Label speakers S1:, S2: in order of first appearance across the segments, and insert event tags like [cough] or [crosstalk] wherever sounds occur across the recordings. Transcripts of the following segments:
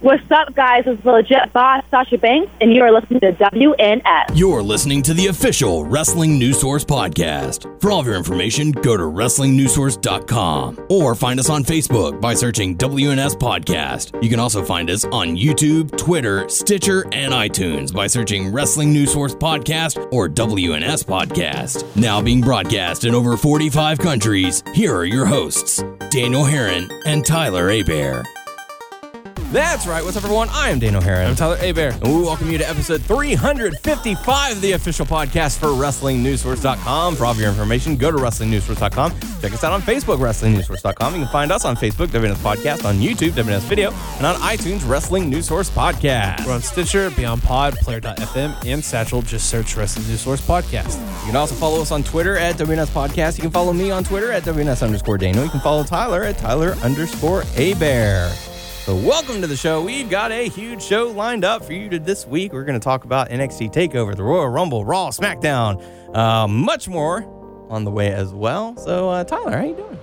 S1: What's up, guys? It's the legit boss, Sasha Banks, and you are listening to WNS.
S2: You're listening to the official Wrestling News Source podcast. For all of your information, go to WrestlingNewsSource.com or find us on Facebook by searching WNS Podcast. You can also find us on YouTube, Twitter, Stitcher, and iTunes by searching Wrestling News Source Podcast or WNS Podcast. Now being broadcast in over 45 countries, here are your hosts, Daniel Herron and Tyler Abear.
S3: That's right. What's up, everyone? I am Daniel Herron.
S4: I'm Tyler Abear.
S3: And we welcome you to episode 355 of the official podcast for WrestlingNewsSource.com. For all of your information, go to WrestlingNewsSource.com. Check us out on Facebook, WrestlingNewsSource.com. You can find us on Facebook, WNS Podcast, on YouTube, WNS Video, and on iTunes, Wrestling News Source Podcast.
S4: We're on Stitcher, Beyond Pod, Player.fm, and Satchel. Just search Wrestling News Source Podcast.
S3: You can also follow us on Twitter at WNS Podcast. You can follow me on Twitter at WNS underscore Daniel. You can follow Tyler at Tyler underscore Abear. So, welcome to the show. We've got a huge show lined up for you to this week. We're going to talk about NXT Takeover, the Royal Rumble, Raw, SmackDown, uh, much more on the way as well. So, uh, Tyler, how you doing?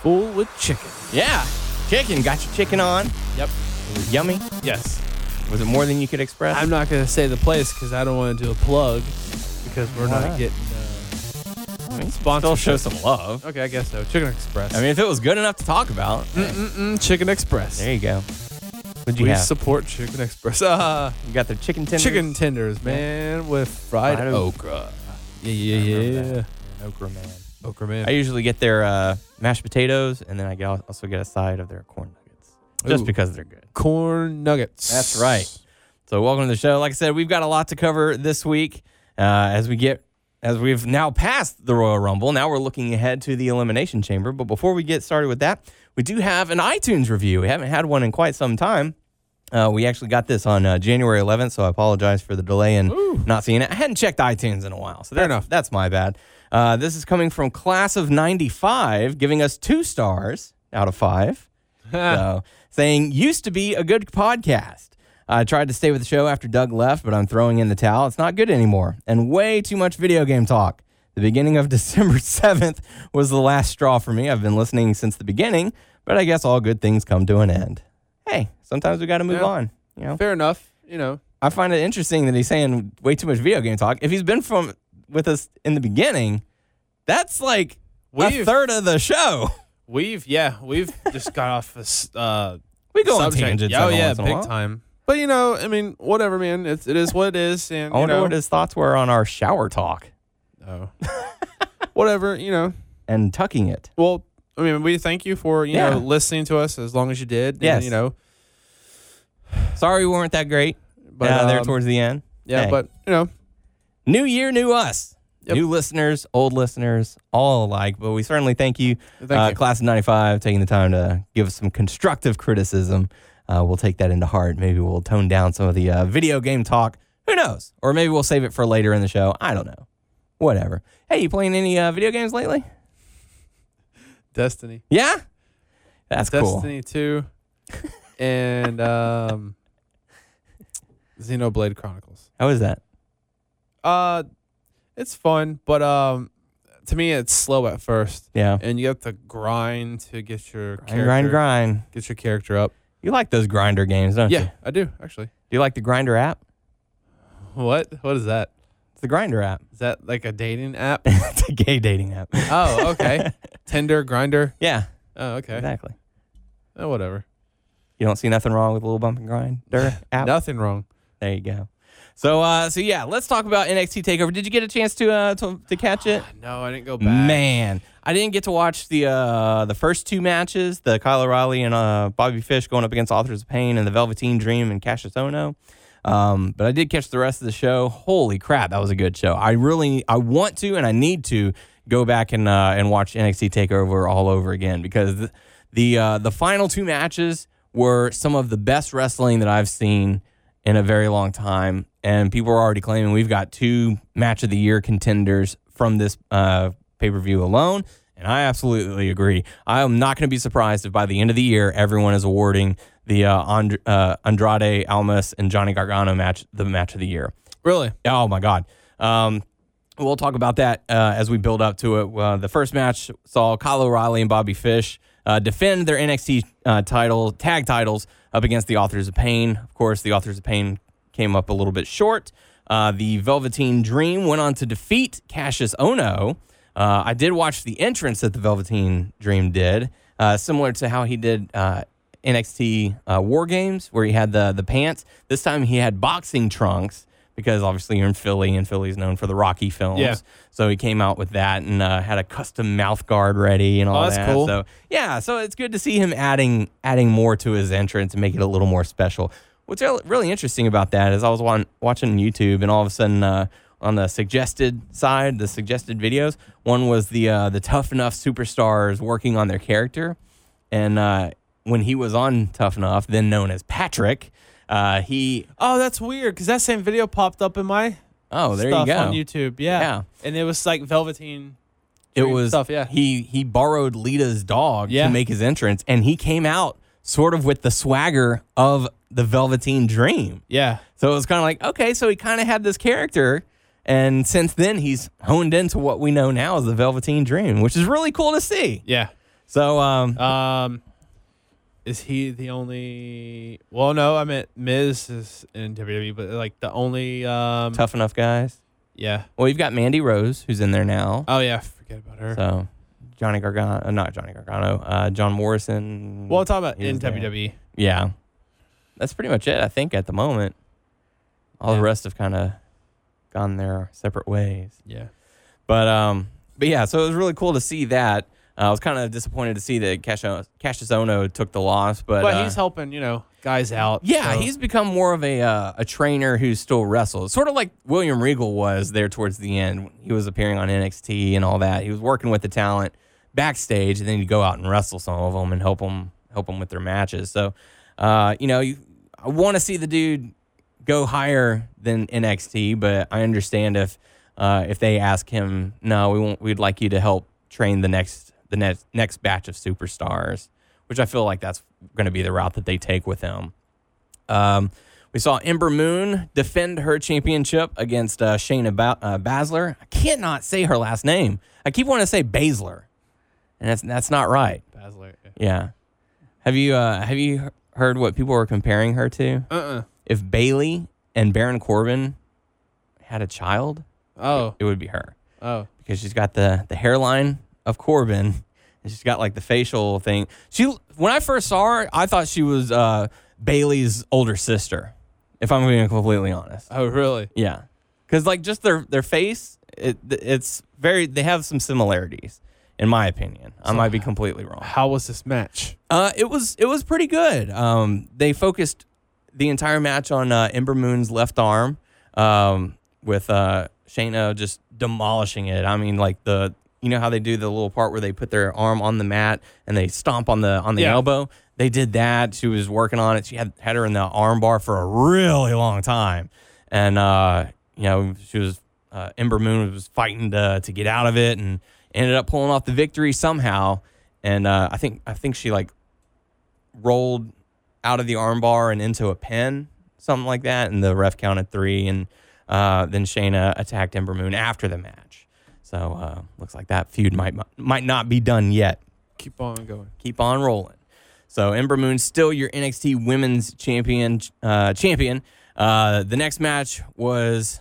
S4: Full with chicken.
S3: Yeah, chicken. Got your chicken on.
S4: Yep.
S3: It was yummy.
S4: Yes.
S3: Was it more than you could express?
S4: I'm not going to say the place because I don't want to do a plug because we're
S3: Why not?
S4: not getting. uh,
S3: I mean,
S4: sponsorship.
S3: Still show some love.
S4: Uh, okay, I guess so. Chicken Express.
S3: I mean, if it was good enough to talk about, mm,
S4: Mm-mm-mm, Chicken Express.
S3: there you go. What'd you
S4: we
S3: have?
S4: support Chicken Express. [laughs] Uh,
S3: you got the chicken tenders.
S4: chicken tenders, man, with fried,
S3: Fried
S4: okra. Yeah, yeah,
S3: remember
S4: yeah.
S3: Okra man.
S4: Okra, man.
S3: I usually get their uh, mashed potatoes, and then I get, also get a side of their corn nuggets, just
S4: Ooh.
S3: because they're good.
S4: corn nuggets.
S3: That's right. So welcome to the show. Like I said, we've got a lot to cover this week uh, as we get as we've now passed the Royal Rumble. Now we're looking ahead to the Elimination Chamber. But before we get started with that, we do have an iTunes review. We haven't had one in quite some time. Uh, we actually got this on uh, January 11th, so I apologize for the delay in not seeing it. I hadn't checked iTunes in a while, so that's,
S4: enough.
S3: that's my bad. Uh, this is coming from Class of 95, giving us two stars out of five
S4: Uh.
S3: so saying used to be a good podcast. I tried to stay with the show after Doug left, but I'm throwing in the towel. It's not good anymore, and way too much video game talk. The beginning of [laughs] December 7th was the last straw for me. I've been listening since the beginning, but I guess all good things come to an end. Hey, sometimes we got to move
S4: Yeah.
S3: on. You know,
S4: Fair enough. You know,
S3: I find it interesting that he's saying way too much video game talk. If he's been from with us in the beginning, that's like a
S4: We've-
S3: third of the show. [laughs]
S4: We've yeah, we've just got off this. Uh,
S3: We go on
S4: subject.
S3: tangents.
S4: Oh
S3: every
S4: yeah,
S3: once in a
S4: big
S3: while.
S4: time. But you know, I mean, whatever, man. It's it is what it is, and
S3: I
S4: you
S3: wonder
S4: know,
S3: what his thoughts were on our shower talk
S4: oh. [laughs] whatever. You know,
S3: and tucking it.
S4: well, I mean, we thank you for you
S3: Yeah.
S4: know listening to us as long as you did. and,
S3: Yes.
S4: you know,
S3: Sorry we weren't that great.
S4: but
S3: uh, there
S4: um,
S3: towards the end.
S4: yeah,
S3: Hey,
S4: but you know,
S3: new year, new us.
S4: Yep.
S3: New listeners, old listeners, all alike. But we certainly thank you,
S4: Thank
S3: uh,
S4: you.
S3: class of '95, taking the time to give us some constructive criticism. Uh, we'll take that into heart. Maybe we'll tone down some of the uh, video game talk. Who knows? Or maybe we'll save it for later in the show. I don't know. Whatever. Hey, you playing any uh, video games lately?
S4: Destiny,
S3: Yeah, that's cool.
S4: Destiny
S3: [laughs]
S4: Two, and um, Xenoblade Chronicles.
S3: How is that?
S4: Uh, it's fun, but um, to me, it's slow at first,
S3: Yeah,
S4: and you have to grind to get your
S3: grind,
S4: character,
S3: grind, grind.
S4: get your character up.
S3: You like those grinder games, don't you?
S4: Yeah, I do actually.
S3: Do you like the grinder app?
S4: What? What is that?
S3: It's the grinder app.
S4: Is that like a dating app?
S3: [laughs] it's a gay dating app.
S4: oh, okay. Tinder, Grinder.
S3: [laughs] Yeah,
S4: Oh, okay.
S3: exactly.
S4: Oh, whatever.
S3: You don't see nothing wrong with a little bump and [laughs] grinder app.
S4: Nothing wrong.
S3: There you go. So, uh, so yeah, let's talk about NXT Takeover. Did you get a chance to uh, to, to catch it?
S4: No, I didn't go back.
S3: Man, I didn't get to watch the uh, the first two matches, the Kyle O'Reilly and uh, Bobby Fish going up against Authors of Pain and the Velveteen Dream and Cassius Ohno. Um, but I did catch the rest of the show. Holy crap, that was a good show. I really I want to and I need to go back and uh, and watch NXT Takeover all over again because the the, uh, the final two matches were some of the best wrestling that I've seen in a very long time. And people are already claiming we've got two match of the year contenders from this uh, pay per view alone. And I absolutely agree. I am not going to be surprised if by the end of the year, everyone is awarding the uh, And- uh, Andrade Almas and Johnny Gargano match the match of the year.
S4: Really?
S3: Oh my God. Um, we'll talk about that uh, as we build up to it. Uh, the first match saw Kyle O'Reilly and Bobby Fish uh, defend their NXT uh, title tag titles up against the Authors of Pain. Of course, the Authors of Pain came up a little bit short. Uh, the Velveteen Dream went on to defeat Cassius Ono. Uh, I did watch the entrance that the Velveteen Dream did, uh, similar to how he did uh, NXT uh, War Games, where he had the the pants. This time he had boxing trunks because obviously you're in Philly, and Philly's known for the Rocky films.
S4: Yeah.
S3: So he came out with that and uh, had a custom mouth guard ready and all
S4: Oh, that's
S3: that.
S4: cool.
S3: So yeah, so it's good to see him adding adding more to his entrance and make it a little more special. What's re- really interesting about that is I was wan- watching YouTube and all of a sudden uh, on the suggested side, the suggested videos, one was the uh, the Tough Enough superstars working on their character, and uh, when he was on Tough Enough, then known as Patrick, uh, he
S4: Oh, that's weird because that same video popped up in my
S3: oh there
S4: stuff
S3: you go
S4: on YouTube. Yeah.
S3: Yeah.
S4: and it was like Velveteen.
S3: it
S4: Dream
S3: was
S4: stuff, yeah.
S3: he he borrowed Lita's dog
S4: Yeah.
S3: to make his entrance and he came out sort of with the swagger of the Velveteen Dream.
S4: Yeah,
S3: So it was kind of like okay, so he kind of had this character and since then he's honed into what we know now as the Velveteen Dream, which is really cool to see.
S4: yeah.
S3: So um
S4: Um, is he the only? Well, no, I meant Miz is in WWE, but like the only. Um,
S3: tough enough guys.
S4: Yeah.
S3: Well, you've got Mandy Rose who's in there now.
S4: Oh yeah, forget about her.
S3: so Johnny Gargano, uh, not Johnny Gargano, uh, John Morrison.
S4: well, I'm talking about
S3: He was
S4: in E.
S3: there.
S4: WWE.
S3: Yeah. That's pretty much it, I think, at the moment. All the
S4: Yeah.
S3: rest have kind of gone their separate ways.
S4: Yeah.
S3: But um, but yeah, so it was really cool to see that. Uh, I was kind of disappointed to see that Cash- Cassius Ono took the loss, but,
S4: But
S3: uh,
S4: he's helping, you know, guys out.
S3: yeah,
S4: so-
S3: he's become more of a uh, a trainer who still wrestles, sort of like William Regal was there towards the end. when He was appearing on NXT and all that. He was working with the talent backstage, and then he'd go out and wrestle some of them and help them help them with their matches. So, uh, you know, you, I want to see the dude go higher than NXT, but I understand if uh, if they ask him, no, we won't, we'd like you to help train the next the next next batch of superstars, which I feel like that's going to be the route that they take with him. Um, we saw Ember Moon defend her championship against uh, Shayna ba- uh, Baszler. I cannot say her last name. I keep wanting to say Baszler, and that's that's not right.
S4: Basler. yeah.
S3: Yeah. Have you uh, have you he- heard what people were comparing her to?
S4: Uh-uh.
S3: If Bailey and Baron Corbin had a child,
S4: Oh.
S3: it would be her
S4: Oh.
S3: because she's got the the hairline of Corbin, and she's got like the facial thing. She when I first saw her, I thought she was uh, Bailey's older sister. If I'm being completely honest,
S4: Oh, really?
S3: yeah, because like just their their face, it it's very they have some similarities. In my opinion, I might be completely wrong.
S4: How was this match?
S3: Uh, it was it was pretty good. Um, they focused the entire match on uh, Ember Moon's left arm, um, with uh, Shayna just demolishing it. I mean, like the you know how they do the little part where they put their arm on the mat and they stomp on the on the
S4: Yeah.
S3: elbow. They did that. She was working on it. She had had her in the arm bar for a really long time, and uh, you know she was uh, Ember Moon was fighting to to get out of it and ended up pulling off the victory somehow. And uh, I think I think she like rolled out of the armbar and into a pin, something like that. And the ref counted three, and uh, then Shayna attacked Ember Moon after the match. So uh, looks like that feud might might not be done yet.
S4: Keep on going.
S3: Keep on rolling. So Ember Moon still your NXT Women's Champion. Uh, champion. Uh, the next match was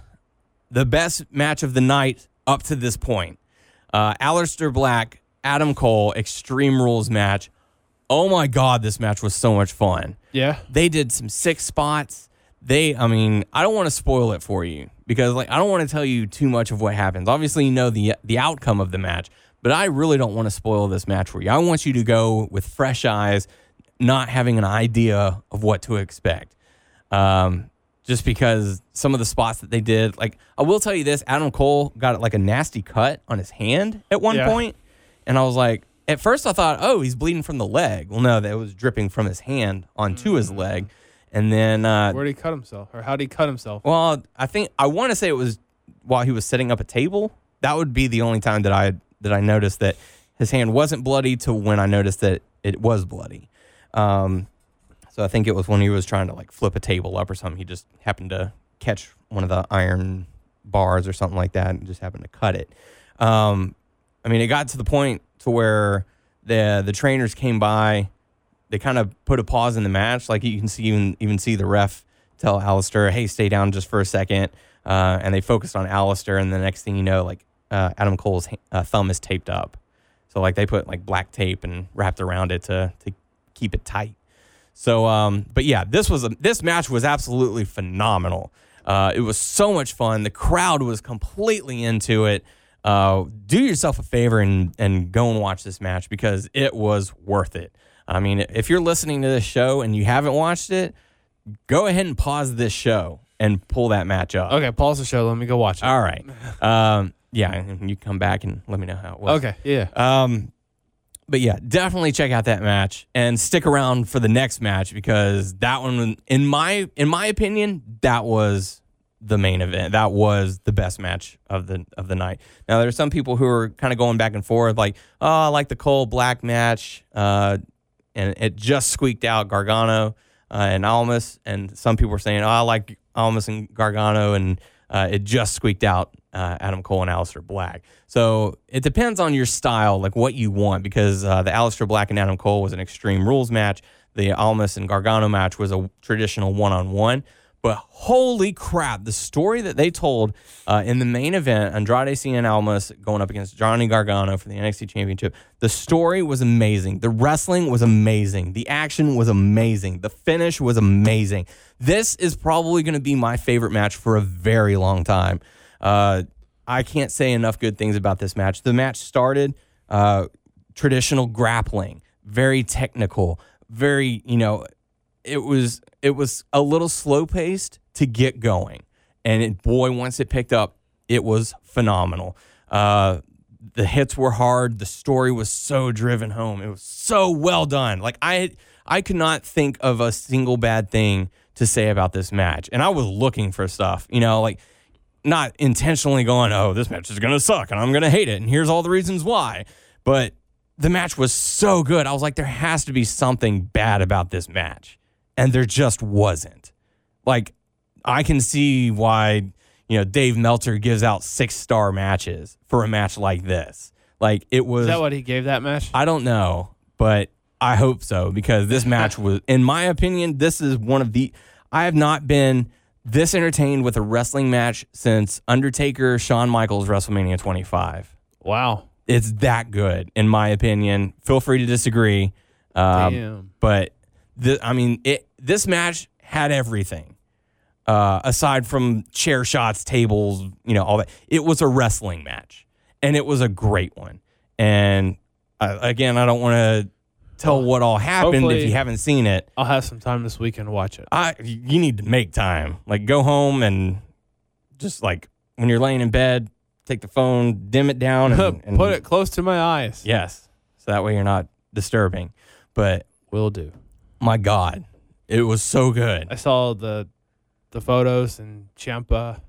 S3: the best match of the night up to this point. Uh, Aleister Black, Adam Cole, Extreme Rules match. Oh my God, this match was so much fun
S4: Yeah.
S3: they did some six spots. They, I mean, I don't want to spoil it for you because, like, I don't want to tell you too much of what happens. Obviously, you know the the outcome of the match, but I really don't want to spoil this match for you. I want you to go with fresh eyes, not having an idea of what to expect. Um, just because some of the spots that they did, like, I will tell you this: Adam Cole got like a nasty cut on his hand at one
S4: Yeah.
S3: point, and I was like, at first I thought, oh, he's bleeding from the leg. Well, no, that was dripping from his hand onto his leg. And then, uh,
S4: Where did he cut himself? Or how did he cut himself?
S3: well, I think I want to say it was while he was setting up a table. That would be the only time that I that I noticed that his hand wasn't bloody to when I noticed that it was bloody. Um, so I think it was when he was trying to like flip a table up or something. He just happened to catch one of the iron bars or something like that and just happened to cut it. Um, I mean, it got to the point to where the the trainers came by they kind of put a pause in the match. Like you can see even even see the ref tell Alistair, "Hey, stay down just for a second. Uh, and they focused on Alistair, and the next thing you know, like uh, Adam Cole's ha- uh, thumb is taped up. So like they put like black tape and wrapped around it to to keep it tight. So, um, but yeah, this was a, this match was absolutely phenomenal. Uh, it was so much fun. The crowd was completely into it. Uh, do yourself a favor and and go and watch this match because it was worth it. I mean, if you're listening to this show and you haven't watched it, go ahead and pause this show and pull that match up.
S4: Okay, pause the show. Let me go watch it.
S3: All right. Um, yeah, and you come back and let me know how it was.
S4: Okay, yeah.
S3: Um, but yeah, definitely check out that match and stick around for the next match because that one, in my in my opinion, that was the main event. That was the best match of the of the night. Now there's some people who are kind of going back and forth, like, oh, I like the Cole Black match, uh, and it just squeaked out Gargano uh, and Almas, and some people are saying, oh, I like Almas and Gargano, and uh, it just squeaked out uh, Adam Cole and Aleister Black. So it depends on your style, like what you want, because uh, the Aleister Black and Adam Cole was an Extreme Rules match. The Almas and Gargano match was a traditional one on one. But holy crap, the story that they told uh, in the main event, Andrade Cien Almas going up against Johnny Gargano for the NXT Championship, the story was amazing. The wrestling was amazing. The action was amazing. The finish was amazing. This is probably going to be my favorite match for a very long time. Uh, I can't say enough good things about this match. The match started uh, traditional grappling, very technical, very you know, it was it was a little slow paced to get going, and it, boy, once it picked up, it was phenomenal. Uh, the hits were hard. The story was so driven home. It was so well done. Like I, I could not think of a single bad thing to say about this match, and I was looking for stuff. You know, like not intentionally going, oh, this match is going to suck and I'm going to hate it. And here's all the reasons why. But the match was so good. I was like, there has to be something bad about this match. And there just wasn't. Like, I can see why, you know, Dave Meltzer gives out six star matches for a match like this. Like, it was.
S4: Is that what he gave that match?
S3: I don't know, but I hope so because this match was, in my opinion, this is one of the. I have not been this entertained with a wrestling match since Undertaker Shawn Michaels WrestleMania 25.
S4: Wow.
S3: It's that good, in my opinion. Feel free to disagree, um,
S4: Damn.
S3: but th- I mean, it. This match had everything, uh, aside from chair shots, tables, you know, all that. It was a wrestling match, and it was a great one. And uh, again, I don't want to tell what all happened if
S4: Hopefully-
S3: you haven't seen it.
S4: I'll have some time this weekend to watch it.
S3: I you need to make time. Like go home and just like when you're laying in bed, take the phone, dim it
S4: [laughs]
S3: down, and,
S4: [laughs]
S3: and
S4: Put it close to my eyes.
S3: Yes, so that way you're not disturbing. But
S4: Will do.
S3: my God, it was so good.
S4: I saw the the photos and Champa.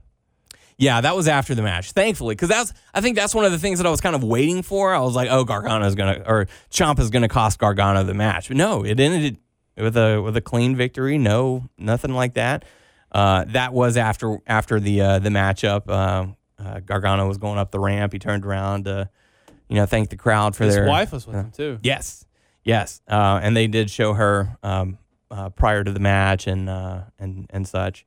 S3: Yeah, that was after the match, thankfully, because that's I think that's one of the things that I was kind of waiting for. I was like, oh, Gargano's gonna or Ciampa's gonna cost Gargano the match, but no, it ended with a with a clean victory. No, nothing like that. Uh, that was after after the uh, the matchup. Uh, uh, Gargano was going up the ramp. He turned around to, you know, thank the crowd for
S4: His
S3: their
S4: wife was with him too.
S3: Yes, yes, uh, and they did show her um, uh, prior to the match and uh, and and such.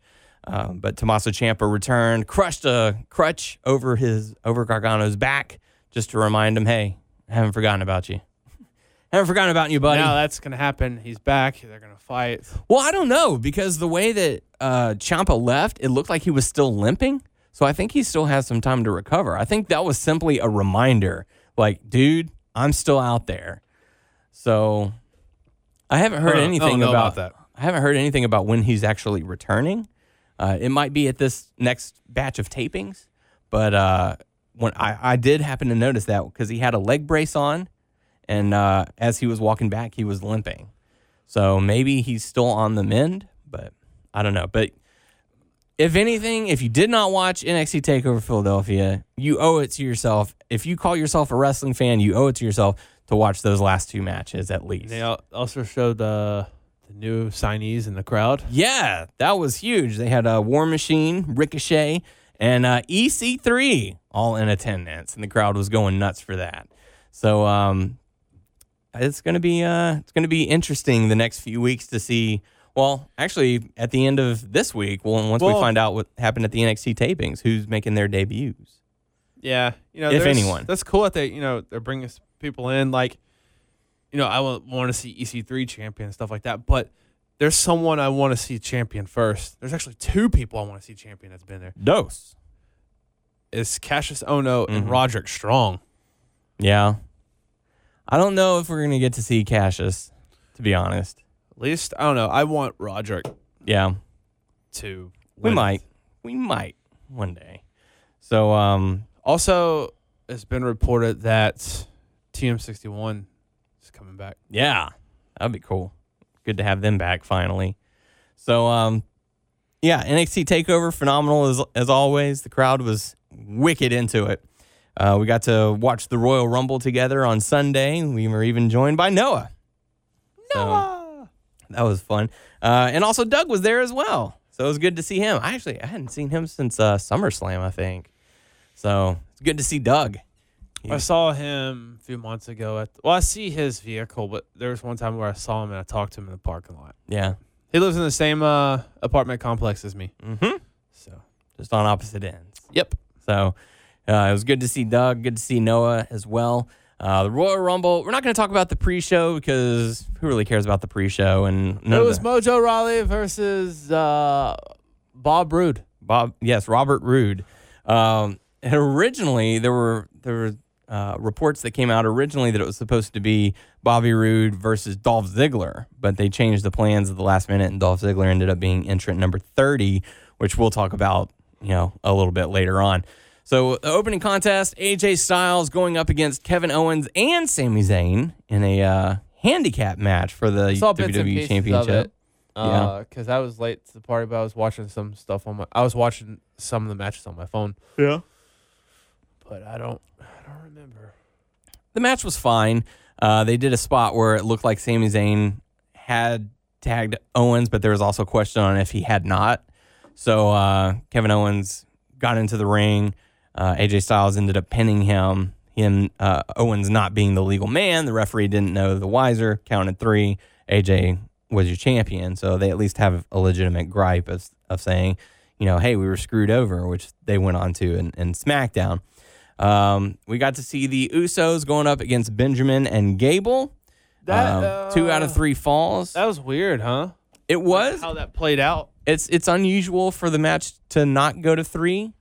S3: Um, but Tommaso Ciampa returned, crushed a crutch over his over Gargano's back, just to remind him, "Hey, I haven't forgotten about you. [laughs] haven't forgotten about you, buddy."
S4: Now that's gonna happen. He's back. They're gonna fight.
S3: Well, I don't know because the way that uh, Champa left, it looked like he was still limping. So I think he still has some time to recover. I think that was simply a reminder, like, dude, I'm still out there. So I haven't heard
S4: Huh, I don't
S3: anything
S4: know
S3: about,
S4: about that.
S3: I haven't heard anything about when he's actually returning. Uh, it might be at this next batch of tapings, but uh, when I, I did happen to notice that because he had a leg brace on, and uh, as he was walking back, he was limping. So maybe he's still on the mend, but I don't know. But if anything, if you did not watch NXT Takeover Philadelphia, you owe it to yourself. If you call yourself a wrestling fan, you owe it to yourself to watch those last two matches at least.
S4: They al- also showed the the new signees in the crowd.
S3: Yeah, that was huge. They had uh, War Machine, Ricochet, and uh, EC3 all in attendance, and the crowd was going nuts for that. So, um, it's gonna be uh, it's gonna be interesting the next few weeks to see. Well, actually, at the end of this week, well, once we
S4: Well-
S3: find out what happened at the NXT tapings, who's making their debuts?
S4: Yeah, you know,
S3: If
S4: there's-
S3: anyone.
S4: that's cool that they, you know, they're bringing s- people in. Like, you know, I want to see EC3 champion and stuff like that. But there's someone I want to see champion first. There's actually two people I want to see champion that's been there.
S3: Dose.
S4: It's Cassius Ono
S3: Mhm.
S4: and Roderick Strong.
S3: Yeah. I don't know if we're gonna get to see Cassius, to be honest.
S4: At least I don't know. I want Roderick
S3: Yeah.
S4: to.
S3: We
S4: win.
S3: might. We might one day. So um
S4: Also, it's been reported that TM61 is coming back.
S3: yeah, that'd be cool. Good to have them back finally. So um yeah, NXT Takeover phenomenal as as always. The crowd was wicked into it. Uh, we got to watch the Royal Rumble together on Sunday. We were even joined by Noah. Noah. that was fun. Uh, and also Doug was there as well. So it was good to see him. I actually I hadn't seen him since uh, SummerSlam, I think. So it's good to see Doug. Yeah.
S4: I saw him a few months ago. At well, I see his vehicle, but there was one time where I saw him and I talked to him in the parking lot.
S3: Yeah.
S4: He lives in the same uh, apartment complex as me.
S3: Mm-hmm.
S4: So
S3: Just on opposite ends.
S4: yep,
S3: So uh, it was good to see Doug. Good to see Noah as well. Uh, the Royal Rumble. We're not going to talk about the pre-show because who really cares about the pre-show? And none
S4: it
S3: of
S4: was
S3: the-
S4: Mojo Raleigh versus uh, Bob Roode.
S3: Bob. Yes, Robert Roode. Um, and originally, there were there were uh, reports that came out originally that it was supposed to be Bobby Roode versus Dolph Ziggler, but they changed the plans at the last minute, and Dolph Ziggler ended up being entrant number thirty, which we'll talk about you know a little bit later on. So the opening contest, AJ Styles going up against Kevin Owens and Sami Zayn in a uh, handicap match for the
S4: Saw bits and
S3: WWE
S4: pieces
S3: E Championship.
S4: of it.
S3: Yeah.
S4: because I was late to the party, but I was watching some stuff on my. I was watching some of the matches on my phone.
S3: Yeah.
S4: but I don't. I don't remember.
S3: the match was fine. Uh, they did a spot where it looked like Sami Zayn had tagged Owens, but there was also a question on if he had not. So uh, Kevin Owens got into the ring. Uh, AJ Styles ended up pinning him. Him uh, Owens not being the legal man. The referee didn't know the wiser. Counted three. AJ was your champion, so they at least have a legitimate gripe of, of saying, you know, hey, we were screwed over, which they went on to in, in SmackDown. Um, we got to see the Usos going up against Benjamin and Gable. Um, two out of three falls.
S4: uh, That was weird, huh?
S3: It was.
S4: How that played out.
S3: It's it's unusual for the match to not go to three,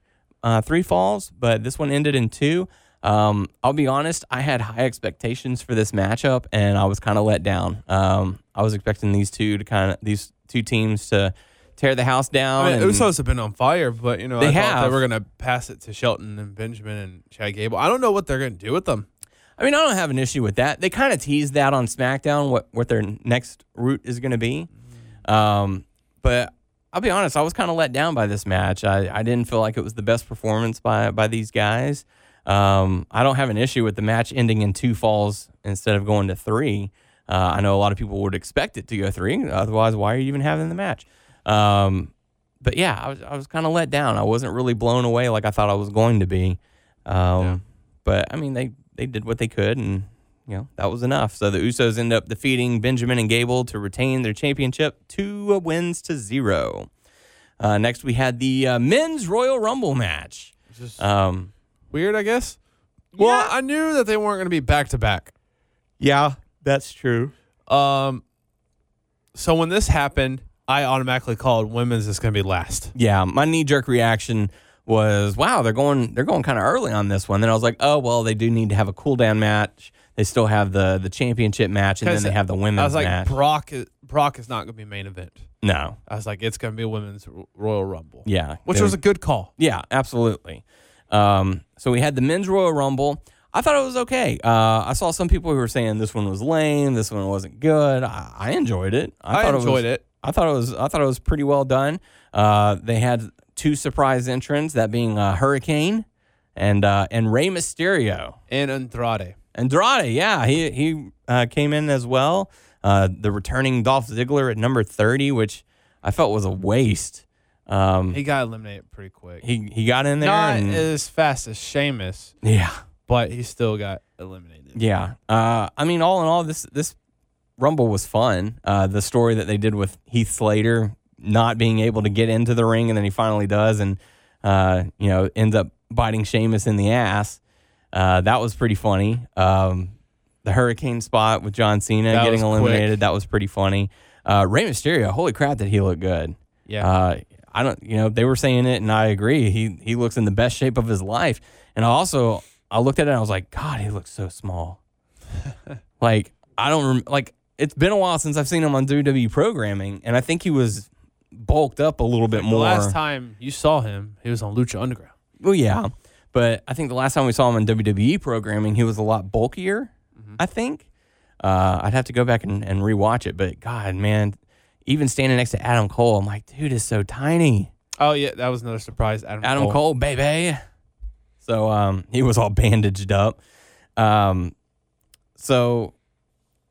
S3: uh, three falls, but this one ended in two. Um, I'll be honest, I had high expectations for this matchup, and I was kind of let down. Um, I was expecting these two to kind of these two teams to tear the house down.
S4: I mean,
S3: and-
S4: Usos have been on fire, but you know
S3: They
S4: I
S3: have.
S4: thought they were gonna pass it to Shelton and Benjamin and Chad Gable. I don't know what they're gonna do with them.
S3: I mean, I don't have an issue with that. They kind of teased that on SmackDown what what their next route is going to be. Um, but I'll be honest, I was kind of let down by this match. I, I didn't feel like it was the best performance by by these guys. Um, I don't have an issue with the match ending in two falls instead of going to three. Uh, I know a lot of people would expect it to go three. Otherwise, why are you even having the match? Um, but yeah, I was I was kind of let down. I wasn't really blown away like I thought I was going to be. Um,
S4: Yeah.
S3: But I mean, they they did what they could, and you know that was enough. So the Usos end up defeating Benjamin and Gable to retain their championship, two wins to zero. Uh, next, we had the uh, men's Royal Rumble match.
S4: Just
S3: Um,
S4: weird, I guess. Well,
S3: Yeah.
S4: I knew that they weren't gonna be back to back.
S3: yeah, that's true.
S4: Um, so when this happened, I automatically called women's is gonna be last.
S3: Yeah, my knee jerk reaction was, wow, they're going they're going kind of early on this one. Then I was like, oh well, they do need to have a cool down match. They still have the the championship match, and then
S4: 'Cause
S3: they have the women's
S4: I was like,
S3: match.
S4: Brock, is, Brock is not gonna be main event.
S3: no,
S4: I was like, it's gonna be a women's r- Royal Rumble.
S3: yeah,
S4: which
S3: They-
S4: was a good call.
S3: Yeah, absolutely. Um, so we had the men's Royal Rumble. I thought it was okay. Uh, I saw some people who were saying this one was lame, this one wasn't good. I, I enjoyed it.
S4: I,
S3: thought
S4: enjoyed
S3: it. was-
S4: it.
S3: I thought it was I thought it was pretty well done. Uh, they had two surprise entrants, that being uh, Hurricane and uh, and Rey Mysterio.
S4: and Andrade.
S3: Andrade, yeah, he he uh, came in as well. Uh, the returning Dolph Ziggler at number thirty, which I felt was a waste. Um,
S4: He got eliminated pretty quick.
S3: he he got in there,
S4: Not
S3: and,
S4: as fast as Sheamus,
S3: yeah,
S4: but he still got eliminated.
S3: Yeah. Uh, I mean, all in all, this this Rumble was fun. Uh, the story that they did with Heath Slater not being able to get into the ring, and then he finally does, and uh, you know, ends up biting Sheamus in the ass. Uh, that was pretty funny. Um, the hurricane spot with John Cena
S4: That
S3: getting
S4: was quick.
S3: eliminated. That was pretty funny. Uh, Rey Mysterio, holy crap, did he look good?
S4: Yeah.
S3: Uh, I don't, you know, they were saying it, and I agree. He he looks in the best shape of his life. And I also, I looked at it, and I was like, God, he looks
S4: [laughs]
S3: so small. like I don't rem- like. It's been a while since I've seen him on WWE programming, and I think he was bulked up a little bit
S4: The
S3: more.
S4: last time you saw him, he was on Lucha Underground.
S3: Well, yeah, but I think the last time we saw him on WWE E programming, he was a lot bulkier.
S4: Mm-hmm.
S3: I think uh, I'd have to go back and, and rewatch it. But God, man, even standing next to Adam Cole, I'm like, dude is so tiny.
S4: Oh yeah, that was another surprise. Adam,
S3: Adam Cole, baby. So um, he was all [laughs] bandaged up. Um, so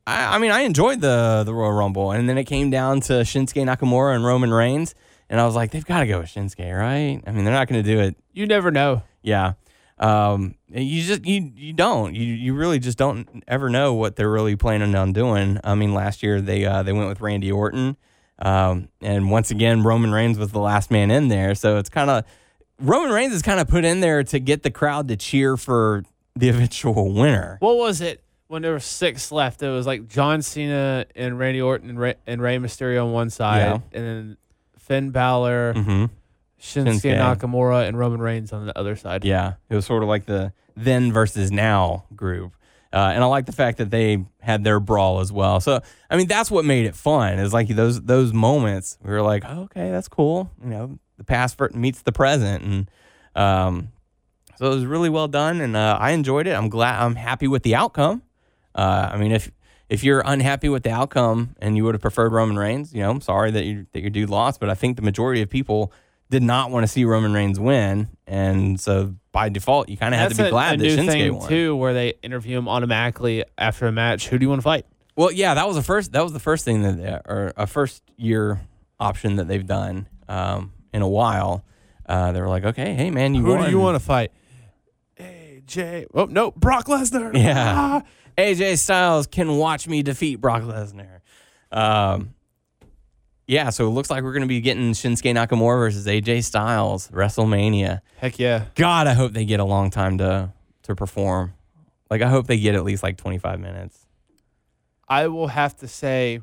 S3: I, I mean, I enjoyed the the Royal Rumble, and then it came down to Shinsuke Nakamura and Roman Reigns, and I was like, they've got to go with Shinsuke, right? I mean, they're not going to do it
S4: You never know.
S3: yeah. Um, and you just you you don't you you really just don't ever know what they're really planning on doing. I mean, last year they uh, they went with Randy Orton, um, and once again Roman Reigns was the last man in there. So it's kind of Roman Reigns is kind of put in there to get the crowd to cheer for the [laughs] eventual winner.
S4: What was it when there were six left? It was like John Cena and Randy Orton and Rey, and Rey Mysterio on one side,
S3: Yeah.
S4: and then Finn Balor,
S3: Mm-hmm.
S4: Shinsuke,
S3: Shinsuke.
S4: Nakamura, and Roman Reigns on the other side.
S3: Yeah, it was sort of like the then versus now group. Uh, and I like the fact that they had their brawl as well. So I mean, that's what made it fun. Is like those those moments we were like, oh, okay, that's cool. You know, the past ver- meets the present, and um, so it was really well done, and uh, I enjoyed it. I'm glad. I'm happy with the outcome. Uh, I mean, if if you're unhappy with the outcome and you would have preferred Roman Reigns, you know, I'm sorry that you that your dude lost, but I think the majority of people did not want to see Roman Reigns win, and so by default, you kind of had
S4: That's
S3: to be
S4: a,
S3: glad
S4: a
S3: that
S4: new
S3: Shinsuke
S4: thing
S3: won.
S4: too, where they interview him automatically after a match. Who do you want to fight?
S3: Well, yeah, that was the first. That was the first thing that, they- or a first year option that they've done um, in a while. Uh, they were like, okay, hey man, you
S4: Who
S3: won.
S4: do you want to fight? AJ. Oh no, Brock Lesnar.
S3: Yeah. [laughs]
S4: Ah.
S3: AJ Styles can watch me defeat Brock Lesnar. Um, yeah, so it looks like we're going to be getting Shinsuke Nakamura versus AJ Styles WrestleMania.
S4: Heck yeah.
S3: God, I hope they get a long time to to perform. Like I hope they get at least like 25 minutes.
S4: I will have to say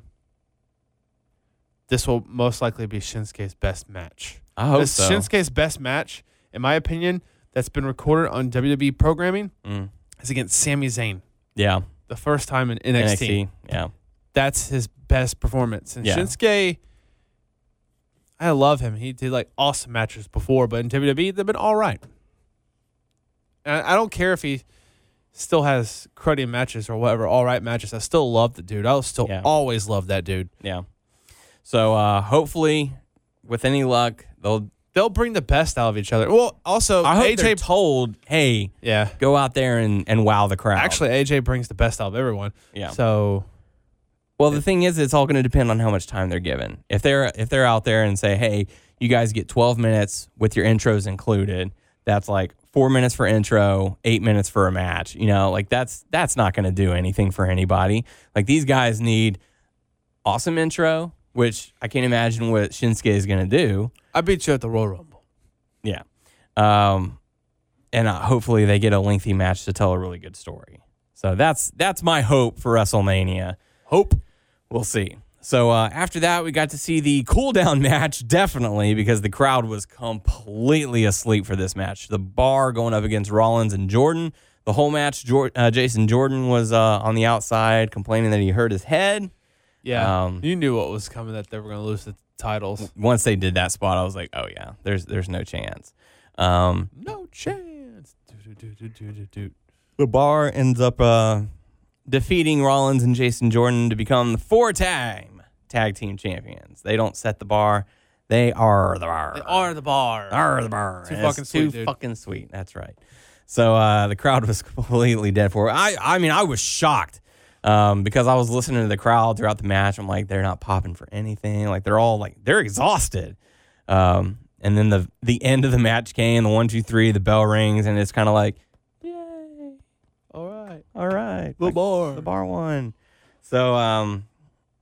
S4: this will most likely be Shinsuke's best match.
S3: I hope
S4: This
S3: so.
S4: is Shinsuke's best match, in my opinion, that's been recorded on WWE programming
S3: Mm.
S4: is against Sami Zayn.
S3: yeah,
S4: The first time in
S3: NXT.
S4: NXT.
S3: Yeah,
S4: That's his best performance. And
S3: Yeah.
S4: Shinsuke, I love him. He did like awesome matches before, but in WWE, they've been all right. And I I don't care if he still has cruddy matches or whatever, all right matches. I still love the dude. I'll still
S3: Yeah.
S4: always love that dude.
S3: yeah. So uh, hopefully, with any luck, they'll.
S4: They'll bring the best out of each other. Well, also
S3: I hope they're
S4: AJ,
S3: told, hey,
S4: yeah.
S3: go out there and, and wow the crowd.
S4: Actually, AJ brings the best out of everyone.
S3: yeah.
S4: So
S3: Well, the thing is, it's all going to depend on how much time they're given. If they're if they're out there and say, "Hey, you guys get 12 minutes with your intros included," that's like four minutes for intro, eight minutes for a match. You know, like that's that's not going to do anything for anybody. Like these guys need awesome intro, which I can't imagine what Shinsuke is going to do.
S4: I beat you at the Royal Rumble.
S3: Yeah, um, and uh, hopefully they get a lengthy match to tell a really good story. So that's that's my hope for WrestleMania.
S4: Hope.
S3: We'll see. So uh, after that, we got to see the cool down [laughs] match, definitely, because the crowd was completely asleep for this match. The bar going up against Rollins and Jordan. The whole match, Jor- uh, Jason Jordan was uh, on the outside complaining that he hurt his head.
S4: Yeah.
S3: Um,
S4: you knew what was coming that they were going to lose the titles.
S3: Once they did that spot, I was like, oh, yeah, there's, there's no chance. Um,
S4: No chance. Doot, doot, doot, doot, doot, doot.
S3: the bar ends up uh, defeating Rollins and Jason Jordan to become the four time tag team champions. They don't set the bar, they are the bar.
S4: They are the bar.
S3: Arr, the bar.
S4: Too
S3: It's
S4: fucking sweet,
S3: Too
S4: dude.
S3: fucking sweet. That's right. So uh, the crowd [laughs] was completely dead for it. I, I mean, I was shocked um, because I was listening to the crowd throughout the match. I'm like, they're not popping for anything. Like they're all like they're exhausted. Um, and then the the end of the match came. The one, two, three. The bell rings, and it's kind of like,
S4: All right.
S3: All right.
S4: The bar.
S3: The bar won. So, um,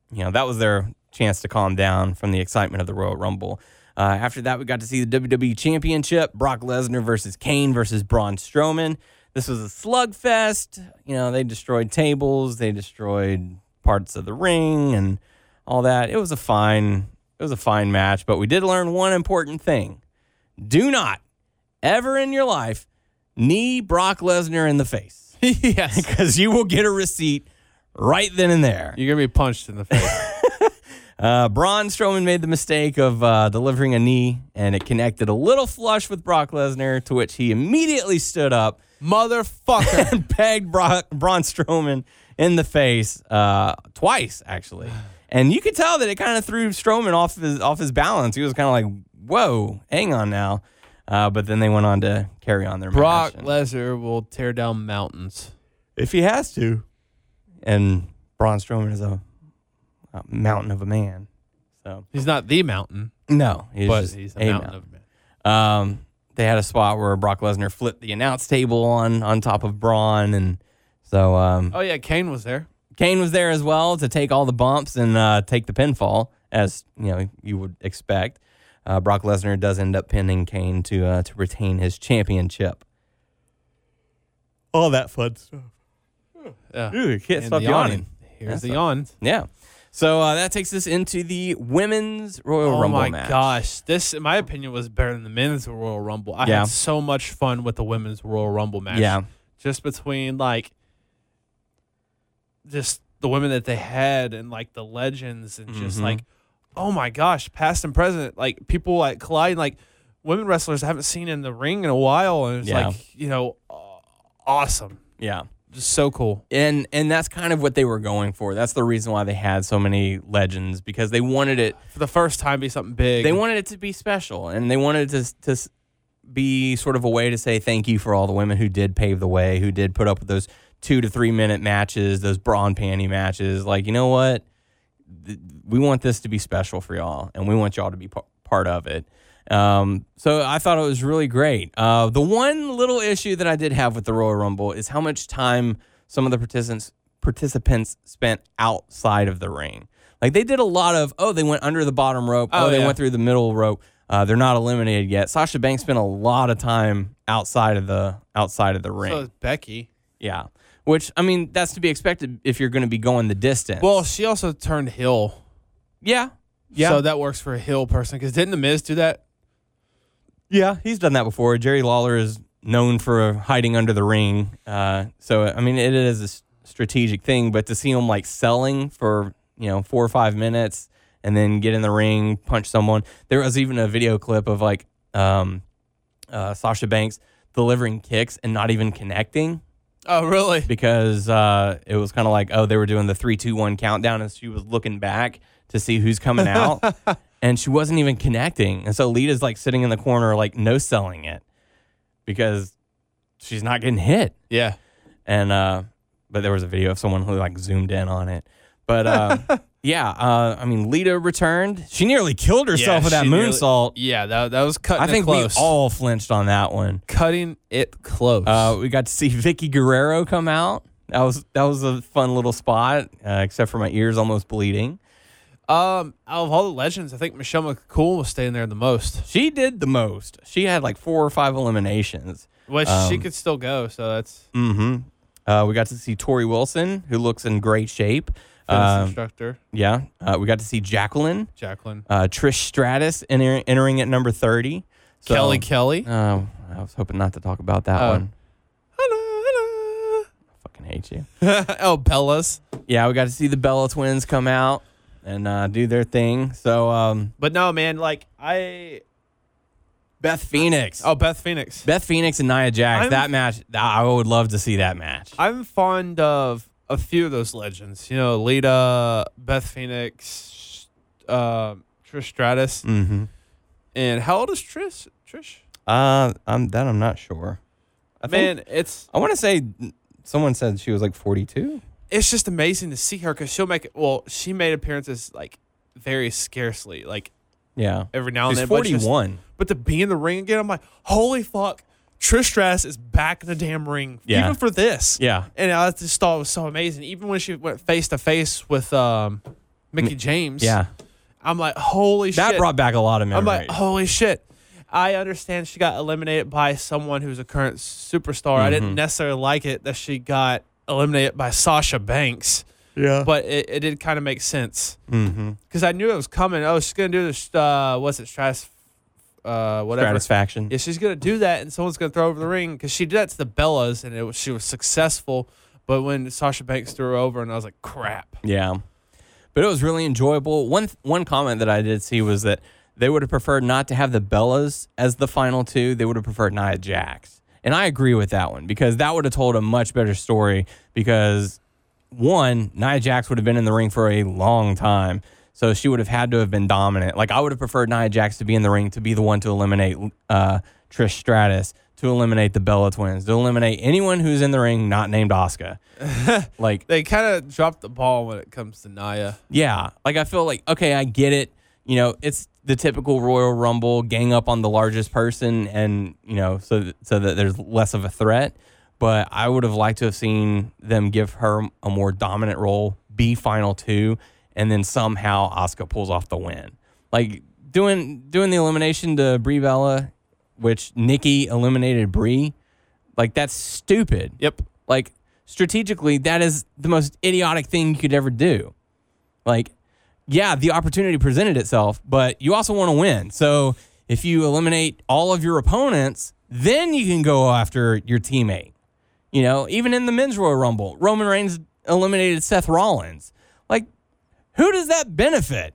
S3: you know, that was their chance to calm down from the excitement of the Royal Rumble. Uh, after that, we got to see the WWE Championship Brock Lesnar versus Kane versus Braun Strowman. This was a slugfest. You know, they destroyed tables, they destroyed parts of the ring and all that. It was a fine. It was a fine match, but we did learn one important thing. Do not ever in your life knee Brock Lesnar in the face [laughs]
S4: yes.
S3: because you will get a receipt right then and there.
S4: You're gonna be punched in the [laughs] face.
S3: Uh, Braun Strowman made the mistake of uh, delivering a knee, and it connected a little flush with Brock Lesnar, to which he immediately stood up
S4: Motherfucker.
S3: and pegged Brock, Braun Strowman in the face uh, twice, actually. And you could tell that it kind of threw Strowman off his off his balance. He was kind of like, "Whoa, hang on now." Uh, but then they went on to carry on their
S4: Brock
S3: match. and-
S4: Lesnar will tear down mountains.
S3: if he has to. And Braun Strowman is a, a mountain of a man. So
S4: He's not the mountain,
S3: no, he's
S4: but
S3: just
S4: he's a
S3: a
S4: mountain, of men.
S3: Um, they had a spot where Brock Lesnar flipped the announce table on on top of Braun, and so um,
S4: Oh yeah, Kane was there.
S3: Kane was there as well to take all the bumps and uh, take the pinfall, as you know you would expect. Uh, Brock Lesnar does end up pinning Kane to uh, to retain his championship. All that fun stuff.
S4: Yeah.
S3: Ooh, can't
S4: And
S3: stop
S4: the
S3: yawning.
S4: Here's
S3: That's
S4: the
S3: a-
S4: yawn.
S3: Yeah. So uh, that takes us into the women's Royal
S4: Oh
S3: Rumble
S4: my
S3: match.
S4: gosh, this in my opinion was better than the men's Royal Rumble. I
S3: Yeah.
S4: had so much fun with the women's Royal Rumble match.
S3: Yeah.
S4: just between like just the women that they had and like the legends and just
S3: Mhm.
S4: like oh my gosh, past and present, like people like collide like women wrestlers I haven't seen in the ring in a while, and it's
S3: Yeah.
S4: like you know aw- awesome,
S3: Yeah.
S4: just so cool.
S3: And and that's kind of what they were going for. That's the reason why they had so many legends because they wanted it.
S4: For the first time, be something big.
S3: They wanted it to be special, and they wanted it to to s- be sort of a way to say thank you for all the women who did pave the way, who did put up with those two to three minute matches, those bra and panty matches. Like you know what, Th- we want this to be special for y'all, and we want y'all to be p- part of it. Um, so I thought it was really great. Uh, the one little issue that I did have with the Royal Rumble is how much time some of the participants participants spent outside of the ring. Like they did a lot of oh they went under the bottom rope oh,
S4: Oh,
S3: they
S4: yeah.
S3: went through the middle rope uh, they're not eliminated yet. Sasha Banks spent a lot of time outside of the outside of the ring.
S4: so is Becky.
S3: yeah, which I mean that's to be expected if you're going to be going the distance.
S4: Well, she also turned heel,
S3: yeah, yeah,
S4: so that works for a heel person. Because didn't the Miz do that?
S3: yeah. He's done that before. Jerry Lawler is known for hiding under the ring. Uh, so I mean it is a s- strategic thing, but to see him like selling for you know four or five minutes and then get in the ring, punch someone. There was even a video clip of like um, uh, Sasha Banks delivering kicks and not even connecting.
S4: Oh, really?
S3: because uh, it was kind of like, oh, they were doing the three, two, one countdown, and she was looking back to see who's coming
S4: [laughs]
S3: out, and she wasn't even connecting. And so Lita's like sitting in the corner, like no selling it because she's not getting hit.
S4: Yeah.
S3: And uh, but there was a video of someone who like zoomed in on it.
S4: [laughs]
S3: But uh, yeah, uh, I mean, Lita returned. She nearly killed herself with that
S4: she nearly-
S3: moonsault.
S4: Yeah, that, that was cutting
S3: I think
S4: it close.
S3: we all flinched on that one.
S4: cutting it close.
S3: Uh, we got to see [laughs] Vicky Guerrero come out. That was that was a fun little spot, uh, except for my ears almost bleeding.
S4: um, out of all the legends, I think Michelle McCool was staying there the most.
S3: She did the most. She had like four or five eliminations.
S4: Which she
S3: Um,
S4: could still go, so that's
S3: Mm-hmm. Uh, we got to see Tori Wilson, who looks in great shape.
S4: fitness
S3: Um,
S4: instructor
S3: yeah, uh, we got to see Jacqueline,
S4: Jacqueline
S3: uh, Trish Stratus enter- entering at number thirty. So-
S4: Kelly Kelly.
S3: Oh, I was hoping not to talk about that
S4: Oh.
S3: one.
S4: Hello,
S3: I fucking hate you.
S4: hello. [laughs] oh, Bella's,
S3: Yeah, we got to see the Bella twins come out and uh, do their thing. So um,
S4: but no, man. Like I,
S3: Beth Phoenix.
S4: oh, Beth Phoenix.
S3: Beth Phoenix and Nia Jax.
S4: I'm-
S3: that match, I would love to see that match.
S4: I'm fond of a few of those legends. You know, Lita, Beth Phoenix, uh, Trish Stratus,
S3: mm-hmm.
S4: and how old is Trish? Trish,
S3: Uh, I'm that I'm not sure. I
S4: man,
S3: think,
S4: it's
S3: I want to say someone said she was like 42.
S4: it's just amazing to see her because she'll make well she made appearances like very scarcely like
S3: Yeah,
S4: every now and
S3: she's
S4: then but, it's just-
S3: 41.
S4: but to be in the ring again i'm like holy fuck Trish Stratus is back in the damn ring,
S3: Yeah.
S4: even for this.
S3: Yeah.
S4: And I just thought it was so amazing. Even when she went face to face with um, Mickey James,
S3: Yeah.
S4: I'm like, holy
S3: That
S4: shit.
S3: brought back a lot of
S4: I'm
S3: memories.
S4: like, oh, holy shit. I understand she got eliminated by someone who's a current superstar. I
S3: Mm-hmm.
S4: didn't necessarily like it that she got eliminated by Sasha Banks,
S3: yeah.
S4: but it, it did kind of make sense
S3: mm-hmm.
S4: because I knew it was coming. Oh, she's gonna do this. Uh, what's it? Stratus, uh, whatever.
S3: Satisfaction.
S4: Yeah, she's gonna do that, and someone's gonna throw her over the ring because she did that to the Bellas, and it was, she was successful. But when Sasha Banks threw her over, and I was like, crap.
S3: Yeah, but it was really enjoyable. One one comment that I did see was that they would have preferred not to have the Bellas as the final two. They would have preferred Nia Jax, and I agree with that one because that would have told a much better story. Because one, Nia Jax would have been in the ring for a long time. So she would have had to have been dominant. Like I would have preferred Nia Jax to be in the ring to be the one to eliminate uh, Trish Stratus, to eliminate the Bella Twins, to eliminate anyone who's in the ring not named Asuka. like
S4: They kind of dropped the ball when it comes to Naya.
S3: yeah. Like I feel like okay, I get it. You know, it's the typical Royal Rumble gang up on the largest person and, you know, so th- so that there's less of a threat, but I would have liked to have seen them give her a more dominant role, be final 2 and then somehow Asuka pulls off the win. Like doing doing the elimination to Brie Bella, which Nikki eliminated Brie, like that's stupid.
S4: Yep.
S3: Like strategically, that is the most idiotic thing you could ever do. Like, yeah, the opportunity presented itself, but you also want to win. So if you eliminate all of your opponents, then you can go after your teammate. You know, even in the men's Royal Rumble, Roman Reigns eliminated Seth Rollins. Like, who does that benefit?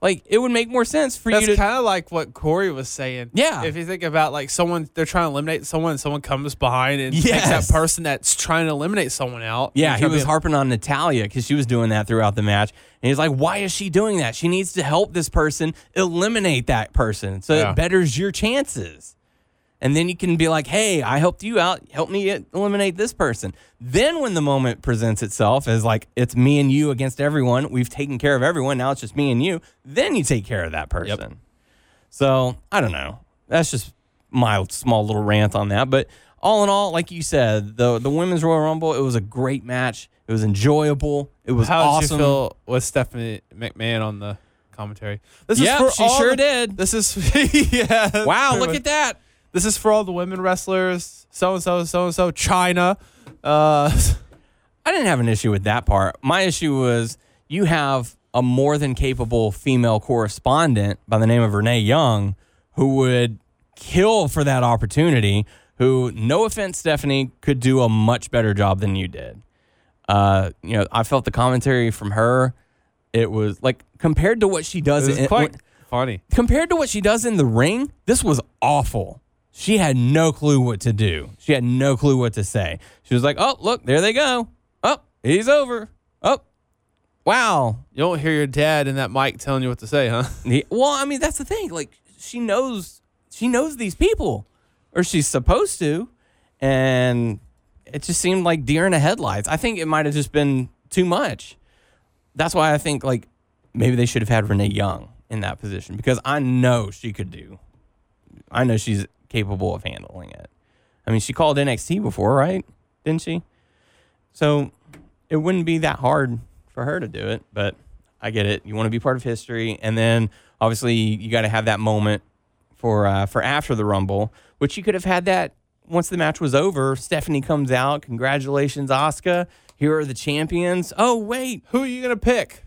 S3: Like, it would make more sense for
S4: That's
S3: you to.
S4: kind of like what Corey was saying.
S3: Yeah.
S4: If you think about like someone, they're trying to eliminate someone, and someone comes behind and takes
S3: Yes.
S4: that person that's trying to eliminate someone out.
S3: Yeah,
S4: They're
S3: he
S4: trying to
S3: was
S4: be-
S3: harping on Natalia because she was doing that throughout the match. And he's like, why is she doing that? She needs to help this person eliminate that person so
S4: Yeah.
S3: it betters your chances. And then you can be like, hey, I helped you out. Help me e- eliminate this person. Then, when the moment presents itself as like, it's me and you against everyone, we've taken care of everyone. Now it's just me and you. Then you take care of that person. So I don't know. That's just my small little rant on that. But all in all, like you said, the the women's Royal Rumble, it was a great match. It was enjoyable. It was
S4: How did
S3: awesome.
S4: you feel with Stephanie McMahon on the commentary? This
S3: Yep,
S4: for
S3: she
S4: all
S3: sure
S4: the-
S3: did.
S4: This is [laughs] yeah.
S3: Wow,
S4: pretty
S3: look
S4: much.
S3: at that.
S4: This is for all the women wrestlers. So and so, so and so, China. Uh, [laughs]
S3: I didn't have an issue with that part. My issue was you have a more than capable female correspondent by the name of Renee Young who would kill for that opportunity, who, no offense, Stephanie, could do a much better job than you did. Uh, you know, I felt the commentary from her. It was like compared to what she does
S4: this
S3: in-
S4: is quite funny.
S3: compared to what she does in the ring, this was awful. She had no clue what to do. She had no clue what to say. She was like, "Oh, look, there they go. Oh, he's over. Oh, wow."
S4: You don't hear your dad in that mic telling you what to say, huh?
S3: [laughs] He- well, I mean, that's the thing. Like, she knows she knows these people, or she's supposed to, and it just seemed like deer in the headlights. I think it might have just been too much. That's why I think like maybe they should have had Renee Young in that position because I know she could do. I know she's capable of handling it. I mean, she called NXT before, right? Didn't she? So it wouldn't be that hard for her to do it, but I get it. You want to be part of history, and then obviously you got to have that moment for uh, for after the Rumble, which you could have had that once the match was over. Stephanie comes out, congratulations, Oscar. Here are the champions. Oh wait,
S4: Who are you gonna pick?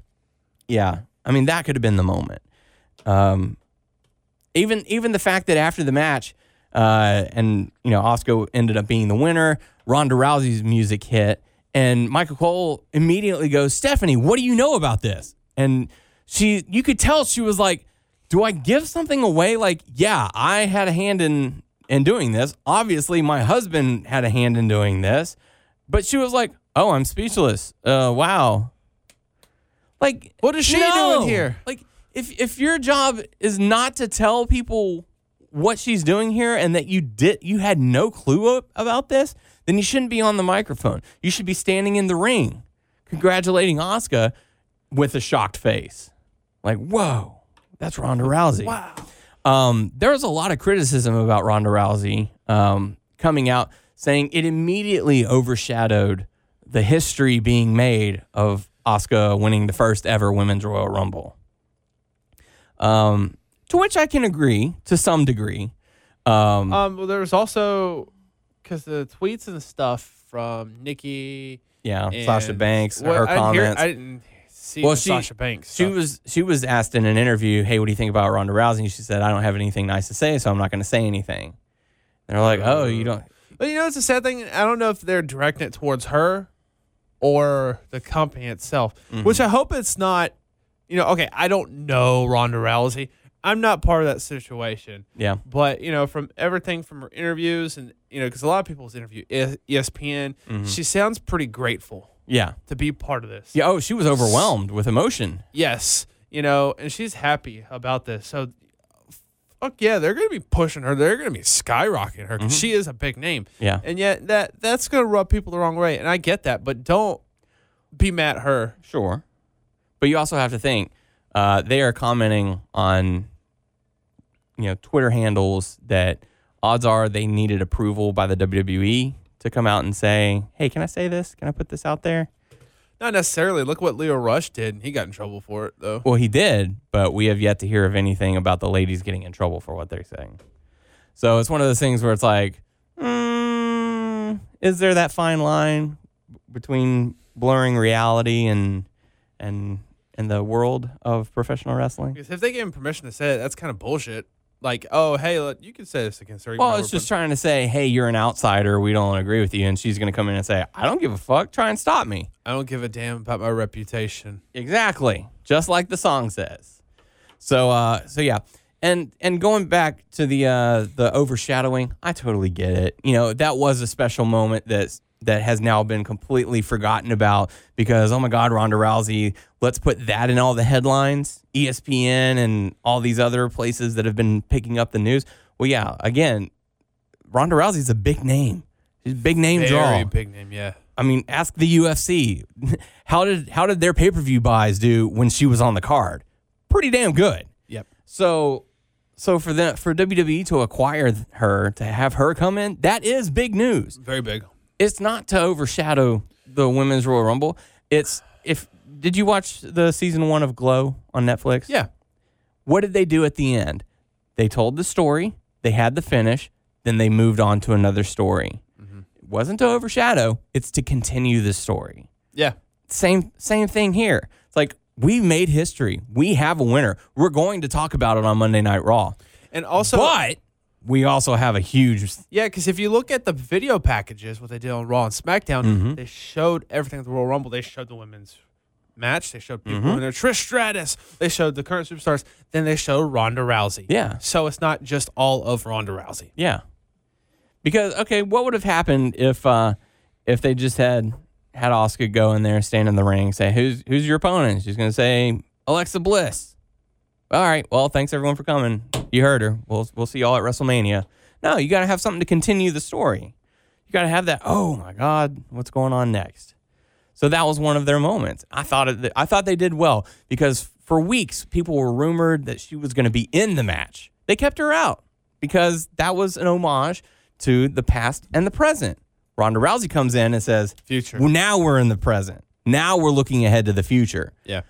S3: yeah, I mean that could have been the moment. Um, even even the fact that after the match, uh, and you know Oscar ended up being the winner. Ronda Rousey's music hit, and Michael Cole immediately goes, "Stephanie, what do you know about this?" And she, you could tell she was like, "Do I give something away?" Like, yeah, I had a hand in in doing this. Obviously, my husband had a hand in doing this, but she was like, "Oh, I'm speechless. Uh, wow." Like,
S4: What is she
S3: no.
S4: doing here?
S3: Like, if if your job is not to tell people what she's doing here and that you did you had no clue a- about this, then you shouldn't be on the microphone. You should be standing in the ring, congratulating Oscar with a shocked face, like, "Whoa, that's Ronda Rousey." Wow. Um, there was a lot of criticism about Ronda Rousey. Um, coming out saying it immediately overshadowed the history being made of Oscar winning the first ever Women's Royal Rumble. Um, to which I can agree to some degree. Um,
S4: Um, well, there was also because the tweets and stuff from Nikki,
S3: yeah,
S4: and
S3: Sasha Banks,
S4: Well,
S3: her
S4: I didn't hear-
S3: comments.
S4: I didn't see
S3: Well,
S4: the
S3: she-
S4: Sasha Banks.
S3: She
S4: stuff.
S3: was she was asked in an interview, "Hey, what do you think about Ronda Rousey?" And she said, "I don't have anything nice to say, so I'm not going to say anything." And they're like, "Oh, you don't."
S4: But you know, it's a sad thing. I don't know if they're directing it towards her or the company itself,
S3: Mm-hmm.
S4: which I hope it's not. You know, okay, I don't know Ronda Rousey. I'm not part of that situation.
S3: Yeah,
S4: But you know, from everything from her interviews and you know, because a lot of people's interview E- ESPN, she sounds pretty grateful
S3: yeah,
S4: to be part of this.
S3: Mm-hmm. yeah. Oh, she was overwhelmed with emotion.
S4: Yes, you know, and she's happy about this. So, fuck yeah, they're gonna be pushing her. They're gonna be skyrocketing her 'cause she is a big name.
S3: Mm-hmm. Yeah.
S4: and yet that that's gonna rub people the wrong way, and I get that, but don't be mad at her.
S3: Sure, but you also have to think uh, they are commenting on you know Twitter handles that odds are they needed approval by the WWE to come out and say, "Hey, can I say this? Can I put this out there?"
S4: Not necessarily. Look what Leo Rush did, and he got in trouble for it though.
S3: Well, he did, but we have yet to hear of anything about the ladies getting in trouble for what they're saying. So it's one of those things where it's like, mm, is there that fine line between blurring reality and and and the world of professional wrestling?
S4: Because if they gave him permission to say it, that's kind of bullshit. Like, oh hey, look, you can say this against her. even
S3: Well,
S4: though
S3: it's
S4: we're
S3: just trying to say, hey, you're an outsider. We don't agree with you, and she's going to come in and say, I don't give a fuck. Try and stop me.
S4: put- I don't give a damn about my reputation.
S3: Exactly. Just like the song says. So uh so yeah. And and going back to the uh the overshadowing, I totally get it. You know, that was a special moment that's that has now been completely forgotten about because oh my god, Ronda Rousey, let's put that in all the headlines, E ESPN and all these other places that have been picking up the news. Well, yeah, again, Ronda Rousey's a big name. She's a big name
S4: Very
S3: draw.
S4: big name, yeah.
S3: I mean, ask the UFC. [laughs] How did how did their pay per view buys do when she was on the card? Pretty damn good.
S4: Yep.
S3: So, so for the for WWE to acquire th- her to have her come in, that is big news.
S4: Very big.
S3: It's not to overshadow the women's Royal Rumble. It's if did you watch the season one of Glow on Netflix?
S4: Yeah.
S3: What did they do at the end? They told the story, they had the finish, then they moved on to another story. It wasn't to overshadow, it's to continue the story
S4: Yeah.
S3: same same thing here. It's like we made history. We have a winner. We're going to talk about it on Monday Night Raw.
S4: And also
S3: but we also have a huge
S4: Yeah, because if you look at the video packages, what they did on Raw and SmackDown,
S3: Mm-hmm.
S4: they showed everything at the Royal Rumble. They showed the women's match. They showed
S3: Mm-hmm.
S4: people in there. Trish Stratus. They showed the current superstars. Then they showed Ronda Rousey.
S3: Yeah.
S4: So it's not just all of Ronda Rousey.
S3: yeah. Because okay, what would have happened if uh if they just had had Oscar go in there, stand in the ring, say who's who's your opponent? She's gonna say Alexa Bliss. All right. Well, thanks everyone for coming. You heard her. We'll we'll see y'all at WrestleMania. No, you got to have something to continue the story. You got to have that. Oh my God, what's going on next? So that was one of their moments. I thought it, I thought they did well because for weeks people were rumored that she was going to be in the match. They kept her out because that was an homage to the past and the present. Ronda Rousey comes in and says,
S4: Future.
S3: "Well, now we're in the present. Now we're looking ahead to the future."
S4: Yeah.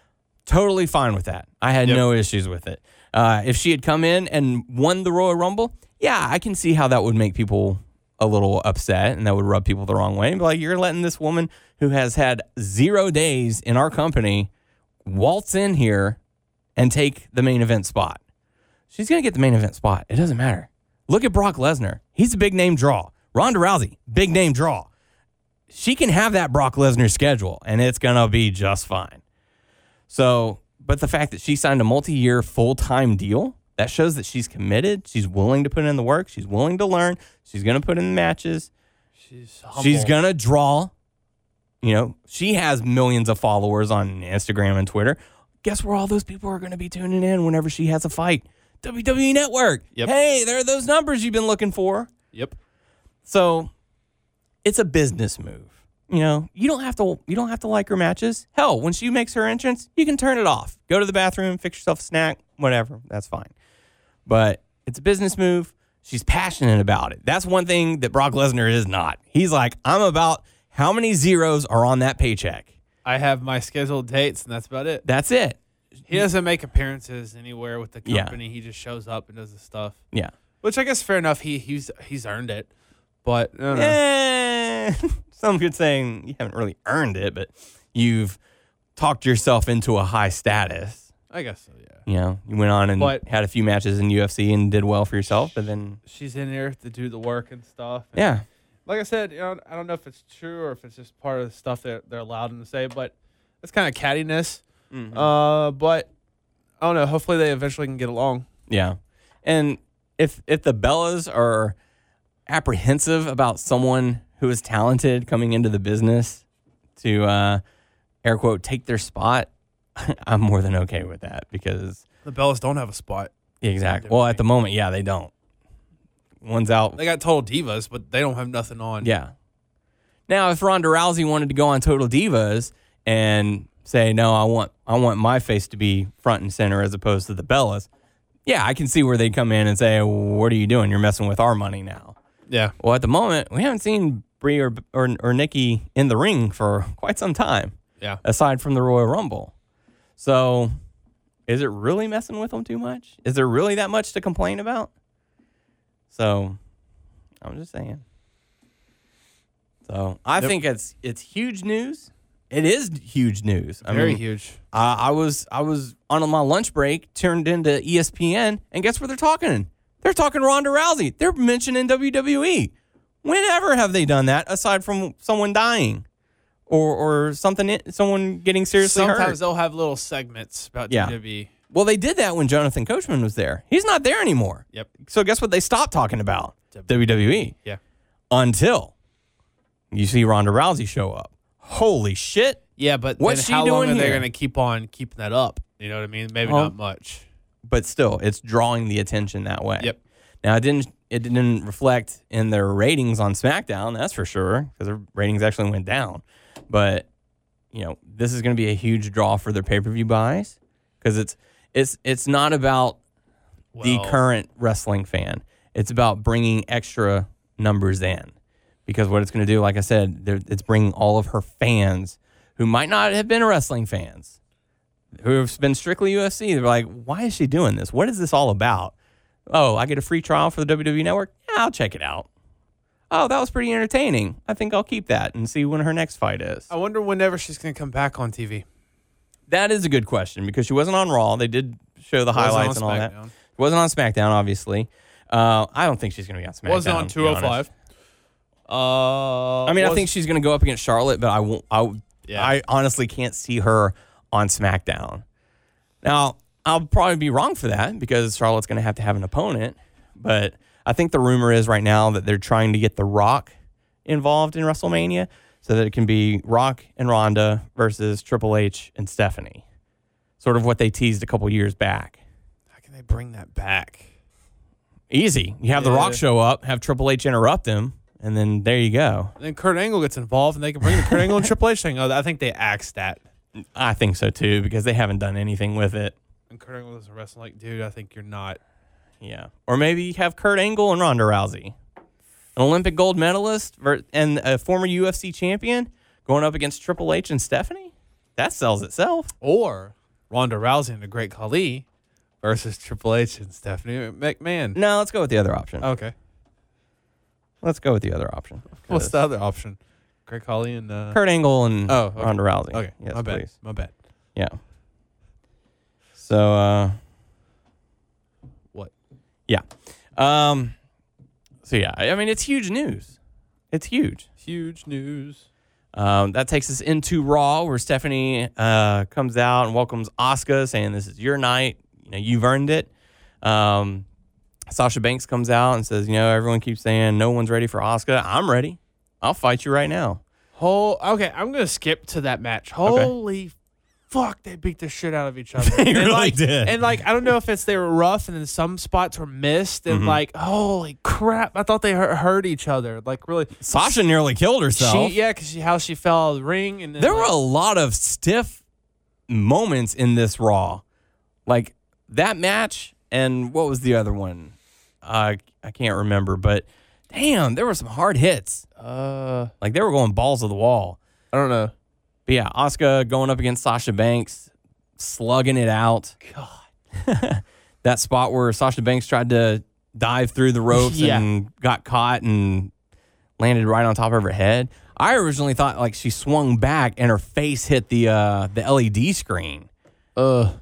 S3: totally fine with that. I had
S4: Yep.
S3: no issues with it. Uh, if she had come in and won the Royal Rumble, yeah, I can see how that would make people a little upset and that would rub people the wrong way. But like, you're letting this woman who has had zero days in our company waltz in here and take the main event spot. She's going to get the main event spot. It doesn't matter. Look at Brock Lesnar. He's a big name draw. Ronda Rousey, big name draw. She can have that Brock Lesnar schedule and it's going to be just fine. So, but the fact that she signed a multi year full time deal, that shows that she's committed. She's willing to put in the work. She's willing to learn. She's going to put in the matches.
S4: She's
S3: She's going to draw. You know, she has millions of followers on Instagram and Twitter. Guess where all those people are going to be tuning in whenever she has a fight? WWE Network.
S4: Yep.
S3: Hey, there are those numbers you've been looking for.
S4: Yep.
S3: So it's a business move. You know, you don't have to you don't have to like her matches. Hell, when she makes her entrance, you can turn it off. Go to the bathroom, fix yourself a snack, whatever. That's fine. But it's a business move. She's passionate about it. That's one thing that Brock Lesnar is not. He's like, I'm about how many zeros are on that paycheck.
S4: I have my scheduled dates, and that's about it.
S3: That's it.
S4: He doesn't make appearances anywhere with the
S3: Yeah.
S4: company. He just shows up and does the stuff,
S3: Yeah.
S4: which I guess fair enough. He he's he's earned it, but I don't know.
S3: Eh, [laughs] some could say you haven't really earned it, but you've talked yourself into a high status.
S4: I guess so. Yeah,
S3: You know, you went on and
S4: But-
S3: had a few matches in UFC and did well for yourself, but then
S4: she's in there to do the work and stuff. and-
S3: yeah,
S4: like I said, you know, I don't know if it's true or if it's just part of the stuff that they're allowed them to say, but it's kind of cattiness.
S3: Mm-hmm.
S4: Uh, but I don't know. Hopefully, they eventually can get along.
S3: Yeah. And if if the Bellas are apprehensive about someone who is talented coming into the business to uh, air quote take their spot, [laughs] I'm more than okay with that because
S4: The Bellas don't have a spot.
S3: yeah, exactly. Well, at the moment, yeah, they don't. One's out.
S4: They got total divas, but they don't have nothing on.
S3: Yeah. Now, if Ronda Rousey wanted to go on Total Divas and say, "No, I want I want my face to be front and center as opposed to the Bellas," yeah, I can see where they come in and say, "What are you doing? You're messing with our money now."
S4: yeah.
S3: Well, at the moment, we haven't seen Brie or or, or Nikki in the ring for quite some time,
S4: Yeah.
S3: aside from the Royal Rumble. So, is it really messing with them too much? Is there really that much to complain about? So, I'm just saying. So, I think it's it's huge news. It is huge news. I
S4: Very
S3: mean,
S4: huge.
S3: I, Uh, I was I was on my lunch break, turned into E ESPN, and guess where they're talking? They're talking Ronda Rousey. They're mentioning WWE. Whenever have they done that aside from someone dying or or something someone getting seriously
S4: Sometimes
S3: hurt?
S4: they'll have little segments about E.
S3: Yeah.
S4: WWE.
S3: Well, they did that when Jonathan Coachman was there. He's not there anymore.
S4: Yep.
S3: So guess what they stopped talking about? WWE.
S4: Yeah.
S3: Until you see Ronda Rousey show up. Holy shit.
S4: Yeah, but
S3: What's she
S4: then how long
S3: doing
S4: are they
S3: here?
S4: going to keep on keeping that up? You know what I mean? Maybe
S3: Well,
S4: not much.
S3: but still it's drawing the attention that way.
S4: Yep.
S3: Now it didn't it didn't reflect in their ratings on SmackDown, that's for sure, because their ratings actually went down. But you know, this is going to be a huge draw for their pay-per-view buys because it's it's it's not about the
S4: Well,
S3: current wrestling fan. It's about bringing extra numbers in because what it's going to do, like I said, there- it's bringing all of her fans who might not have been wrestling fans, who have been strictly UFC. They're like, why is she doing this? What is this all about? Oh, I get a free trial for the WWE Network? Yeah, I'll check it out. Oh, that was pretty entertaining. I think I'll keep that and see when her next fight is.
S4: I wonder whenever she's going to come back on TV.
S3: That is a good question because she wasn't on Raw. They did show the
S4: Wasn't on
S3: highlights and all that.
S4: SmackDown.
S3: She wasn't on SmackDown, obviously. Uh, I don't think she's going to be on SmackDown.
S4: Was on
S3: to be honest.
S4: 205. Uh,
S3: I mean, I
S4: was-
S3: think she's going to go up against Charlotte, but I won't. I,
S4: Yeah.
S3: I honestly can't see her on SmackDown. Now, I'll probably be wrong for that because Charlotte's going to have to have an opponent. But I think the rumor is right now that they're trying to get The Rock involved in WrestleMania so that it can be Rock and Ronda versus Triple H and Stephanie, sort of what they teased a couple years back.
S4: How can they bring that back?
S3: Easy. You have The
S4: Yeah.
S3: Rock show up, have Triple H interrupt him, and then there you go.
S4: And then Kurt Angle gets involved, and they can bring the Kurt Angle and Triple H thing. Oh, I think they axed that.
S3: I think so too because they haven't done anything with it.
S4: And Kurt Angle doesn't wrestle like, dude, I think you're not.
S3: Yeah. Or maybe you have Kurt Angle and Ronda Rousey, an Olympic gold medalist ver- and a former UFC champion going up against Triple H and Stephanie. That sells itself.
S4: Or Ronda Rousey and the Great Khali versus Triple H and Stephanie McMahon.
S3: No, let's go with the other option.
S4: Okay.
S3: Let's go with the other option.
S4: What's the other option? Great Khali and uh,
S3: Kurt Angle and
S4: Oh, okay.
S3: Ronda Rousey.
S4: Okay,
S3: Yes,
S4: my bad.
S3: please.
S4: My bad.
S3: Yeah. So, uh,
S4: What?
S3: yeah. Um, so, yeah, I I mean, it's huge news. It's huge.
S4: Huge news.
S3: Um, that takes us into Raw, where Stephanie uh, comes out and welcomes Asuka, saying, "This is your night. You know, you've earned it." Um, Sasha Banks comes out and says, "You know, everyone keeps saying no one's ready for Asuka. I'm ready. I'll fight you right [laughs] now."
S4: Whole okay, I'm gonna skip to that match. Holy fuck, they beat the shit out of [laughs] each other.
S3: They
S4: And,
S3: really
S4: like-
S3: did.
S4: And like, I don't know if it's they were rough, and then some spots were missed, and
S3: Mm-hmm.
S4: like, holy crap, I thought they hurt, hurt each other. Like, really,
S3: Sasha nearly killed herself.
S4: she yeah, because she, how she fell out of the ring, and then,
S3: there were
S4: like,
S3: a lot of stiff moments in this Raw, like that match, and what was the other one? Uh, I can't remember, but damn, there were some hard hits.
S4: Uh,
S3: Like they were going balls of the wall.
S4: I don't know.
S3: But yeah, Oscar going up against Sasha Banks, slugging it out. God. [laughs] that spot where Sasha Banks tried to dive through the ropes
S4: Yeah.
S3: and got caught and landed right on top of her head. I originally thought like she swung back and her face hit the uh, the LED screen.
S4: Uh,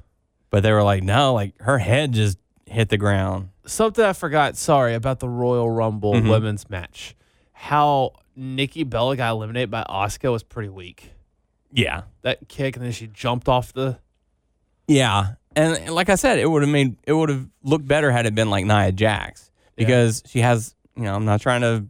S3: But they were like, no, like her head just hit the ground.
S4: something I forgot. Sorry about the Royal Rumble
S3: Mm-hmm.
S4: women's match. How Nikki Bella got eliminated by Oscar was pretty weak.
S3: Yeah.
S4: That kick, and then she jumped off the.
S3: Yeah. And like I said, it would have made it would have looked better had it been like Nia Jax because she has, you know, I'm not trying to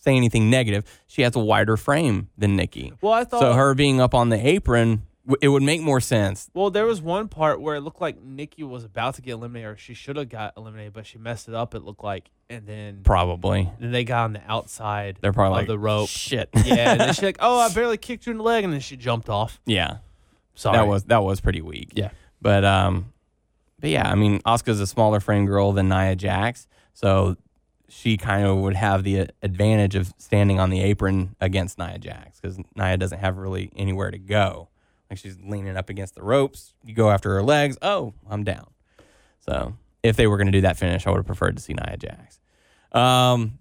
S3: say anything negative. She has a wider frame than Nikki.
S4: Well, I thought.
S3: so her being up on the apron, w- it would make more sense.
S4: Well, there was one part where it looked like Nikki was about to get eliminated, or she should have got eliminated, but she messed it up. It looked like, and then
S3: Probably.
S4: then they got on the outside.
S3: They're probably
S4: of
S3: like
S4: the rope.
S3: Shit.
S4: yeah, and then she's like, "Oh, I barely kicked you in the leg," and then she jumped off.
S3: [laughs] yeah.
S4: Sorry,
S3: That was that was pretty weak.
S4: Yeah.
S3: But um but yeah, I mean Oscar's a smaller frame girl than Nia Jax, so she kind of would have the uh, advantage of standing on the apron against Nia Jax cuz Nia doesn't have really anywhere to go. Like she's leaning up against the ropes. You go after her legs. Oh, I'm down. So, if they were going to do that finish, I would have preferred to see Nia Jax. Um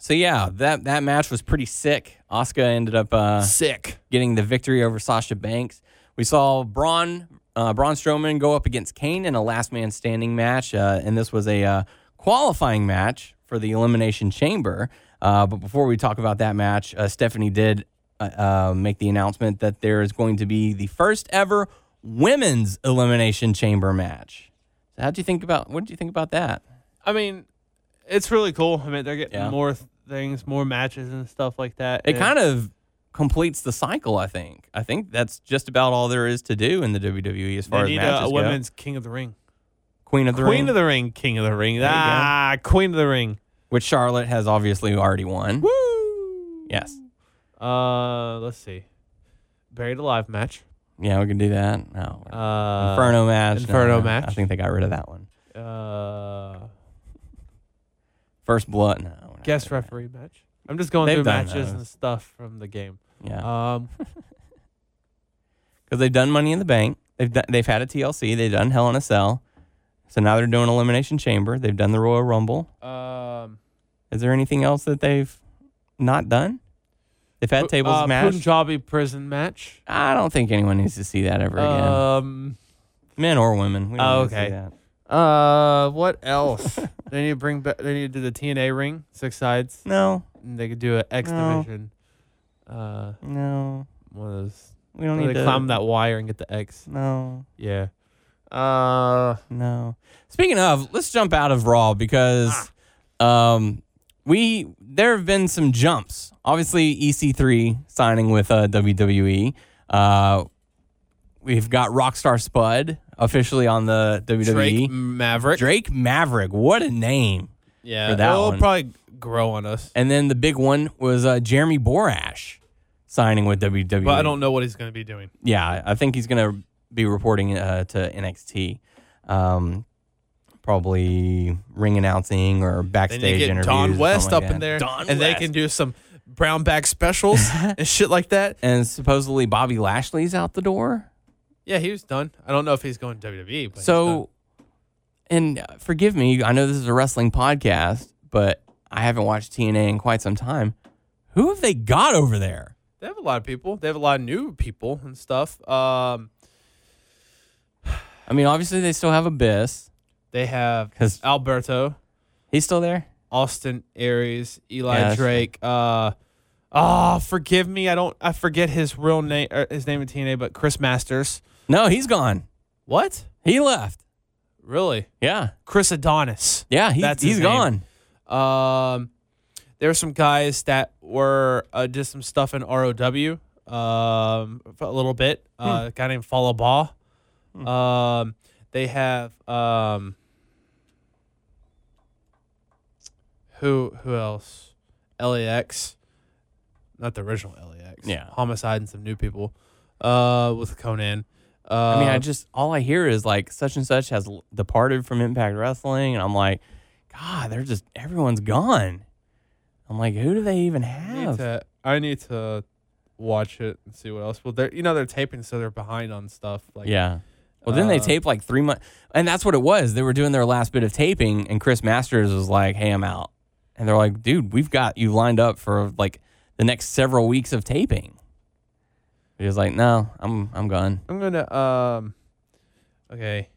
S3: so yeah, that that match was pretty sick. Oscar ended up uh
S4: sick.
S3: getting the victory over Sasha Banks. We saw Braun uh, Braun Strowman go up against Kane in a last man standing match, uh, and this was a uh, qualifying match for the Elimination Chamber. Uh, but before we talk about that match, uh, Stephanie did uh, uh, make the announcement that there is going to be the first ever women's Elimination Chamber match. So how do you think about what did you think about that?
S4: I mean, it's really cool. I mean, they're getting
S3: Yeah.
S4: more th- things, more matches, and stuff like that.
S3: It kind of completes the cycle. I think. I think that's just about all there is to do in the WWE as
S4: They
S3: far
S4: need
S3: as
S4: a,
S3: matches
S4: a
S3: go.
S4: women's King of the Ring,
S3: Queen of the
S4: Queen
S3: Ring.
S4: of the Ring, King of the Ring.
S3: you go.
S4: Ah, Queen of the Ring.
S3: which Charlotte has obviously already won.
S4: Woo!
S3: Yes.
S4: Uh, let's see. Buried alive match.
S3: Yeah, we can do that. No.
S4: Uh,
S3: Inferno match. No,
S4: Inferno
S3: no,
S4: match.
S3: I think they got rid of that one.
S4: Uh,
S3: First blood. No. we're not
S4: guest
S3: doing that.
S4: referee match. I'm just going
S3: They've
S4: through
S3: done
S4: matches
S3: those.
S4: and stuff from the game.
S3: Yeah.
S4: Um,
S3: Because they've done Money in the Bank. They've done, they've had a TLC. They've done Hell in a Cell. So now they're doing Elimination Chamber. They've done the Royal Rumble.
S4: um,
S3: Is there anything else that they've not done? They've had tables
S4: uh,
S3: match.
S4: Punjabi prison match.
S3: I don't think anyone needs to see that ever again.
S4: Um,
S3: Men or women. We don't
S4: oh,
S3: need to see
S4: okay.
S3: that.
S4: uh, what
S3: [laughs]
S4: else? they need to bring back. They need to do the TNA ring, six sides.
S3: No,
S4: And they could do an X
S3: No.
S4: division. Uh,
S3: no.
S4: one of those.
S3: We don't
S4: Where
S3: need
S4: They
S3: to
S4: climb that wire and get the X.
S3: No.
S4: Yeah. Uh,
S3: No. Speaking of, let's jump out of Raw because
S4: Ah.
S3: um, we there have been some jumps. Obviously, EC3 signing with uh, WWE. Uh, we've got Rockstar Spud officially on the WWE.
S4: Drake Maverick.
S3: E? Drake Maverick, what a name!
S4: Yeah,
S3: for that
S4: it'll
S3: one. E?
S4: probably grow on us.
S3: And then the big one was uh, Jeremy Borash signing with E. WWE.
S4: But I don't know what he's going to be doing.
S3: yeah, I- I think he's gonna be reporting uh, to NXT, um, probably ring announcing or
S4: Then
S3: backstage
S4: you get
S3: interviews. oh or
S4: Don
S3: something
S4: West up
S3: like
S4: in
S3: that.
S4: there,
S3: Don
S4: and they
S3: West.
S4: can do some brown bag
S3: [laughs]
S4: specials and shit like that.
S3: And supposedly Bobby Lashley's out the door.
S4: Yeah, he was done. I don't know if he's going to WWE. But
S3: so, and uh, forgive me, I know this is a wrestling podcast, but I haven't watched TNA in quite some time. Who have they got over there?
S4: they have a lot of people. They have a lot of new people and stuff. Um,
S3: I mean, obviously they still have Abyss.
S4: they have
S3: 'Cause-
S4: Alberto,
S3: He's still there.
S4: Austin Aries, Eli
S3: Yeah, that's-
S4: Drake. Uh, oh, forgive me. I don't. I forget his real name. Or his name in TNA, but Chris Masters.
S3: No, he's gone.
S4: What?
S3: He left.
S4: Really?
S3: Yeah,
S4: Chris Adonis.
S3: yeah. He's
S4: That's his
S3: he's
S4: name.
S3: gone.
S4: Um, there were some guys that were uh, did some stuff in ROW. Um, for a little bit. Uh, a guy named Fala Ba. Um, they have um. Who who else? LAX, not the original LAX.
S3: Yeah.
S4: Homicide and some new people. Uh, with Conan. Uh,
S3: I mean, I just all I hear is like such and such has l- departed from Impact Wrestling, and I'm like, God, they're just everyone's gone. I'm like, who do they even
S4: I need
S3: have?
S4: to, I need to watch it and see what else. Well, they're you know they're taping, so they're behind on stuff. Like
S3: yeah. Well, then they
S4: Uh,
S3: taped like three months, and that's what it was. They were doing their last bit of taping, and Chris Masters was like, "Hey, I'm out," and they're like, "Dude, we've got you lined up for like the next several weeks of taping." He was like, "No, I'm I'm gone."
S4: I'm gonna um, okay.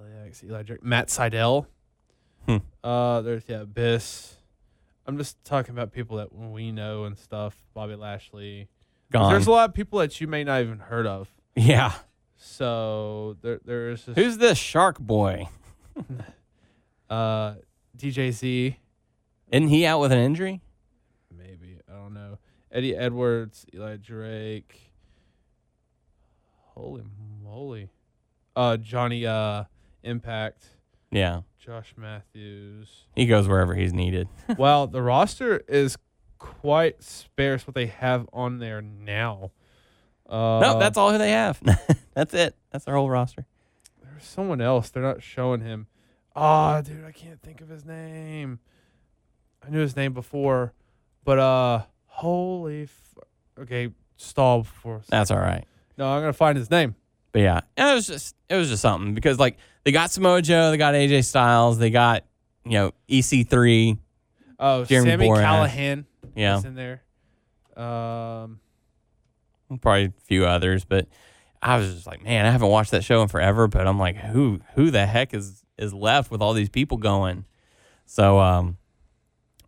S4: LAX, Eli Drake, Matt Seidel.
S3: Hmm.
S4: Uh, there's yeah, Biss. I'm just talking about people that we know and stuff. Bobby Lashley.
S3: Gone.
S4: There's a lot of people that you may not even heard of.
S3: [laughs] yeah.
S4: So there, there's just,
S3: Who's this Shark Boy?
S4: uh DJ Z.
S3: Isn't he out with an injury?
S4: Maybe. I don't know. Eddie Edwards, Eli Drake. Holy moly. Uh Johnny uh Impact,
S3: Yeah.
S4: Josh Matthews.
S3: He goes wherever he's needed.
S4: well, the roster is quite sparse what they have on there now. Uh
S3: nope, that's all who they have. [laughs] that's it. That's their whole roster.
S4: there's someone else. They're not showing him. Ah, dude, I can't think of his name. I knew his name before, but uh holy f- okay, stall before.
S3: That's all right.
S4: No, I'm gonna find his name.
S3: But yeah, and it was just it was just something because like they got Samoa Joe, they got AJ Styles, they got you know E EC3.
S4: Oh,
S3: Jeremy
S4: Sammy
S3: Borash.
S4: Callahan
S3: Yeah,
S4: is in there. Um,
S3: probably a few others, but I was just like, man, I haven't watched that show in forever. But I'm like, who who the heck is is left with all these people going? So um,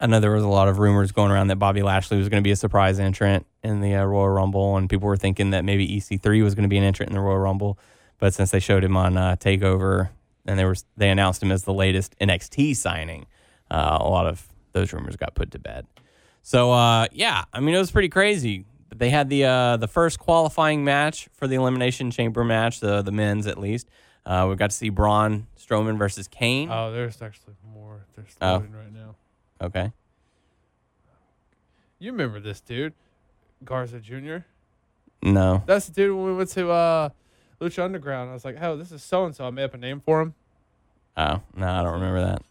S3: I know there was a lot of rumors going around that Bobby Lashley was going to be a surprise entrant in the uh, Royal Rumble, and people were thinking that maybe EC3 was going to be an entrant in the Royal Rumble. But since they showed him on uh, Takeover, and they were they announced him as the latest NXT signing, uh, a lot of those rumors got put to bed. So uh, yeah, I mean it was pretty crazy. But they had the uh, the first qualifying match for the elimination chamber match, the the men's at least. Uh, we got to see Braun Strowman versus Kane.
S4: oh, there's actually more. They're
S3: Oh.
S4: loading right now.
S3: Okay,
S4: You remember this dude, Garza Jr.
S3: no,
S4: That's the dude when we went to uh, Lucha Underground. I was like, oh, this is so and so. I made up a name for him.
S3: oh no, I don't remember that.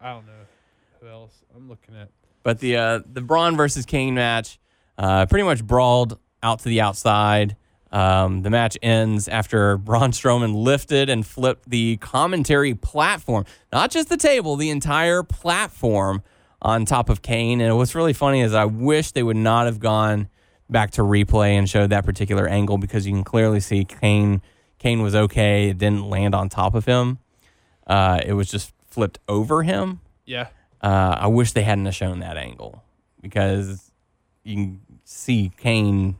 S4: I don't know who else. I'm looking at.
S3: But the uh, the Braun versus Kane match uh, pretty much brawled out to the outside. Um, the match ends after Braun Strowman lifted and flipped the commentary platform, not just the table, the entire platform on top of Kane. And what's really funny is I wish they would not have gone back to replay and showed that particular angle because you can clearly see Kane Kane was okay. It didn't land on top of him. Uh, it was just flipped over him.
S4: Yeah.
S3: Uh, I wish they hadn't have shown that angle because you can see Kane.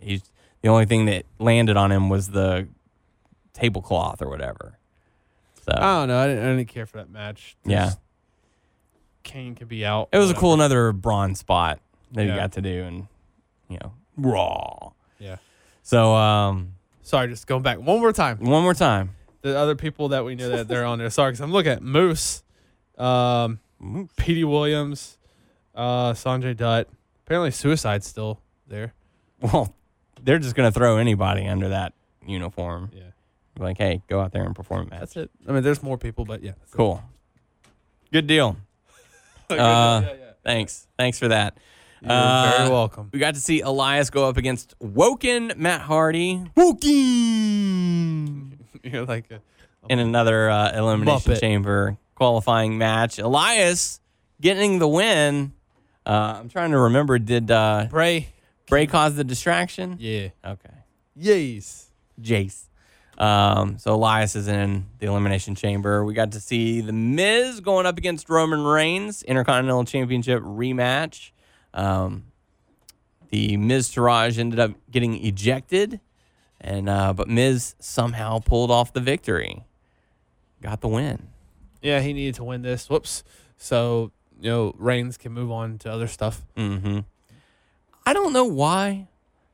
S3: He's the only thing that landed on him was the tablecloth or whatever. So
S4: I don't know. I didn't, I didn't care for that match.
S3: Oh. yeah,
S4: Just Kane could be out.
S3: it was a
S4: whatever.
S3: cool another bronze spot that he
S4: Yeah.
S3: got to do, and you know, raw.
S4: Yeah.
S3: So um,
S4: Sorry, just going back one more time.
S3: one more time, [laughs]
S4: The other people that we knew that they're on there. Sorry, because I'm looking at Moose. Um,
S3: Moose.
S4: Petey Williams, uh, Sanjay Dutt. Apparently, Suicide's still there.
S3: well, they're just gonna throw anybody under that uniform.
S4: Yeah.
S3: Like, hey, go out there and perform a match.
S4: That's it. I mean, there's more people, but yeah. that's it.
S3: Cool. Good deal. Uh, Thanks. Thanks for that.
S4: You're very welcome.
S3: We got to see Elias go up against Woken Matt Hardy. Woken!
S4: [laughs] You're like, a,
S3: In another uh, Elimination
S4: Muppet.
S3: Chamber qualifying match. Elias getting the win. Uh, I'm trying to remember. Did uh,
S4: Bray.
S3: Bray cause the distraction?
S4: Yeah.
S3: Okay.
S4: Yes.
S3: Jace. Um, so Elias is in the Elimination Chamber. We got to see The Miz going up against Roman Reigns, Intercontinental Championship rematch. Um, the Miz Taraj ended up getting ejected, and uh, but Miz somehow pulled off the victory, got the win.
S4: Yeah, he needed to win this. Whoops. So, you know, Reigns can move on to other stuff.
S3: Mm-hmm. I don't know why,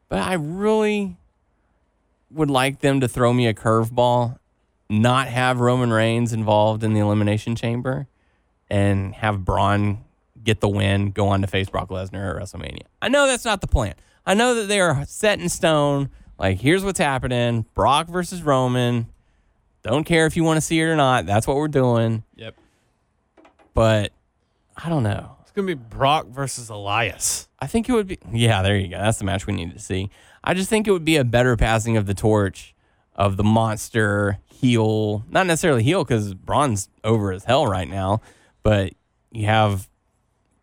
S3: but I really would like them to throw me a curveball, not have Roman Reigns involved in the Elimination Chamber, and have Braun get the win, go on to face Brock Lesnar at WrestleMania. I know that's not the plan. I know that they are set in stone. Like, here's what's happening Brock versus Roman. Don't care if you want to see it or not. That's what we're doing.
S4: Yep.
S3: But I don't know.
S4: It's gonna be Brock versus Elias.
S3: I think it would be. Yeah, there you go. That's the match we needed to see. I just think it would be a better passing of the torch of the monster heel, not necessarily heel because Braun's over as hell right now, but you have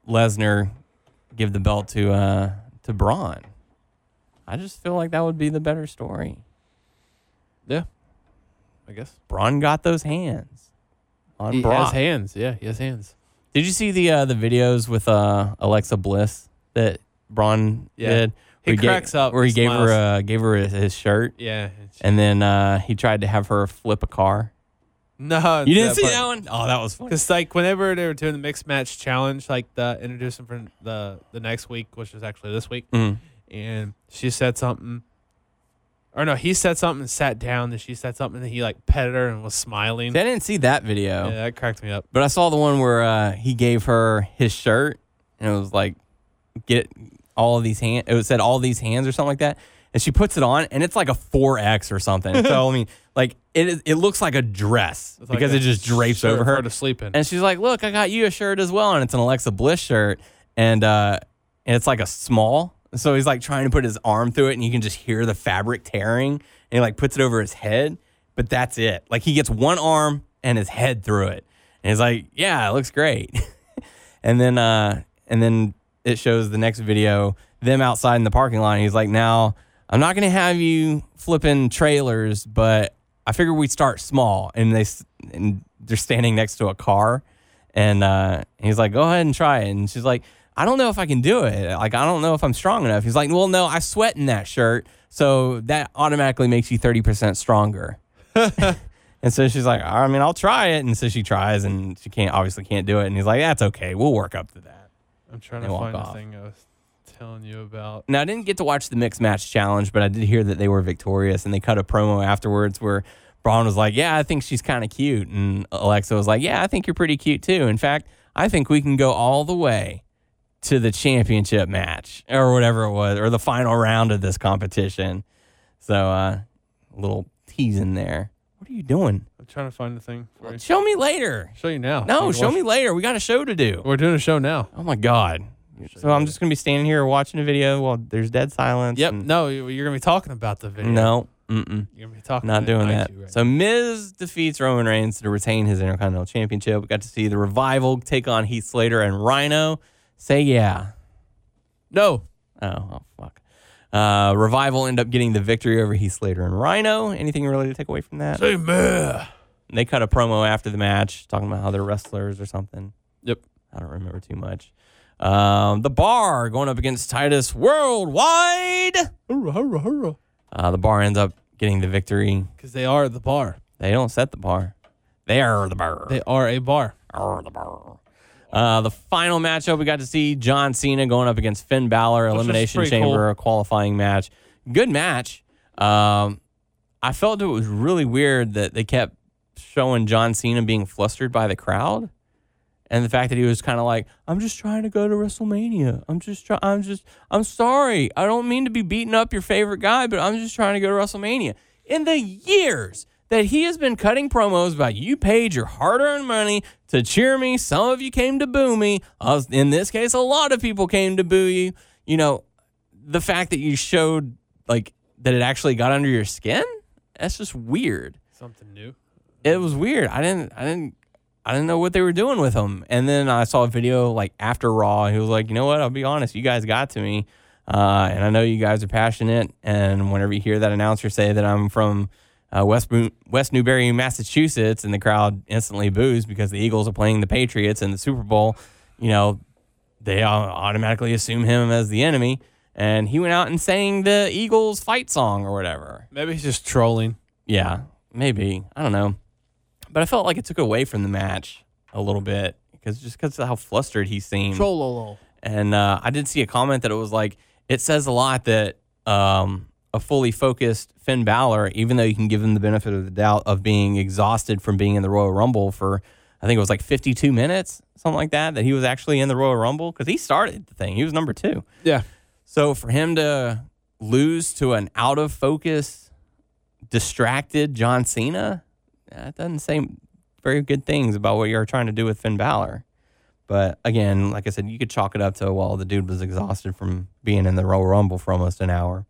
S3: Lesnar give the belt to uh, to Braun. I just feel like that would be the better story.
S4: Yeah, I guess.
S3: Braun got those hands on
S4: He
S3: Brock.
S4: has hands. Yeah, he has hands.
S3: Did you see the uh, the videos with uh, Alexa Bliss that Braun
S4: Yeah.
S3: did?
S4: He
S3: Where gave-
S4: cracks up
S3: Where he
S4: and
S3: gave
S4: smiles.
S3: her uh, gave her his, his shirt,
S4: Yeah.
S3: and then uh, he tried to have her flip a car.
S4: no,
S3: You didn't see that one? Oh, that was funny.
S4: Because like whenever they were doing the mixed match challenge, like the introducing for the the next week, which is actually this week,
S3: Mm.
S4: and she said something, or no, he said something and sat down. Then she said something, and he like petted her and was smiling.
S3: See, I didn't see that video,
S4: yeah, that cracked me up.
S3: but I saw the one where uh, he gave her his shirt, and it was like, "Get all of these hands." It said all these hands or something like that, and she puts it on, and it's like a four X
S4: [laughs]
S3: or something. so I mean, like it is- it looks like a dress
S4: It's like
S3: because
S4: a
S3: it just drapes
S4: shirt
S3: over
S4: for
S3: her.
S4: to sleep in.
S3: And she's like, "Look, I got you a shirt as well, and it's an Alexa Bliss shirt, and uh, and it's like a small." So he's like trying to put his arm through it, and you can just hear the fabric tearing. And he like puts it over his head, but that's it. Like he gets one arm and his head through it, and he's like, "Yeah, it looks great." [laughs] and then uh, and then it shows the next video them outside in the parking lot. And he's like, "Now I'm not gonna have you flipping trailers, but I figure we'd start small." And they s- and they're standing next to a car, and uh, and he's like, "Go ahead and try it." And she's like, "I don't know if I can do it. Like I don't know if I'm strong enough." He's like, "Well, no, I sweat in that shirt, so that automatically makes you thirty percent stronger." And so she's like, I mean, I'll try it. And so she tries and she can't, obviously can't do it. And he's like, that's okay. We'll work up to that.
S4: I'm trying
S3: they
S4: to
S3: walk
S4: find
S3: off.
S4: the thing I was telling you about.
S3: Now, I didn't get to watch the mixed match challenge, but I did hear that they were victorious and they cut a promo afterwards where Braun was like, Yeah, I think she's kind of cute. And Alexa was like, Yeah, I think you're pretty cute too. In fact, I think we can go all the way to the championship match or whatever it was, or the final round of this competition. So, uh, a little teasing there. What are you doing?
S4: I'm trying to find the thing. For you.
S3: Show me later.
S4: Show you now.
S3: No,
S4: You
S3: show
S4: watch-
S3: me later. We got a show to do.
S4: We're doing a show now.
S3: Oh my god. So I'm just gonna be standing here watching a video while there's dead silence.
S4: Yep.
S3: and-
S4: No, you- you're gonna be talking about the video.
S3: Mm. No. Mm-mm.
S4: You're gonna be talking.
S3: Not doing
S4: about
S3: that.
S4: IQ right
S3: So Miz defeats Roman Reigns to retain his Intercontinental Championship. We got to see the revival take on Heath Slater and Rhino. Say yeah.
S4: No.
S3: Oh, oh fuck. Uh, revival end up getting the victory over Heath Slater and Rhino. Anything really to take away from that?
S4: Say meh.
S3: And they cut a promo after the match talking about how they're wrestlers or something.
S4: Yep.
S3: I don't remember too much. Um, the bar going up against Titus Worldwide.
S4: Hurrah, hurrah, hurrah.
S3: Uh, the bar ends up getting the victory.
S4: Because they are the bar.
S3: They don't set the bar. They are the bar.
S4: They are a bar.
S3: are the bar. Uh, the final matchup we got to see John Cena going up against Finn Balor,
S4: was
S3: Elimination
S4: pretty
S3: Chamber, a qualifying match. Good match. Um, I felt it was really weird that they kept showing John Cena being flustered by the crowd. And the fact that he was kind of like, I'm just trying to go to WrestleMania. I'm just trying. I'm just. I'm sorry. I don't mean to be beating up your favorite guy, but I'm just trying to go to WrestleMania. In the years that he has been cutting promos about you paid your hard-earned money to cheer me. Some of you came to boo me. Us- in this case, a lot of people came to boo you. You know, the fact that you showed like that it actually got under your skin. That's just weird
S4: Something new.
S3: it was weird. I didn't I didn't I didn't know what they were doing with him. And then I saw a video like after Raw. He was like, you know what? I'll be honest. You guys got to me, uh, and I know you guys are passionate. And whenever you hear that announcer say that I'm from uh, West Bo- West Newbury, Massachusetts, and the crowd instantly boos because the Eagles are playing the Patriots in the Super Bowl, you know they au- automatically assume him as the enemy. And he went out and sang the Eagles fight song or whatever.
S4: Maybe he's just trolling.
S3: Yeah, maybe. I don't know. But I felt like it took away from the match a little bit because just because of how flustered he seemed.
S4: Trollolo.
S3: And uh, I did see a comment that it was like, it says a lot that um, a fully focused Finn Balor, even though you can give him the benefit of the doubt of being exhausted from being in the Royal Rumble for, I think it was like 52 minutes, something like that, that he was actually in the Royal Rumble because he started the thing. He was number two.
S4: Yeah.
S3: So for him to lose to an out of focus, distracted John Cena, eh, that doesn't say very good things about what you're trying to do with Finn Balor. But again, like I said, you could chalk it up to well, the dude was exhausted from being in the Royal Rumble for almost an hour.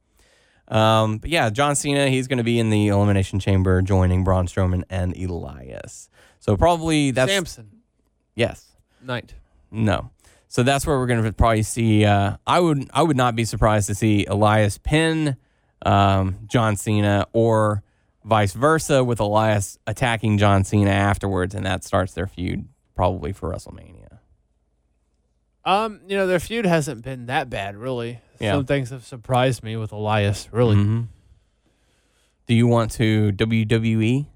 S3: Um, but yeah, John Cena, he's going to be in the Elimination Chamber, joining Braun Strowman and Elias. So probably that's
S4: Samson
S3: yes.
S4: Knight.
S3: No. So that's where we're going to probably see. Uh, I would I would not be surprised to see Elias pin um, John Cena or vice versa with Elias attacking John Cena afterwards, and that starts their feud probably for WrestleMania.
S4: Um, you know, their feud hasn't been that bad, really.
S3: Yeah. Mm-hmm.
S4: Some things have surprised me with Elias, really. [laughs]
S3: Do you want to E? WWE?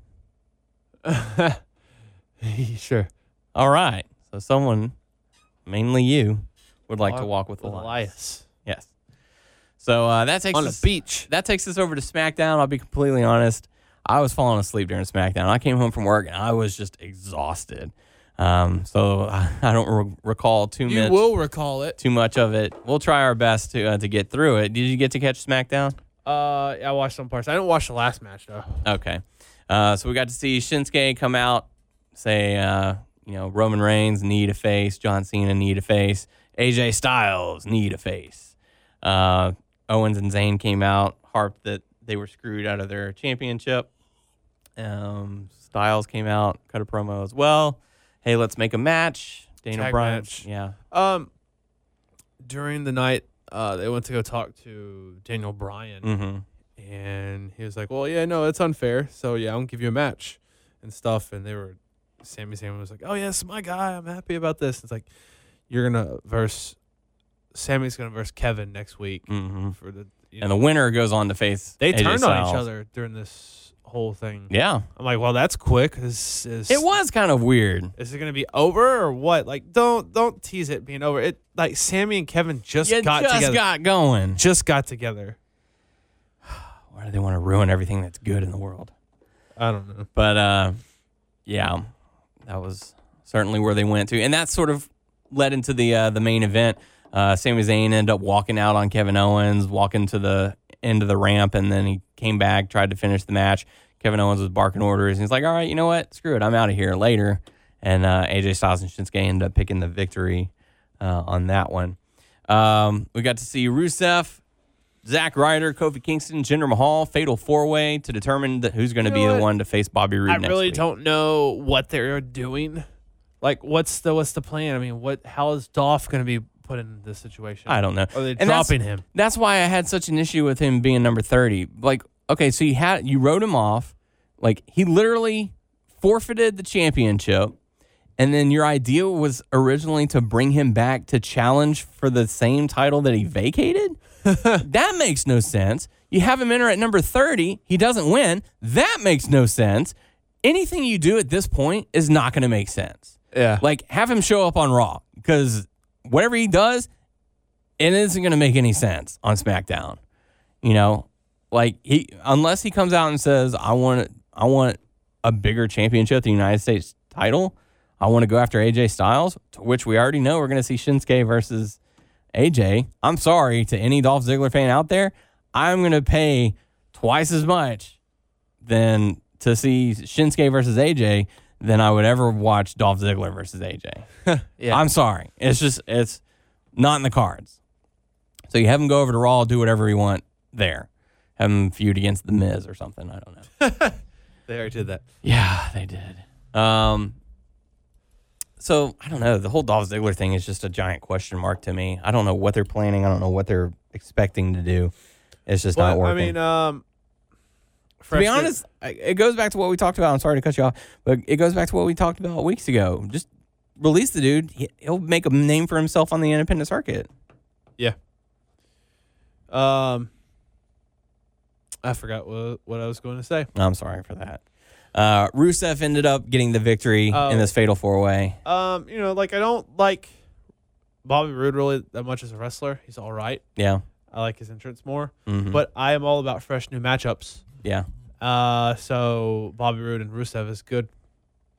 S4: sure.
S3: All right. So someone, mainly you, would like to
S4: Walk
S3: walk with
S4: With
S3: Elias.
S4: Elias.
S3: Yes. So uh, that takes
S4: On a
S3: us,
S4: beach.
S3: That takes us over to SmackDown. I'll be completely honest. I was falling asleep during SmackDown. I came home from work and I was just exhausted. Um, so [laughs] I, I don't re- recall too
S5: You
S3: much
S5: will recall it.
S3: too much of it. We'll try our best to uh, to get through it. Did you get to catch SmackDown?
S4: Uh, I watched some parts. I didn't watch the last match though.
S3: Okay. Uh, so we got to see Shinsuke come out, say, uh, you know, Roman Reigns need a face, John Cena need a face, AJ Styles need a face. Uh, Owens and Zayn came out, harped that they were screwed out of their championship. Um, Styles came out, cut a promo as well. Hey, let's make a match. Dana
S4: Tag
S3: Bryan.
S4: match.
S3: Yeah.
S4: Um, during the night, uh, they went to go talk to Daniel Bryan,
S3: Mm-hmm.
S4: and he was like, "Well, yeah, no, that's unfair. So yeah, I won't give you a match and stuff." And they were, Sammy Zayn was like, "Oh yes, my guy. I'm happy about this." It's like you're gonna verse, Sammy's gonna verse Kevin next week
S3: Mm-hmm.
S4: for the. You
S3: And
S4: know,
S3: the winner goes on to face.
S4: they
S3: AJ
S4: turned on each
S3: Styles.
S4: other during this whole thing.
S3: Yeah.
S4: I'm like, well, that's quick. Is, is,
S3: It was kind of weird.
S4: Is it gonna be over or what? Like, don't don't tease it being over. It like Sammy and Kevin just
S3: You
S4: got
S3: just
S4: together.
S3: got going.
S4: just got together.
S3: Why do they want to ruin everything that's good in the world?
S4: I don't know.
S3: But uh, yeah, that was certainly where they went to, and that sort of led into the uh, the main event. Uh, Sami Zayn ended up walking out on Kevin Owens, walking to the end of the ramp, and then he came back, tried to finish the match. Kevin Owens was barking orders, and he's like, "All right, you know what? Screw it, I'm out of here later." And uh, AJ Styles and Shinsuke ended up picking the victory uh, on that one. Um, we got to see Rusev, Zack Ryder, Kofi Kingston, Jinder Mahal, Fatal Four Way to determine that who's going to
S4: You
S3: be
S4: know
S3: the
S4: what?
S3: one to face Bobby Roode.
S4: I
S3: next
S4: really
S3: week.
S4: don't know what they're doing. Like, what's the what's the plan? I mean, what? How is Dolph gonna be put in this situation?
S3: I don't know.
S4: Are they
S3: And that's-
S4: dropping him?
S3: That's why I had such an issue with him being number thirty. Like, okay, so you had you wrote him off. Like he literally forfeited the championship, and then your idea was originally to bring him back to challenge for the same title that
S4: [laughs]
S3: he vacated. that makes no sense. You have him enter at number thirty. He doesn't win. That makes no sense. Anything you do at this point is not going to make sense.
S4: Yeah.
S3: Like have him show up on Raw because whatever he does, it isn't going to make any sense on SmackDown. You know, like he unless he comes out and says, "I want I want a bigger championship, the United States title. I want to go after AJ Styles," to which we already know we're going to see Shinsuke versus AJ. I'm sorry to any Dolph Ziggler fan out there. I'm going to pay twice as much than to see Shinsuke versus AJ than I would ever watch Dolph Ziggler versus AJ.
S4: Yeah.
S3: I'm sorry. It's just it's not in the cards. So you have him go over to Raw, do whatever you want there. Have him feud against the Miz or something. I don't know.
S4: they already did that.
S3: Yeah, they did. Um, so I don't know. The whole Dolph Ziggler thing is just a giant question mark to me. I don't know what they're planning. I don't know what they're expecting to do. It's just not
S4: Well, I
S3: working.
S4: mean, um,
S3: to be honest, I- it goes back to what we talked about. I'm sorry to cut you off, but it goes back to what we talked about weeks ago. Just release the dude. He- He'll make a name for himself on the independent circuit.
S4: Yeah. Um, I forgot what what I was going to say.
S3: I'm sorry for that. Uh, Rusev ended up getting the victory
S4: Oh.
S3: in this fatal four way.
S4: Um, you know, like I don't like Bobby Roode really that much as a wrestler. He's all right.
S3: Yeah.
S4: I like his entrance more,
S3: Mhm.
S4: but I am all about fresh new matchups.
S3: yeah.
S4: Uh, so Bobby Roode and Rusev is good.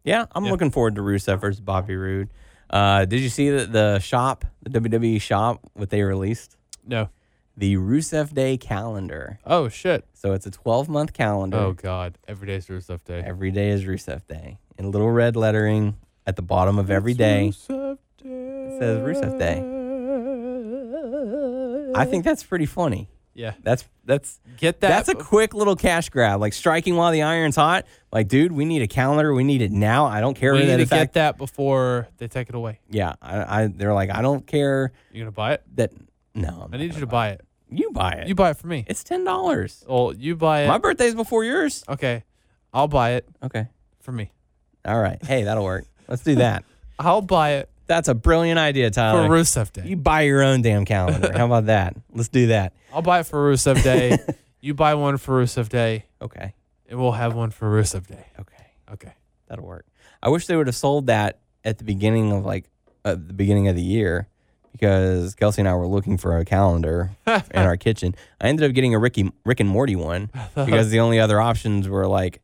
S3: Yeah, I'm
S4: Yeah.
S3: looking forward to Rusev versus Bobby Roode. E Uh, did you see that the shop, the WWE shop, what they released?
S4: No,
S3: the Rusev Day calendar.
S4: Oh shit.
S3: So it's a 12 month calendar.
S4: Oh god. Every day's Rusev Day.
S3: Every day is Rusev Day. In little red lettering at the bottom of every day.
S4: Rusev Day. It
S3: says Rusev
S4: Day.
S3: I think that's pretty funny.
S4: Yeah.
S3: That's that's
S4: Get that.
S3: That's a quick little cash grab, like striking while the iron's hot. Like, dude, we need a calendar. We need it now. I don't care.
S4: We
S3: that
S4: need to
S3: in fact-
S4: get that before they take it away.
S3: Yeah, I, I, they're like, I don't care
S4: You gonna buy it?
S3: that. No,
S4: I need you to buy it.
S3: you buy it.
S4: You buy it for me.
S3: it's ten dollars.
S4: Well, you buy it.
S3: My birthday's before yours.
S4: okay, I'll buy it
S3: Okay,
S4: for me.
S3: all right. Hey, that'll work. Let's do that.
S4: I'll buy it
S3: That's a brilliant idea,
S4: for
S3: Tyler.
S4: Rusev Day.
S3: Uh, you buy your own damn calendar. How about that? Let's do that.
S4: I'll buy it for Rusev
S3: [laughs]
S4: Day. you buy one for Rusev Day,
S3: Okay,
S4: and we'll have one for Rusev Day.
S3: okay,
S4: Okay.
S3: that'll work. I wish they would have sold that at the beginning of like at the beginning of the year because Kelsey and I were looking for
S4: [laughs]
S3: a calendar in our kitchen. I ended up getting a Ricky Rick and
S4: [laughs]
S3: Morty one
S4: Uh-huh.
S3: because the only other options were like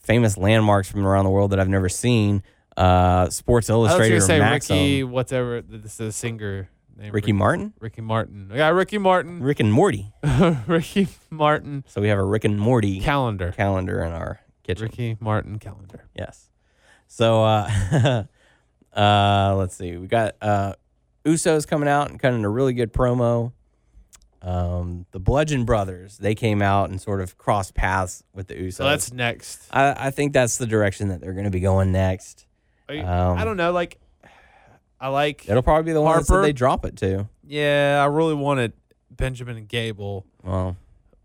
S3: famous landmarks from around the world that I've never seen, uh, Sports
S4: I was
S3: Illustrated
S4: gonna
S3: or
S4: say
S3: Maxim.
S4: Ricky, whatever. This is a singer named
S3: Ricky
S4: Rick-
S3: Martin,
S4: Ricky Martin. I got Ricky Martin.
S3: Rick and Morty.
S4: [laughs] Ricky Martin
S3: So we have a Rick and Morty
S4: calendar.
S3: calendar in our kitchen.
S4: Ricky Martin calendar.
S3: Yes. So uh, [laughs] uh, let's see. We got uh, Usos coming out and cutting a really good promo. Um, the Bludgeon Brothers they came out and sort of crossed paths with the Usos.
S4: So that's next.
S3: I, I think that's the direction that they're going to be going next.
S4: I,
S3: Um,
S4: I don't know. Like, I like.
S3: It'll probably be the one that said
S4: Harper?
S3: they drop it to.
S4: Yeah, I really wanted Benjamin and Gable.
S3: Well,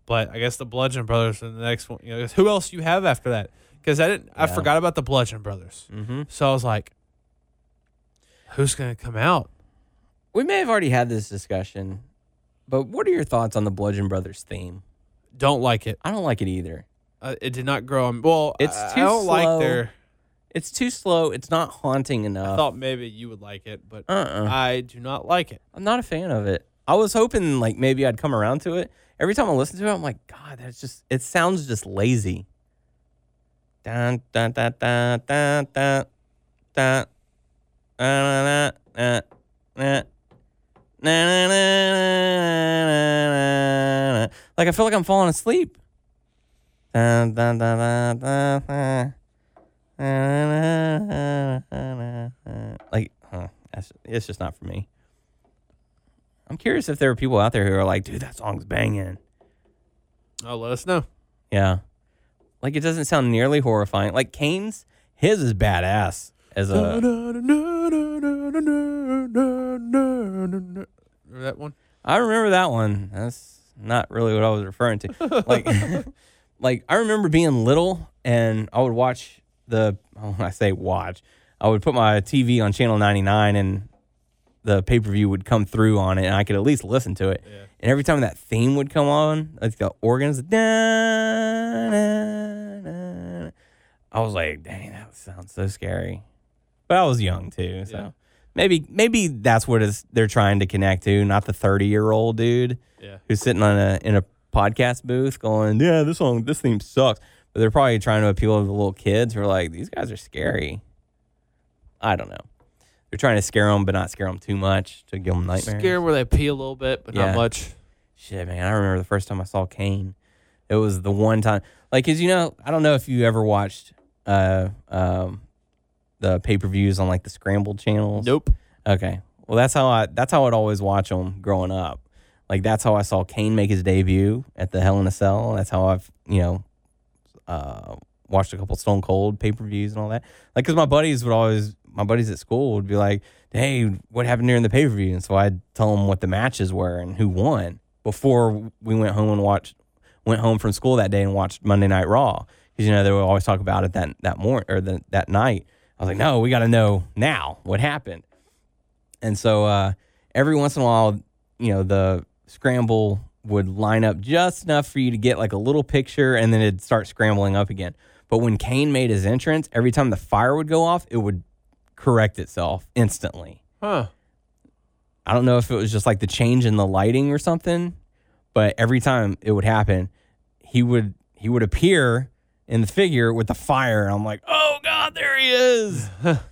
S4: But I guess the Bludgeon Brothers are the next one. You know, 'cause who else do you have after that? Because I didn't. I
S3: Yeah.
S4: forgot about the Bludgeon Brothers.
S3: Mhm.
S4: So I was like, who's gonna come out?
S3: we may have already had this discussion, but what are your thoughts on the Bludgeon Brothers theme?
S4: Don't like it.
S3: I don't like it either.
S4: Uh, it did not grow. on Well,
S3: It's
S4: I, I
S3: too
S4: don't
S3: slow. Uh.
S4: like their.
S3: It's too slow. It's not haunting
S4: I
S3: enough.
S4: thought maybe you would like it, but
S3: uh-uh.
S4: I do not like it.
S3: I'm not a fan of it. I was hoping like maybe I'd come around to it. Every time I listen to it, I'm like, God, that's just it sounds just lazy. Dun dun dun dun dun dun dun dun dun dun dun like I feel like I'm falling asleep. Dun, dun, dun, dun, dun, dun. Like, huh, that's, it's just not for me. I'm curious if there are people out there who are like, dude, that song's banging.
S4: Oh, let us know.
S3: Yeah. Like it doesn't sound nearly horrifying. Like Kane's, his is badass
S4: [laughs]
S3: as a
S4: Remember that one?
S3: I remember that one. That's not really what I was referring to. Like like I remember being little and I would watch the [laughs] oh, when I say watch, I would put my TV on channel 99 and the pay-per-view would come through on it and I could at least listen to it. And every time that theme would come on, like the organs da, da, da, da, I was like, "Dang, that sounds so scary." But I was young too, so
S4: Yeah.
S3: maybe maybe that's what is they're trying to connect to, not the 30-year-old dude
S4: Yeah.
S3: who's sitting on a in a podcast booth going, "Yeah, this song, this theme sucks." But they're probably trying to appeal to the little kids who are like, "These guys are scary." I don't know. They're trying to scare them, but not scare them too much to give them nightmares.
S4: Scare where they pee a little bit, but
S3: Yeah.
S4: not much.
S3: Shit, man, I remember the first time I saw Kane. It was the one time, like, cause you know, I don't know if you ever watched uh um the pay per views on like the scrambled channels.
S4: Nope.
S3: Okay. Well, that's how I that's how I'd always watch them growing up. Like that's how I saw Kane make his debut at the Hell in a Cell. That's how I've you know uh, watched a couple Stone Cold pay per views and all that. Like, cause my buddies would always my buddies at school would be like, "Hey, what happened during the pay per view?" And so I'd tell them what the matches were and who won before we went home and watched went home from school that day and watched Monday Night Raw because you know they would always talk about it that that morning or the, that night. I was like, "No, we got to know now what happened." And so uh, every once in a while, you know, the scramble would line up just enough for you to get like a little picture and then it'd start scrambling up again. But when Kane made his entrance, every time the fire would go off, it would correct itself instantly.
S4: Huh.
S3: I don't know if it was just like the change in the lighting or something, but every time it would happen, he would he would appear in the figure with the fire, and I'm like, oh god, there he is.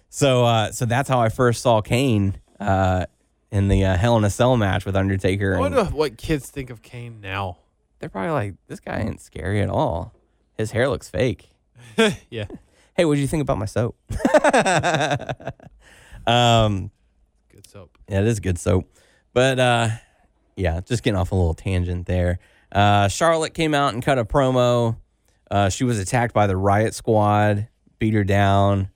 S3: so uh, so that's how I first saw Kane uh, in the uh, Hell in a Cell match with Undertaker.
S4: I
S3: And
S4: wonder what kids think of Kane now.
S3: they're probably like, this guy ain't scary at all. His hair looks fake.
S4: Yeah.
S3: Hey, what do you think about my soap? um,
S4: Good soap.
S3: yeah, it is good soap. But uh, yeah, just getting off a little tangent there. Uh, Charlotte came out and cut a promo. Uh, she was attacked by the riot squad, beat her down.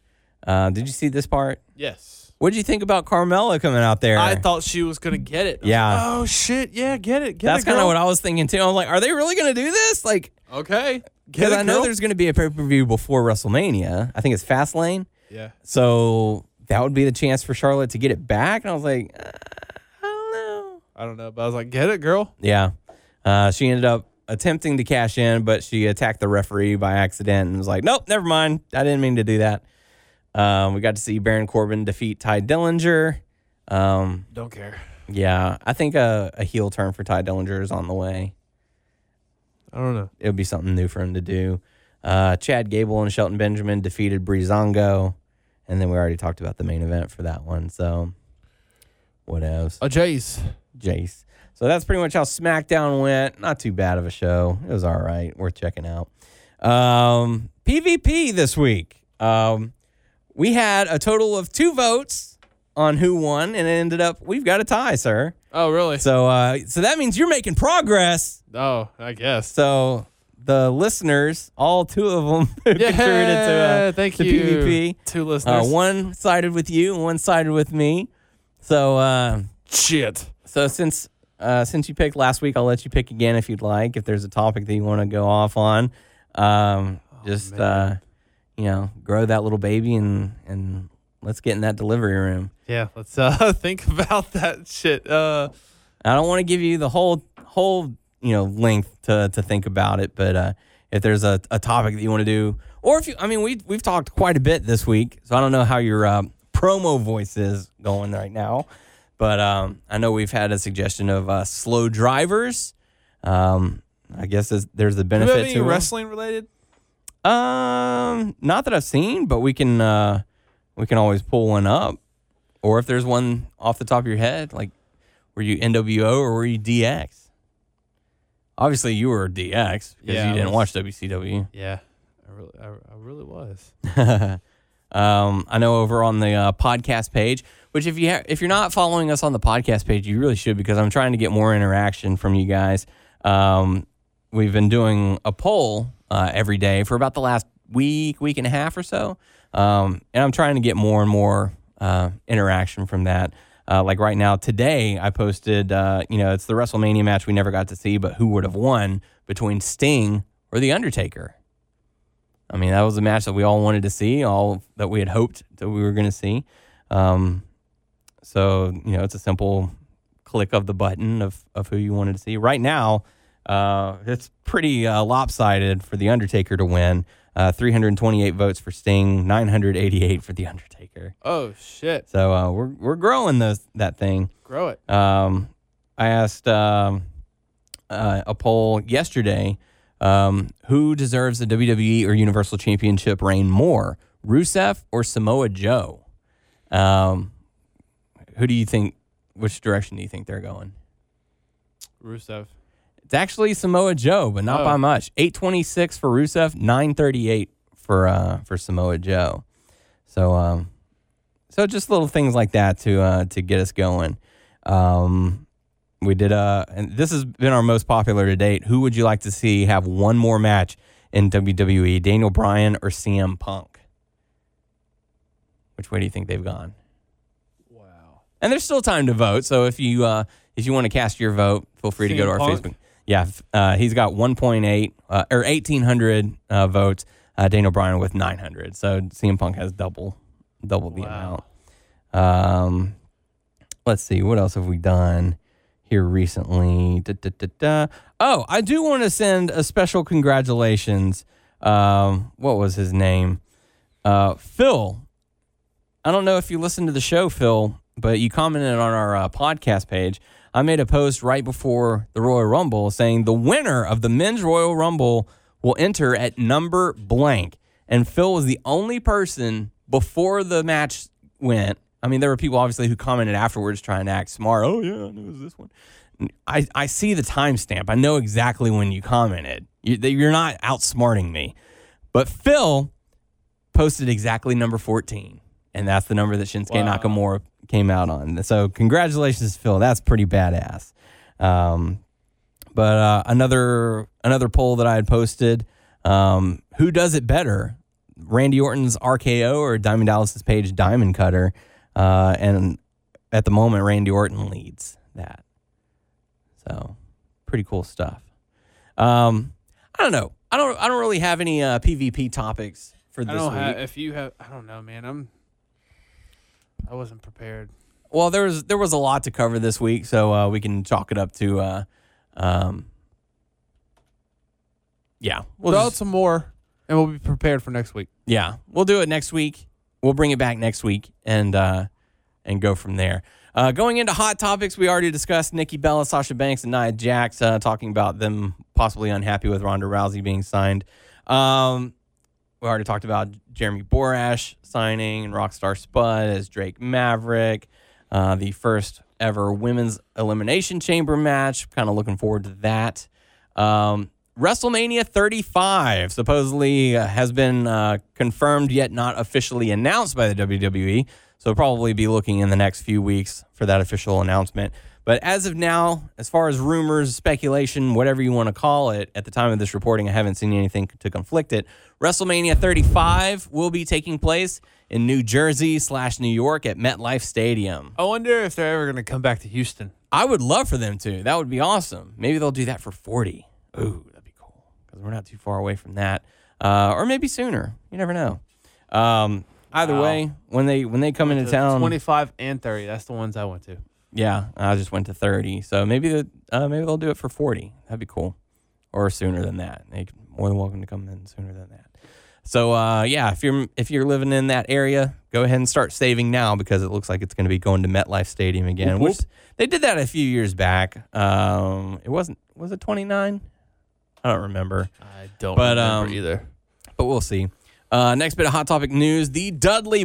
S3: Uh, did you see this part?
S4: Yes.
S3: What did you think about Carmella coming out there?
S4: I thought she was gonna get it. I was like,
S3: Yeah.
S4: oh shit. Yeah, get it. Get
S3: that's
S4: it,
S3: kind of
S4: girl."
S3: what I was thinking too. I'm like, are they really going to do this? Like,
S4: Okay. Get
S3: because
S4: it,
S3: I know
S4: girl.
S3: there's going to be a pay per view before WrestleMania. I think it's Fastlane.
S4: Yeah.
S3: So that would be the chance for Charlotte to get it back. And I was like, uh, I don't know.
S4: I don't know, but I was like, get it, girl.
S3: Yeah. Uh, she ended up attempting to cash in, but she attacked the referee by accident and was like, nope, never mind. I didn't mean to do that. Um, we got to see Baron Corbin defeat Ty Dillinger. Um,
S4: Don't care.
S3: yeah, I think a, a heel turn for Ty Dillinger is on the way.
S4: I don't know.
S3: It would be something new for him to do. Uh, Chad Gable and Shelton Benjamin defeated Breezango. And then we already talked about the main event for that one. So, what else?
S4: Oh, Jace.
S3: Jace. So that's pretty much how SmackDown went. Not too bad of a show. It was all right. Worth checking out. Um, PvP this week. Um, we had a total of two votes on who won, and it ended up we've got a tie, sir.
S4: Oh, really?
S3: So uh, so that means you're making progress.
S4: oh, I guess.
S3: So the listeners, all two of them, [laughs] contributed to,
S4: Yeah,
S3: uh,
S4: thank
S3: to
S4: you.
S3: PvP.
S4: Two
S3: Uh,
S4: listeners.
S3: one sided with you, and one sided with me. So. Uh,
S4: shit.
S3: so since uh, since you picked last week, I'll let you pick again if you'd like. If there's a topic that you want to go off on, um, just uh, you know, grow that little baby and and let's get in that delivery room.
S4: Yeah, let's uh [laughs] think about that shit. Uh
S3: I don't want to give you the whole whole you know length to to think about it, but uh, if there's a, a topic that you want to do, or if you, I mean, we we've talked quite a bit this week, so I don't know how your uh, promo voice is going right now, but um, I know we've had a suggestion of uh, slow drivers. Um, I guess there's- there's a
S4: do we have
S3: benefit
S4: any
S3: to 'em.
S4: wrestling related?
S3: Um, not that I've seen, but we can uh, we can always pull one up, or if there's one off the top of your head, like were you NWO or were you DX? Obviously, you were DX because
S4: Yeah,
S3: you
S4: I
S3: didn't
S4: was.
S3: watch WCW.
S4: Yeah. I really I, I really was. [laughs]
S3: Um, I know over on the uh, podcast page, which if you ha- if you're not following us on the podcast page, you really should because I'm trying to get more interaction from you guys. Um, we've been doing a poll uh, every day for about the last week, week and a half or so, um, and I'm trying to get more and more uh, interaction from that. Uh, like right now, today I posted, uh, you know, it's the WrestleMania match we never got to see, but who would have won between Sting or The Undertaker? I mean, that was a match that we all wanted to see, all that we had hoped that we were going to see. Um, so you know, it's a simple click of the button of of who you wanted to see. Right now, uh, it's pretty uh, lopsided for the Undertaker to win. Uh, 328 votes for Sting, 988 for the Undertaker.
S4: Oh shit.
S3: So uh, we're we're growing those that thing.
S4: Grow it.
S3: Um, I asked um, uh, a poll yesterday um, who deserves the WWE or Universal Championship reign more, Rusev or Samoa Joe? Um, who do you think, which direction do you think they're going?
S4: Rusev.
S3: It's actually Samoa Joe, but not
S4: Oh.
S3: by much. 826 for Rusev, 938 for uh, for Samoa Joe. So um, so just little things like that to uh, to get us going. Um, we did uh and this has been our most popular to date. Who would you like to see have one more match in WWE, Daniel Bryan or CM Punk? Which way do you think they've gone?
S4: Wow.
S3: And there's still time to vote. So if you uh, if you want to cast your vote, feel free to go to our
S4: CM Punk?
S3: Facebook. Yeah, f- uh, he's got 1.8 uh, or 1,800 uh, votes. Uh, Daniel Bryan with 900. So CM Punk has double double the
S4: Wow.
S3: amount. Um, let's see what else have we done here recently. Da, da, da, da. Oh, I do want to send a special congratulations. Um, what was his name? Uh, Phil I don't know if you listened to the show, Phil, but you commented on our uh, podcast page. I made a post right before the Royal Rumble saying the winner of the men's Royal Rumble will enter at number blank. And Phil was the only person before the match went I mean, there were people obviously who commented afterwards trying to act smart. Oh yeah, I knew it was this one. I, I see the timestamp. I know exactly when you commented. You, that you're not outsmarting me. But Phil posted exactly number 14, and that's the number that Shinsuke
S4: Wow.
S3: Nakamura came out on. So congratulations, Phil. That's pretty badass. Um, but uh, another another poll that I had posted: um, Who does it better, Randy Orton's RKO or Diamond Dallas's Page Diamond Cutter? Uh, and at the moment, Randy Orton leads that. So, pretty cool stuff. Um, I don't know. I don't. I don't really have any uh, PvP topics for
S4: I
S3: this
S4: don't
S3: week.
S4: have. If you have, I don't know, man. I'm. I wasn't prepared.
S3: well, there was there was a lot to cover this week, so uh, we can chalk it up to. Uh, um, yeah, we'll
S4: Throw out
S3: just-
S4: some more, and we'll be prepared for next week.
S3: Yeah, we'll do it next week. We'll bring it back next week and uh, and go from there. Uh, going into hot topics, we already discussed Nikki Bella, Sasha Banks, and Nia Jax, uh, talking about them possibly unhappy with Ronda Rousey being signed. Um, we already talked about Jeremy Borash signing and Rockstar Spud as Drake Maverick, uh, the first ever women's elimination chamber match. Kind of looking forward to that. Um, WrestleMania 35 supposedly uh, has been uh, confirmed yet not officially announced by the WWE. So, probably be looking in the next few weeks for that official announcement. But as of now, as far as rumors, speculation, whatever you want to call it, at the time of this reporting, I haven't seen anything to conflict it. WrestleMania 35 will be taking place in New Jersey slash New York at MetLife Stadium.
S4: I wonder if they're ever going to come back to Houston.
S3: I would love for them to. That would be awesome. Maybe they'll do that for 40. Ooh, that'd be cool because we're not too far away from that. Uh, or maybe sooner. You never know. Um, either
S4: Wow.
S3: way, when they when they come into
S4: The
S3: town,
S4: 25 and 30. That's the ones I went to.
S3: yeah, I just went to 30. So maybe the, uh, maybe they'll do it for 40. That'd be cool. Or sooner than that. They more than welcome to come in sooner than that. So uh, yeah, if you're if you're living in that area, go ahead and start saving now because it looks like it's going to be going to MetLife Stadium again,
S4: Whoop,
S3: which they did that a few years back. Um, it wasn't was it 29? I don't remember
S4: I don't
S3: But,
S4: remember
S3: um,
S4: either.
S3: but we'll see. Uh, next bit of hot topic news: the Dudley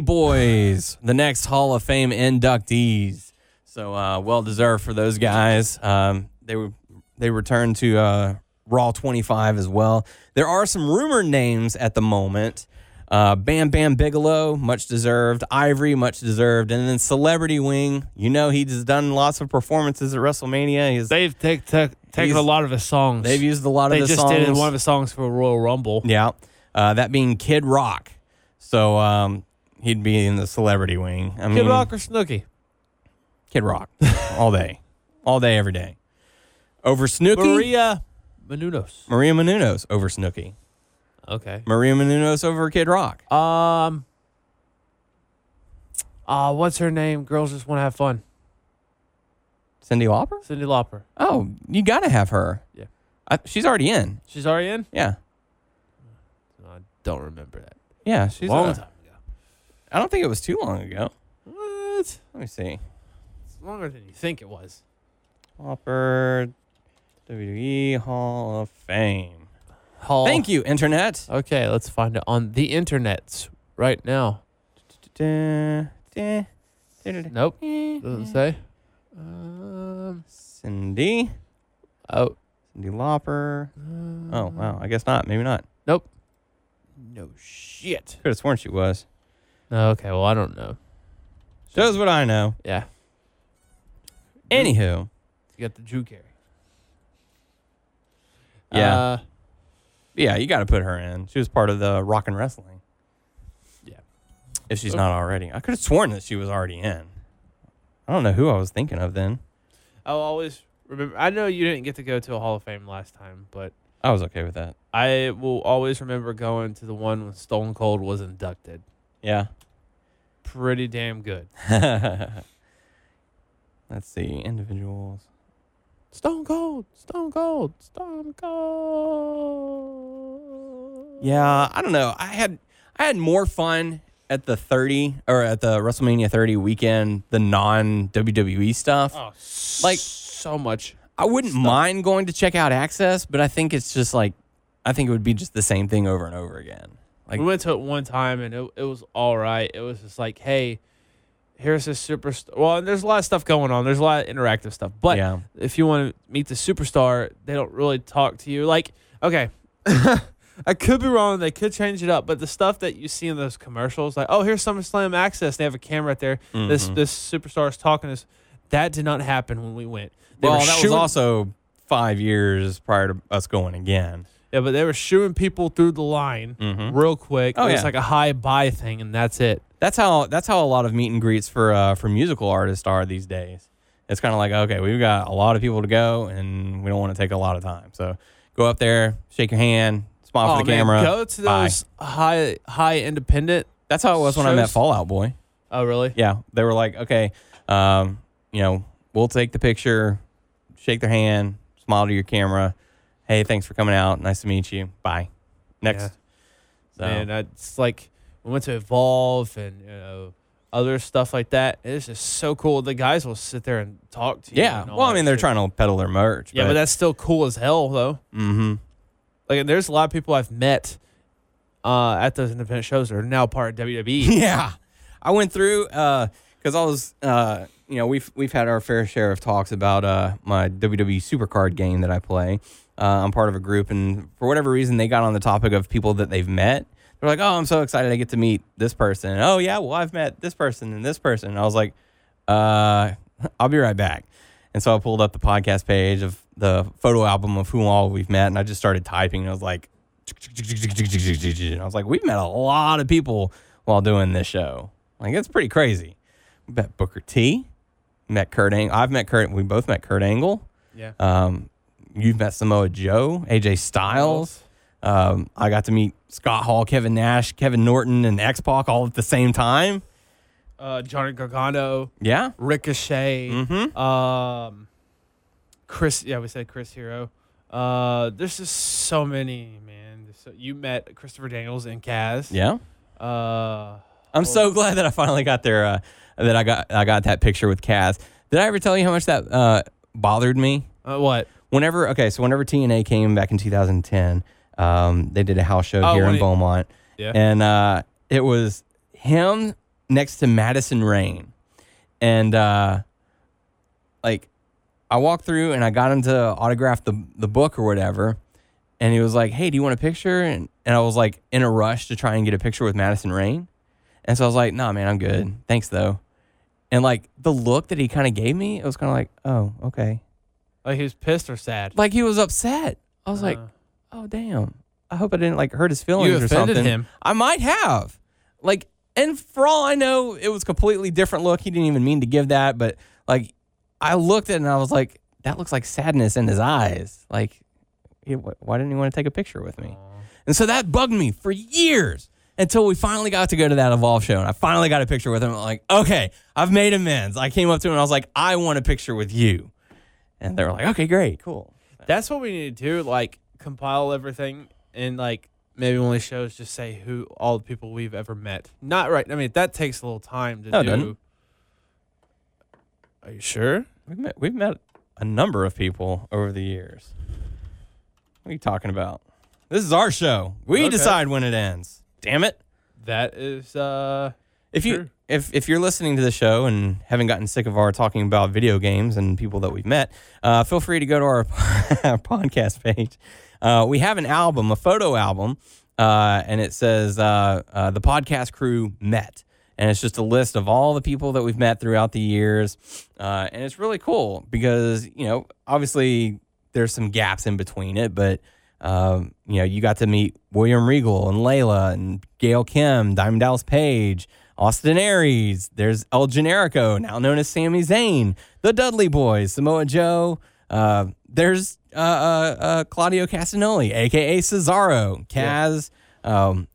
S4: [laughs]
S3: Boys, the next Hall of Fame inductees. So uh, well deserved for those guys. Um, they were they returned to uh, Raw 25 as well. There are some rumored names at the moment. Uh, Bam Bam Bigelow, much deserved. Ivory, much deserved. And then Celebrity Wing, you know he's done lots of performances at WrestleMania. He's,
S4: They've take, take, taken
S3: He's-
S4: a lot of his songs.
S3: they've used a lot of
S4: They
S3: the
S4: just
S3: songs.
S4: did one of his songs for Royal Rumble.
S3: Yeah. Uh, that being Kid Rock. So um, he'd be in the celebrity wing. I mean,
S4: Kid Rock or Snooki?
S3: Kid Rock. all day. All day, every day. Over Snooki.
S4: Maria Menounos.
S3: Maria Menounos over Snooki.
S4: Okay.
S3: Maria Menounos over Kid Rock.
S4: Um. Uh, what's her name? Girls just want to have fun.
S3: Cindy Lauper?
S4: Cindy Lauper.
S3: Oh, you got to have her.
S4: Yeah.
S3: I, she's already in.
S4: She's already in.
S3: Yeah. Uh,
S4: I don't remember that.
S3: Yeah. She's
S4: Long
S3: uh,
S4: time
S3: I don't think it was too long ago.
S4: ago. What?
S3: Let me see.
S4: It's longer than you think it was.
S3: Lauper, WWE Hall of Fame.
S4: Hall.
S3: Thank you, Internet.
S4: Okay, let's find it on the internet right now. Nope. Doesn't
S3: [laughs]
S4: say. Um.
S3: Cindy.
S4: Oh.
S3: Cindy Lauper. Oh,
S4: Mm-hmm.
S3: wow. I guess not. Maybe not.
S4: Nope. No shit.
S3: Could have sworn she was.
S4: Oh, Okay. Well, I don't know.
S3: Shows what I know.
S4: Yeah.
S3: Anywho.
S4: You got the Drew Carey.
S3: Yeah.
S4: Uh,
S3: yeah, you got to put her in. She was part of the rock and wrestling.
S4: Yeah.
S3: If she's not already. I could have sworn that she was already in. I don't know who I was thinking of then.
S4: I'll always remember. I know you didn't get to go to a Hall of Fame last time, but
S3: I was okay with that.
S4: I will always remember going to the one when Stone Cold was inducted.
S3: Yeah. [laughs]
S4: Pretty damn good.
S3: Let's see. Individuals.
S4: Stone Cold, Stone Cold, Stone Cold.
S3: Yeah, I don't know. I had I had more fun at the 30 or at the WrestleMania 30 weekend, the non WWE stuff.
S4: Oh, like
S3: Like-
S4: so much.
S3: I wouldn't mind going to check out Access, but I think it's just like I think it would be just the same thing over and over again. Like
S4: We went to it one time and it, it was all right. It was just like, hey, here's his superstar. Well, and there's a lot of stuff going on. There's a lot of interactive stuff. But
S3: Yeah.
S4: if you want to meet the superstar, they don't really talk to you. Like, okay, [laughs] I could be wrong. They could change it up. But the stuff that you see in those commercials, like, oh, here's SummerSlam Access. They have a camera out there.
S3: Mm-hmm.
S4: This this superstar is talking to us. That did not happen when we went. They
S3: well,
S4: were
S3: that was
S4: shooing-
S3: also five years prior to us going again.
S4: Yeah, but they were shooing people through the line real quick.
S3: Oh,
S4: it was
S3: yeah.
S4: like a high buy thing, and that's it.
S3: That's how that's how a lot of meet and greets for uh, for musical artists are these days. It's kind of like okay, we've got a lot of people to go, and we don't want to take a lot of time. So go up there, shake your hand, smile for the
S4: Oh, man,
S3: camera.
S4: Go to
S3: bye.
S4: those high high independent.
S3: That's how it was when I met
S4: shows-
S3: Fallout Boy.
S4: Oh, really?
S3: Yeah, they were like, okay, um, you know, we'll take the picture, shake their hand, smile to your camera. Hey, thanks for coming out. Nice to meet you. Bye. Next.
S4: Yeah.
S3: So,
S4: Man, that's like we went to Evolve and you know other stuff like that. It's just so cool. The guys will sit there and talk to you.
S3: yeah.
S4: and all
S3: Well, I
S4: that
S3: mean, they're
S4: shit.
S3: trying to peddle their merch.
S4: Yeah, but, that's still cool as hell, though.
S3: hmm
S4: Like, and there's a lot of people I've met uh, at those independent shows that are now part of E.
S3: [laughs]
S4: WWE.
S3: Yeah, I went through because I was, uh, you know, we've we've had our fair share of talks about uh, my WWE Supercard game that I play. Uh, I'm part of a group, and for whatever reason, they got on the topic of people that they've met. They're like, "Oh, I'm so excited I get to meet this person." And, oh yeah, well I've met this person and this person. And I was like, uh, "I'll be right back." And so I pulled up the podcast page of the photo album of who all we've met, and I just started typing. And I was like, and I was like, we've met a lot of people while doing this show. Like, it's pretty crazy. We met Booker T. Met Kurt Angle. I've met Kurt. We both met Kurt Angle.
S4: Yeah.
S3: Um, you've met Samoa Joe, AJ Styles. Um, I got to meet Scott Hall, Kevin Nash, Kevin Norton, and X Pac all at the same time.
S4: Uh, Johnny Gargano,
S3: Yeah.
S4: Ricochet,
S3: Mm-hmm.
S4: um, Chris. Yeah, we said Chris Hero. Uh, there's just so many, man. There's So, you met Christopher Daniels and Kaz.
S3: Yeah.
S4: Uh,
S3: I'm so glad that I finally got there. Uh, that I got I got that picture with Kaz. Did I ever tell you how much that uh, bothered me?
S4: uh, what?
S3: Whenever okay, so whenever TNA came back in 2010, um, they did a house show
S4: Oh,
S3: here
S4: when
S3: in
S4: he-
S3: Beaumont,
S4: Yeah.
S3: and uh, it was him next to Madison Rain, and uh, like I walked through and I got him to autograph the the book or whatever, and he was like, "Hey, do you want a picture?" And and I was like in a rush to try and get a picture with Madison Rain, and so I was like, "Nah, man, I'm good. Thanks though." And like the look that he kind of gave me, it was kind of like, "Oh, okay."
S4: Like he was pissed or sad.
S3: like he was upset. I was like, oh damn. I hope I didn't like hurt his feelings
S4: You
S3: or
S4: offended
S3: something.
S4: him.
S3: I might have. Like, and for all I know, it was completely different look. He didn't even mean to give that, but like, I looked at it and I was like, that looks like sadness in his eyes. Like, he, wh- why didn't he want to take a picture with me? And so that bugged me for years until we finally got to go to that Evolve show and I finally got a picture with him. I'm like, okay, I've made amends. I came up to him and I was like, I want a picture with you. And they were like, okay, great, cool.
S4: That's what we need to do. Like compile everything and like maybe only shows just say who all the people we've ever met. Not right. I mean that takes a little time to
S3: No, it
S4: do.
S3: doesn't.
S4: Are you sure?
S3: We've met we've met a number of people over the years. What are you talking about? This is our show. We
S4: Okay.
S3: decide when it ends. Damn it.
S4: That is uh
S3: If you
S4: Sure.
S3: if if you're listening to the show and haven't gotten sick of our talking about video games and people that we've met, uh, feel free to go to our, [laughs] our podcast page. Uh, we have an album, a photo album, uh, and it says uh, uh, the podcast crew met, and it's just a list of all the people that we've met throughout the years, uh, and it's really cool because you know obviously there's some gaps in between it, but um, you know, you got to meet William Regal and Layla and Gail Kim, Diamond Dallas Page, Austin Aries. There's El Generico, now known as Sami Zayn, the Dudley Boys, Samoa Joe. Uh, there's uh, uh, uh, Claudio Castagnoli, aka Cesaro, Kaz, um,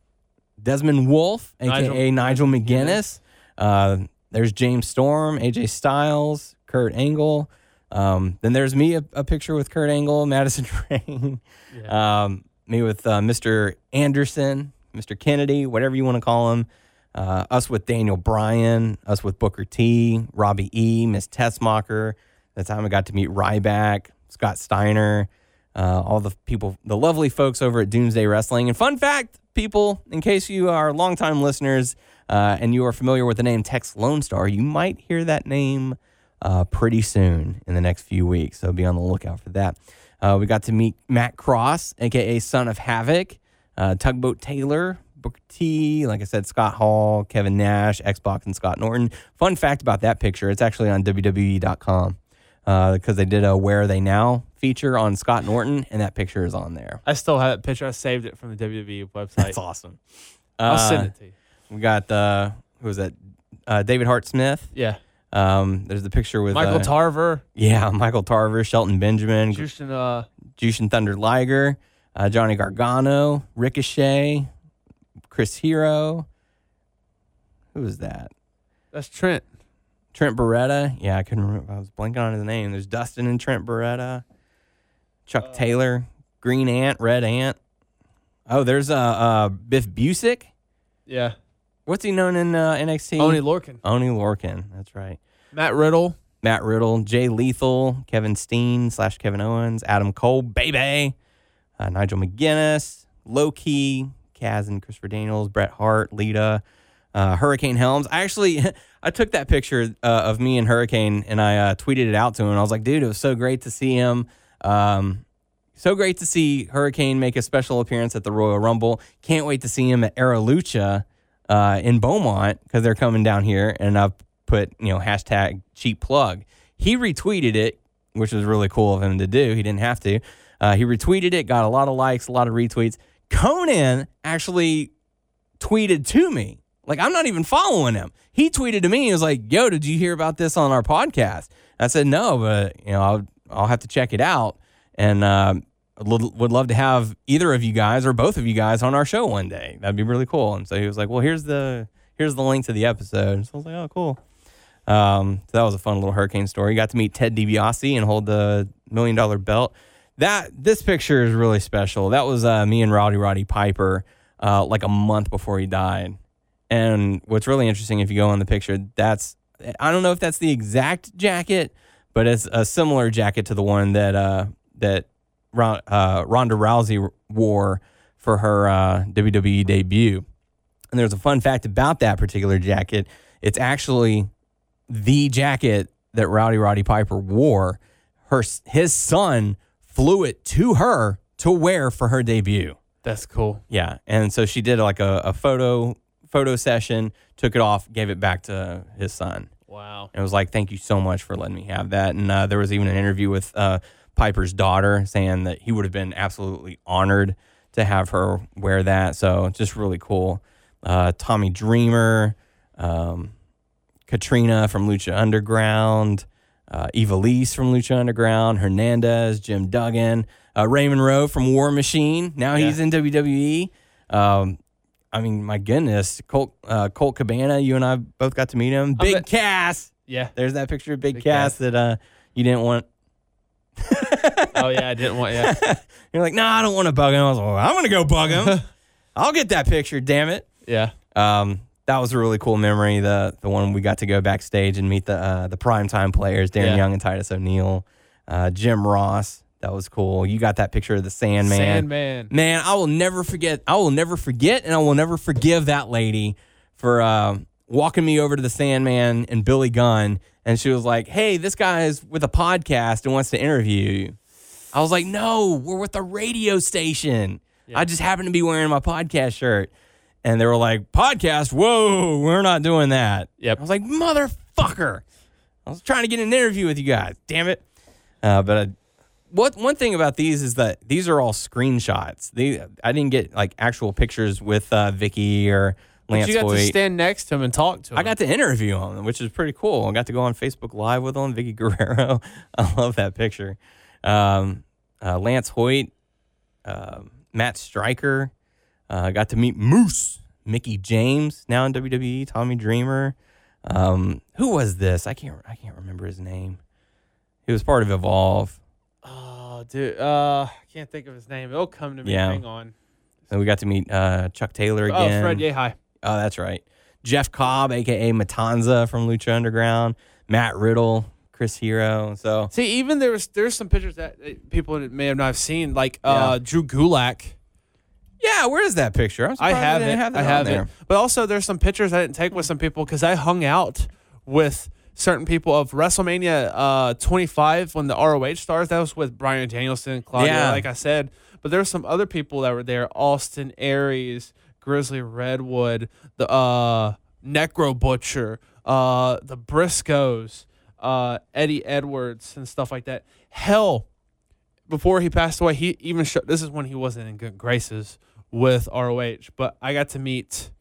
S3: Desmond Wolf, aka Nigel, McGuinness. Uh, there's James Storm, AJ Styles, Kurt Angle. Um, then there's me, a, a picture with Kurt Angle, [laughs] Madison Rain, um, me with uh, Mr. Anderson, Mr. Kennedy, whatever you want to call him, uh, us with Daniel Bryan, us with Booker T, Robbie E, Miss Tessmacher. That time I got to meet Ryback, Scott Steiner, uh, all the people, the lovely folks over at Doomsday Wrestling. And fun fact, people, in case you are longtime listeners, uh, and you are familiar with the name Tex Lone Star, you might hear that name uh, pretty soon in the next few weeks. So be on the lookout for that. Uh, we got to meet Matt Cross, aka Son of Havoc, uh, Tugboat Taylor, Booker T, like I said, Scott Hall, Kevin Nash, Xbox, and Scott Norton. Fun fact about that picture: it's actually on E WWE.com because Uh, they did a "Where Are They Now" feature on Scott Norton, and that picture is on there.
S4: I still have that picture. I saved it from the WWE website.
S3: That's awesome.
S4: I'll
S3: Uh,
S4: send it to you.
S3: We got uh, who was that? Uh, David Hart Smith.
S4: Yeah.
S3: Um, there's the picture with
S4: Michael
S3: uh,
S4: Tarver,
S3: Yeah, Michael Tarver, Shelton Benjamin,
S4: Justin, uh,
S3: Jushin Thunder Liger, uh, Johnny Gargano, Ricochet, Chris Hero. Who was that?
S4: that's Trent.
S3: Trent Beretta. Yeah, I couldn't remember. I was blanking on his name. There's Dustin and Trent Beretta, Chuck Taylor, Green Ant, Red Ant. Oh, there's uh, uh Biff Busick.
S4: Yeah.
S3: What's he known in uh, NXT?
S4: Oni Lorcan.
S3: Oni Lorcan. That's right.
S4: Matt Riddle.
S3: Matt Riddle, Jay Lethal, Kevin Steen slash Kevin Owens, Adam Cole, Baby, uh, Nigel McGuinness, Loki, Kaz and Christopher Daniels, Bret Hart, Lita, uh, Hurricane Helms. I actually [laughs] I took that picture uh, of me and Hurricane and I uh, tweeted it out to him. I was like, dude, it was so great to see him. Um, so great to see Hurricane make a special appearance at the Royal Rumble. Can't wait to see him at Aralucha uh, in Beaumont because they're coming down here. And I've put, you know, hashtag cheap plug. He retweeted it, which was really cool of him to do. He didn't have to. Uh, he retweeted it, got a lot of likes, a lot of retweets. Conan actually tweeted to me. Like I'm not even following him. He tweeted to me. He was like, "Yo, did you hear about this on our podcast?" I said, "No, but you know, I'll, I'll have to check it out." And um, I'd lo- would love to have either of you guys or both of you guys on our show one day. That'd be really cool. And so he was like, "Well, here's the here's the link to the episode." So I was like, "Oh, cool." Um, so that was a fun little hurricane story. Got to meet Ted DiBiase and hold the million dollar belt. That this picture is really special. That was uh, me and Rowdy Roddy Piper uh, like a month before he died. And what's really interesting, if you go on the picture, that's I don't know if that's the exact jacket, but it's a similar jacket to the one that uh, that Ron, uh, Ronda Rousey wore for her uh, WWE debut. And there's a fun fact about that particular jacket. It's actually the jacket that Rowdy Roddy Piper wore. Her his son flew it to her to wear for her debut.
S4: That's cool.
S3: Yeah, and so she did like a, a photo photo session, took it off, gave it back to his son.
S4: Wow.
S3: And it was like, thank you so much for letting me have that. And uh, there was even an interview with uh, Piper's daughter saying that he would have been absolutely honored to have her wear that. So just really cool. Uh, Tommy Dreamer, um, Katrina from Lucha Underground, uh, Eva Lise from Lucha Underground, Hernandez, Jim Duggan, uh, Raymond Rowe from War Machine. Now he's in WWE. Um, I mean, my goodness, Colt, uh, Colt Cabana, you and I both got to meet him. Big
S4: bet-
S3: Cass.
S4: Yeah.
S3: There's that picture of Big,
S4: Big
S3: Cass,
S4: Cass.
S3: that uh, you didn't want.
S4: Oh yeah, I didn't want.
S3: [laughs]
S4: Yeah.
S3: You're like, no, I don't want to bug him. I was like, well, I'm going to go bug him. [laughs] I'll get that picture, damn it.
S4: Yeah.
S3: Um, that was a really cool memory. The the one we got to go backstage and meet the uh, the primetime players, Darren
S4: Yeah.
S3: Young and Titus O'Neil, uh, Jim Ross. That was cool. You got that picture of the Sandman.
S4: Sandman.
S3: Man, I will never forget. I will never forget, and I will never forgive that lady for um walking me over to the Sandman and Billy Gunn. And she was like, "Hey, this guy is with a podcast and wants to interview you." I was like, "No, we're with a radio station. I just happened to be wearing my podcast shirt." And they were like, "Podcast? Whoa, we're not doing that."
S4: Yep.
S3: I was like, "Motherfucker!" I was trying to get an interview with you guys. Damn it! Uh, but I, what one thing about these is that these are all screenshots. They I didn't get like actual pictures with uh, Vicky or Lance
S4: But you got
S3: Hoyt.
S4: to stand next to him and talk to him.
S3: I got to interview him, which is pretty cool. I got to go on Facebook Live with him, Vicky [laughs] Guerrero. I love that picture. Um, uh, Lance Hoyt, um Matt Stryker. Uh, I got to meet Moose, Mickey James, now in WWE, Tommy Dreamer. Um, who was this? I can't I can't remember his name. He was part of Evolve.
S4: Oh, dude. Uh, I can't think of his name. It'll come to me.
S3: Yeah.
S4: Hang on.
S3: And we got to meet uh, Chuck Taylor again.
S4: Oh, Fred Yehi.
S3: Oh, that's right. Jeff Cobb, aka Matanza from Lucha Underground, Matt Riddle, Chris Hero. So
S4: See, even there was there's some pictures that uh, people may have not have seen, like uh, Drew Gulak.
S3: Yeah, where is that picture? I'm
S4: I
S3: surprised
S4: have
S3: didn't
S4: it.
S3: Have that
S4: I
S3: on
S4: have
S3: there.
S4: it. But also, there's some pictures I didn't take with some people because I hung out with certain people of WrestleMania uh, 25 when the ROH stars. That was with Brian Danielson, Claudia,
S3: Yeah.
S4: like I said. But there were some other people that were there: Austin Aries, Grizzly Redwood, the uh, Necro Butcher, uh, the Briscoes, uh, Eddie Edwards, and stuff like that. Hell, before he passed away, he even showed this is when he wasn't in good graces with ROH. But I got to meet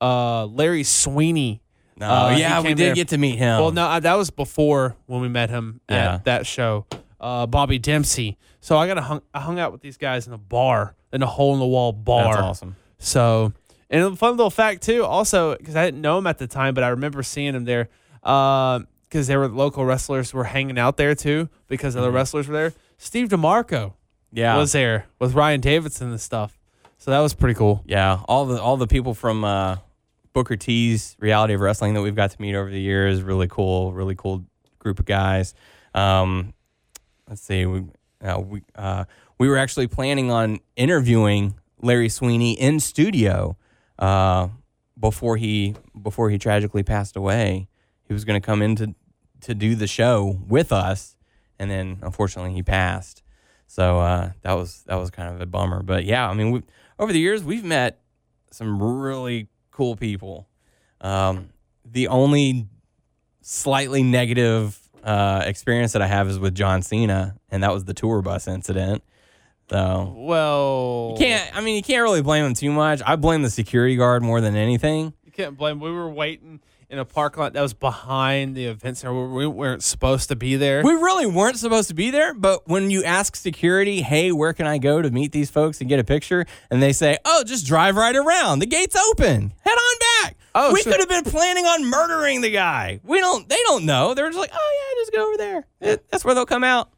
S4: uh, Larry Sweeney.
S3: No,
S4: Uh, he
S3: yeah, we
S4: came
S3: did
S4: there-
S3: get to meet him.
S4: Well, no, I, that was before when we met him
S3: Yeah.
S4: at that show. Uh, Bobby Dempsey. So I got to hung, I hung out with these guys in a bar, in a hole in the wall bar.
S3: that's awesome.
S4: So, and a fun little fact too, also because I didn't know him at the time, but I remember seeing him there because there were local wrestlers were hanging out there too because other wrestlers were there. Steve DeMarco
S3: Mm-hmm. Yeah,
S4: was there with Ryan Davidson and stuff, so that was pretty cool.
S3: yeah. All the all the people from uh, Booker T's reality of wrestling that we've got to meet over the years. Really cool. Really cool group of guys. Um, let's see. We uh, we uh, we were actually planning on interviewing Larry Sweeney in studio uh, before he before he tragically passed away. He was going to come in to to do the show with us, and then unfortunately he passed. So uh, that was that was kind of a bummer. But yeah, I mean, we, over the years we've met some really cool people. Um, the only slightly negative uh, experience that I have is with John Cena, and that was the tour bus incident. So
S4: Well,
S3: you can't. I mean, you can't really blame him too much. I blame the security guard more than anything.
S4: you can't blame. We were waiting in a parking lot that was behind the event center. where We weren't supposed to be there.
S3: We really weren't supposed to be there, but when you ask security, "Hey, where can I go to meet these folks and get a picture?" and they say, "Oh, just drive right around. The gate's open. Head on back."
S4: Oh,
S3: we
S4: so-
S3: could have been planning on murdering the guy. We don't. They don't know. They're just like, "Oh yeah, just go over there. It- that's where they'll come out."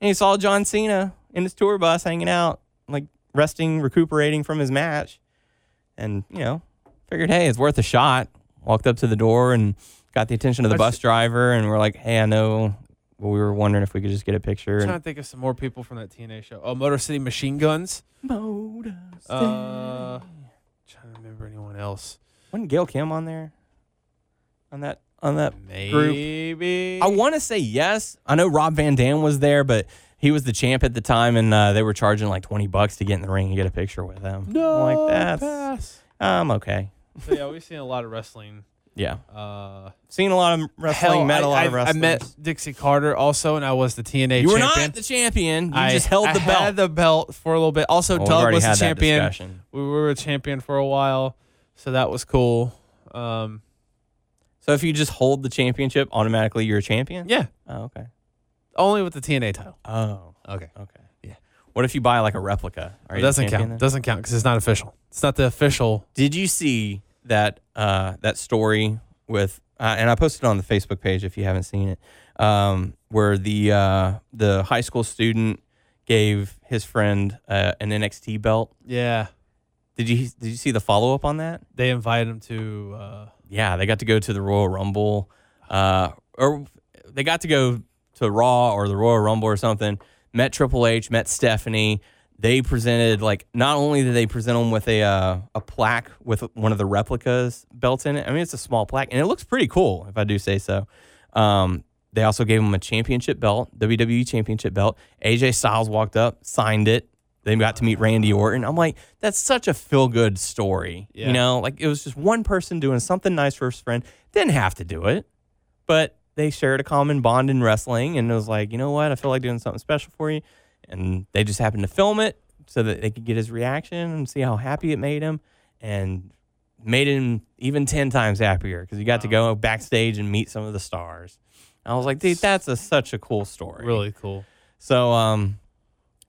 S3: And he saw John Cena in his tour bus hanging out, like resting, recuperating from his match, and you know, figured, "Hey, it's worth a shot." Walked up to the door and got the attention of the
S4: That's-
S3: bus driver, and we're like, "Hey, I know." We were wondering if we could just get a picture.
S4: I'm trying
S3: And,
S4: to think of some more people from that TNA show. Oh, Motor City Machine Guns. Uh, trying to remember anyone else.
S3: wasn't Gail Kim on there? On that on that group?
S4: Maybe.
S3: I want to say yes. I know Rob Van Dam was there, but he was the champ at the time, and uh, they were charging like twenty bucks to get in the ring and get a picture with him. I'm like that's I'm okay.
S4: So, yeah, we've seen a lot of wrestling.
S3: Yeah,
S4: Uh,
S3: seen a lot of wrestling,
S4: hell,
S3: met
S4: I-
S3: a lot of
S4: I-
S3: wrestlers.
S4: I met Dixie Carter also, and I was the TNA
S3: you were
S4: champion.
S3: not the champion. You
S4: I
S3: just held
S4: I
S3: the belt.
S4: Had the belt for a little bit. Also,
S3: Well, we've
S4: Doug
S3: already
S4: was the
S3: had that
S4: champion.
S3: discussion.
S4: We were a champion for a while, so that was cool. Um,
S3: So if you just hold the championship, automatically you're a champion.
S4: yeah,
S3: Oh, okay.
S4: only with the TNA title.
S3: Oh,
S4: Okay,
S3: okay.
S4: Yeah.
S3: What if you buy like a replica? Are
S4: it
S3: you the
S4: doesn't
S3: champion
S4: count.
S3: then?
S4: Doesn't count because it's not official. It's not the official.
S3: Did you see that uh, that story with? Uh, and I posted it on the Facebook page if you haven't seen it, um, where the uh, the high school student gave his friend uh, an NXT belt.
S4: Yeah,
S3: Did you did you see the follow up on that?
S4: they invited him to. Uh,
S3: Yeah, they got to go to the Royal Rumble, uh, or they got to go to Raw or the Royal Rumble or something. Met Triple H, met Stephanie. They presented like not only did they present them with a uh, a plaque with one of the replicas built in it. I mean, it's a small plaque and it looks pretty cool if I do say so. Um, they also gave him a championship belt, WWE championship belt. AJ Styles walked up, signed it. They got to meet Randy Orton. I'm like, that's such a feel good story.
S4: Yeah.
S3: You know, like it was just one person doing something nice for his friend. Didn't have to do it but they shared a common bond in wrestling and it was like, you know what, I feel like doing something special for you. And they just happened to film it so that they could get his reaction and see how happy it made him and made him even 10 times happier because he got to go backstage and meet some of the stars. I was like, dude, that's a, such a cool story.
S4: really cool.
S3: So, um,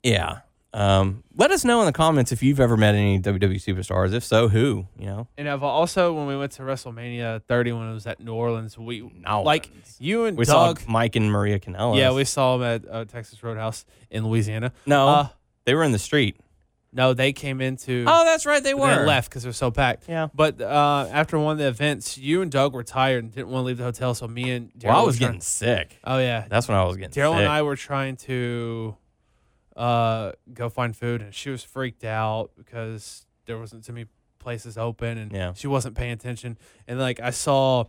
S3: yeah. Um, let us know in the comments if you've ever met any WWE superstars. If so, who? You know,
S4: And I've also when we went to WrestleMania 30 when it was at New Orleans, we
S3: New
S4: like
S3: Orleans.
S4: you and
S3: we
S4: Doug.
S3: saw Mike and Maria Canellas.
S4: yeah, we saw him at uh, Texas Roadhouse in Louisiana.
S3: no,
S4: Uh,
S3: they were in the street.
S4: no, they came into.
S3: Oh, that's right. They
S4: and then
S3: were
S4: left because they're so packed.
S3: Yeah.
S4: But uh, after one of the events, you and Doug were tired and didn't want to leave the hotel, so me and Daryl
S3: Well, I
S4: were
S3: was
S4: trying-
S3: getting sick.
S4: Oh yeah,
S3: That's when I was getting
S4: Daryl
S3: sick.
S4: and I were trying to. uh, go find food, and she was freaked out because there wasn't too many places open, and
S3: Yeah.
S4: she wasn't paying attention. And like I saw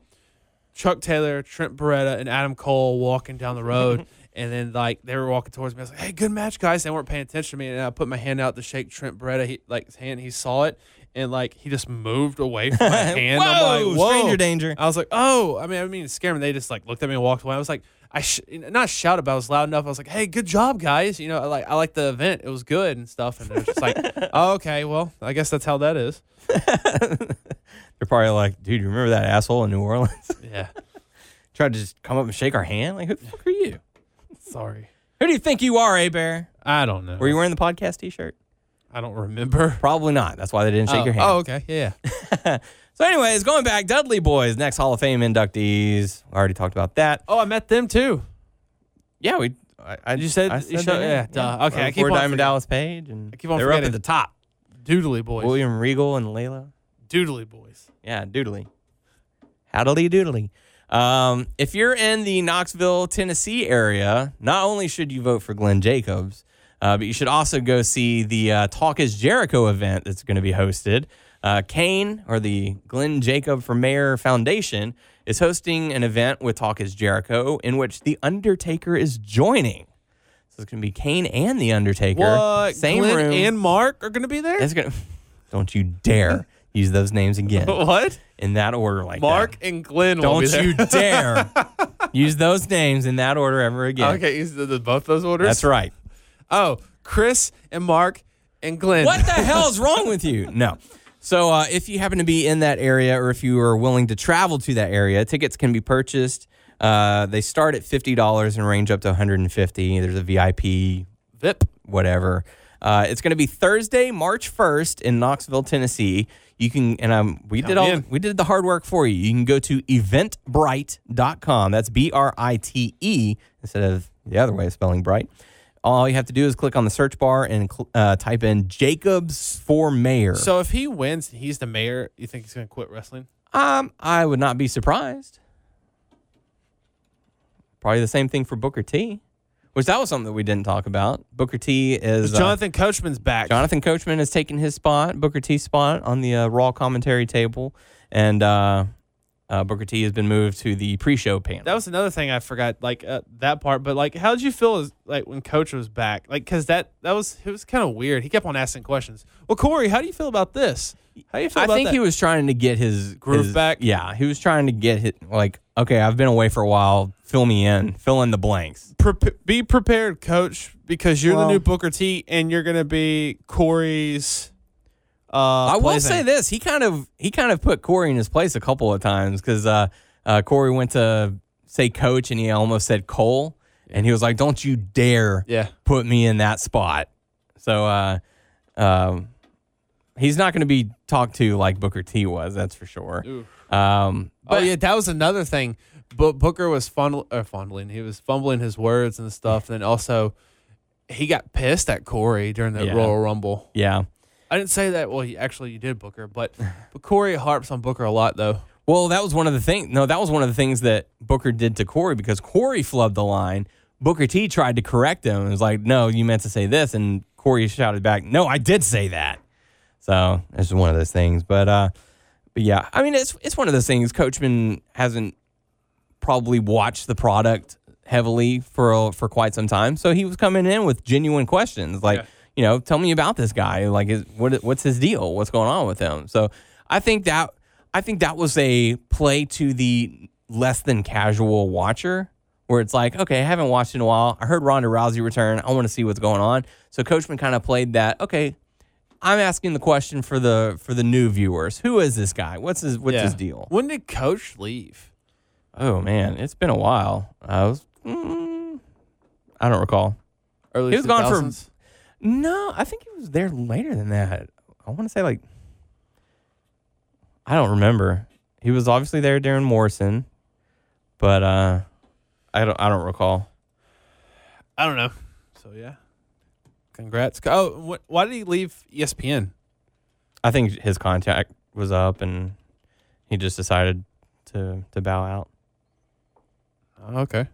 S4: Chuck Taylor, Trent Beretta, and Adam Cole walking down the
S3: [laughs]
S4: road, and then like they were walking towards me. I was like, "Hey, good match, guys!" They weren't paying attention to me, and I put my hand out to shake Trent Beretta, he, like his hand. He saw it, and like he just moved away from
S3: [laughs]
S4: my hand. I'm like,
S3: Whoa,
S4: "Whoa!"
S3: stranger danger.
S4: I was like, "Oh," I mean, I didn't mean, to scare them. They just like looked at me and walked away. I was like, I sh- not shouted, but I was loud enough. I was like, "Hey, good job, guys!" You know, I like I like the event. It was good and stuff. And they're just [laughs] like, oh, "Okay, well, I guess that's how that is."
S3: They're probably like, dude, you remember that asshole in New Orleans? [laughs]
S4: Yeah,
S3: Tried to just come up and shake our hand? Like, who the fuck are you?
S4: sorry,
S3: Who do you think you are, A Bear?
S4: I don't know.
S3: Were you wearing the podcast t shirt?
S4: I don't remember.
S3: Probably not. That's why they didn't [laughs] shake
S4: oh,
S3: your hand.
S4: oh, okay, yeah. yeah.
S3: So, anyways, going back, Dudley Boys, next Hall of Fame inductees. I already talked about that.
S4: Oh, I met them too.
S3: Yeah, we. I, I
S4: You said-
S3: I
S4: you showed-
S3: their
S4: yeah,
S3: name,
S4: duh. Okay, I keep
S3: Before
S4: on
S3: Diamond
S4: forgetting.
S3: Dallas Page, and
S4: I keep on
S3: they were up at
S4: forgetting.
S3: the top.
S4: Doodly boys.
S3: William Regal and Layla.
S4: Doodly boys.
S3: Yeah, doodly. Howdly doodly. Um, if you're in the Knoxville, Tennessee area, not only should you vote for Glenn Jacobs, uh, but you should also go see the uh, Talk is Jericho event that's going to be hosted. Uh, Kane, or the Glenn Jacob for Mayor Foundation, is hosting an event with Talk is Jericho in which The Undertaker is joining. So it's going to be Kane and The Undertaker.
S4: What?
S3: Same
S4: Glenn
S3: room.
S4: and Mark are gonna be there.
S3: it's gonna, [laughs] don't you dare use those names again
S4: [laughs] what?
S3: in that order like that.
S4: Mark and Glenn. will be there.
S3: Don't
S4: [laughs]
S3: you dare use those names in that order ever again.
S4: Okay, is the, the, both those orders.
S3: That's right.
S4: Oh, Chris and Mark and Glenn.
S3: What the hell's wrong with you? No. So uh, if you happen to be in that area or if you are willing to travel to that area, tickets can be purchased. Uh, they start at $50 and range up to 150 There's a VIP
S4: Vip.
S3: whatever. Uh, it's going to be Thursday, March 1st in Knoxville, Tennessee. You can and um, we did all
S4: in.
S3: we did the hard work for you. You can go to eventbrite.com. That's B R I T E instead of the other way of spelling bright. All you have to do is click on the search bar and cl- uh, type in Jacobs for mayor.
S4: So if he wins, and he's the mayor. You think he's gonna quit wrestling?
S3: um, I would not be surprised. Probably the same thing for Booker T, which that was something that we didn't talk about. Booker T is uh,
S4: Jonathan Coachman's back.
S3: Jonathan Coachman has taken his spot, Booker T's spot on the uh, Raw commentary table, and uh, uh, Booker T has been moved to the pre-show panel.
S4: that was another thing I forgot, like uh, that part. But like, how did you feel as, like when Coach was back? Like, cause that that was it was kind of weird. He kept on asking questions. Well, Corey, how do you feel about this? How do you feel
S3: I
S4: about
S3: think
S4: that?
S3: he was trying to get his
S4: Groove
S3: his-
S4: back?
S3: Yeah, he was trying to get his, like, okay, I've been away for a while. Fill me in, fill in the blanks.
S4: Pre- be prepared, Coach, because you're
S3: Well-
S4: the new Booker T, and you're gonna be Corey's. Uh,
S3: I will
S4: plaything.
S3: say this: he kind of he kind of put Corey in his place a couple of times because uh, uh, Corey went to say coach and he almost said Cole, and he was like, "Don't you dare,
S4: Yeah.
S3: put me in that spot." So, uh, um, he's not going to be talked to like Booker T was. That's for sure. Um,
S4: oh
S3: but
S4: yeah, that was another thing. But Booker was fondl- uh, fondling. He was fumbling his words and stuff. And then also, he got pissed at Corey during the
S3: Yeah.
S4: Royal Rumble.
S3: yeah.
S4: I didn't say that. Well, he, actually, you did Booker, but
S3: [laughs]
S4: but Corey harps on Booker a lot though.
S3: Well, that was one of the things. No, that was one of the things that Booker did to Corey because Corey flubbed the line. Booker T tried to correct him and was like, "No, you meant to say this," and Corey shouted back, "No, I did say that." So it's just one of those things. But uh, but yeah, I mean, it's it's one of those things. Coachman hasn't probably watched the product heavily for for quite some time, so he was coming in with genuine questions like, you know, tell me about this guy. Like, is, what what's his deal? What's going on with him? So I think that I think that was a play to the less than casual watcher. Where it's like, okay, I haven't watched in a while. I heard Ronda Rousey return. I want to see what's going on. So Coachman kind of played that. Okay, I'm asking the question for the for the new viewers. Who is this guy? What's his what's his deal?
S4: When did Coach leave?
S3: Oh man, it's been a while. I was mm, I don't recall.
S4: Early
S3: He was gone for-
S4: 2000s?
S3: No, I think he was there later than that. I want to say like I don't remember. He was obviously there during Morrison, but uh I don't I don't recall.
S4: I don't know. So yeah, congrats. Co- Oh, wh- why did he leave ESPN?
S3: I think his contract was up and he just decided to to bow out.
S4: Oh, okay,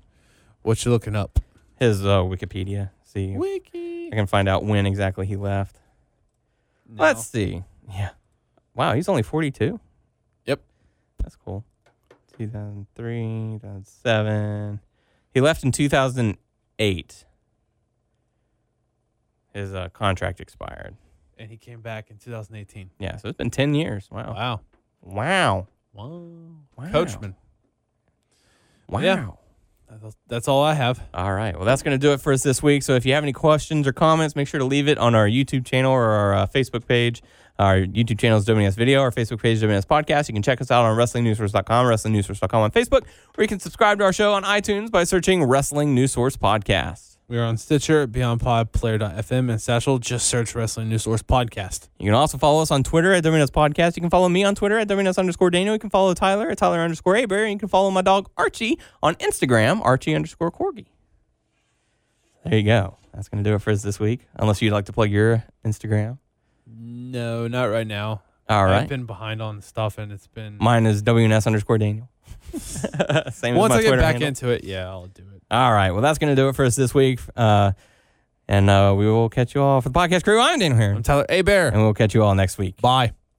S4: what you looking up?
S3: His uh, Wikipedia. See
S4: Wiki.
S3: I can find out when exactly he left.
S4: No.
S3: Let's see. Yeah. Wow, he's only 42.
S4: Yep.
S3: That's cool. 2003, 2007. He left in 2008. His uh, contract expired.
S4: and he came back in 2018.
S3: Yeah, so it's been 10 years. Wow.
S4: Wow.
S3: Wow.
S4: Wow.
S3: Wow.
S4: Coachman.
S3: Wow.
S4: Yeah. That's- That's all I have.
S3: All right. Well, that's going to do it for us this week. So if you have any questions or comments, make sure to leave it on our YouTube channel or our uh, Facebook page. Our YouTube channel is WNS Video. Our Facebook page is WNS Podcast. You can check us out on WrestlingNewsSource.com, WrestlingNewsSource.com on Facebook, or you can subscribe to our show on iTunes by searching Wrestling News Source Podcast.
S4: We are on Stitcher, Beyond Pod, Player.fm, and Satchel. Just search Wrestling News Source Podcast.
S3: You can also follow us on Twitter at WNS Podcast. You can follow me on Twitter at WNS underscore Daniel. You can follow Tyler at Tyler underscore Aber. And you can follow my dog Archie on Instagram, Archie underscore Corgi. There you go. That's going to do it for us this week. Unless you'd like to plug your Instagram.
S4: No, not right now.
S3: All right.
S4: I've been behind on stuff, and it's been.
S3: Mine is WNS underscore Daniel. [laughs] Same
S4: Once
S3: as my
S4: I get
S3: Twitter
S4: back
S3: handle.
S4: into it, yeah, I'll do it.
S3: All right. Well, that's going to do it for us this week. Uh, and uh, we will catch you all for the podcast crew. I'm Daniel here.
S4: I'm Tyler A. Bear.
S3: And we'll catch you all next week.
S4: Bye.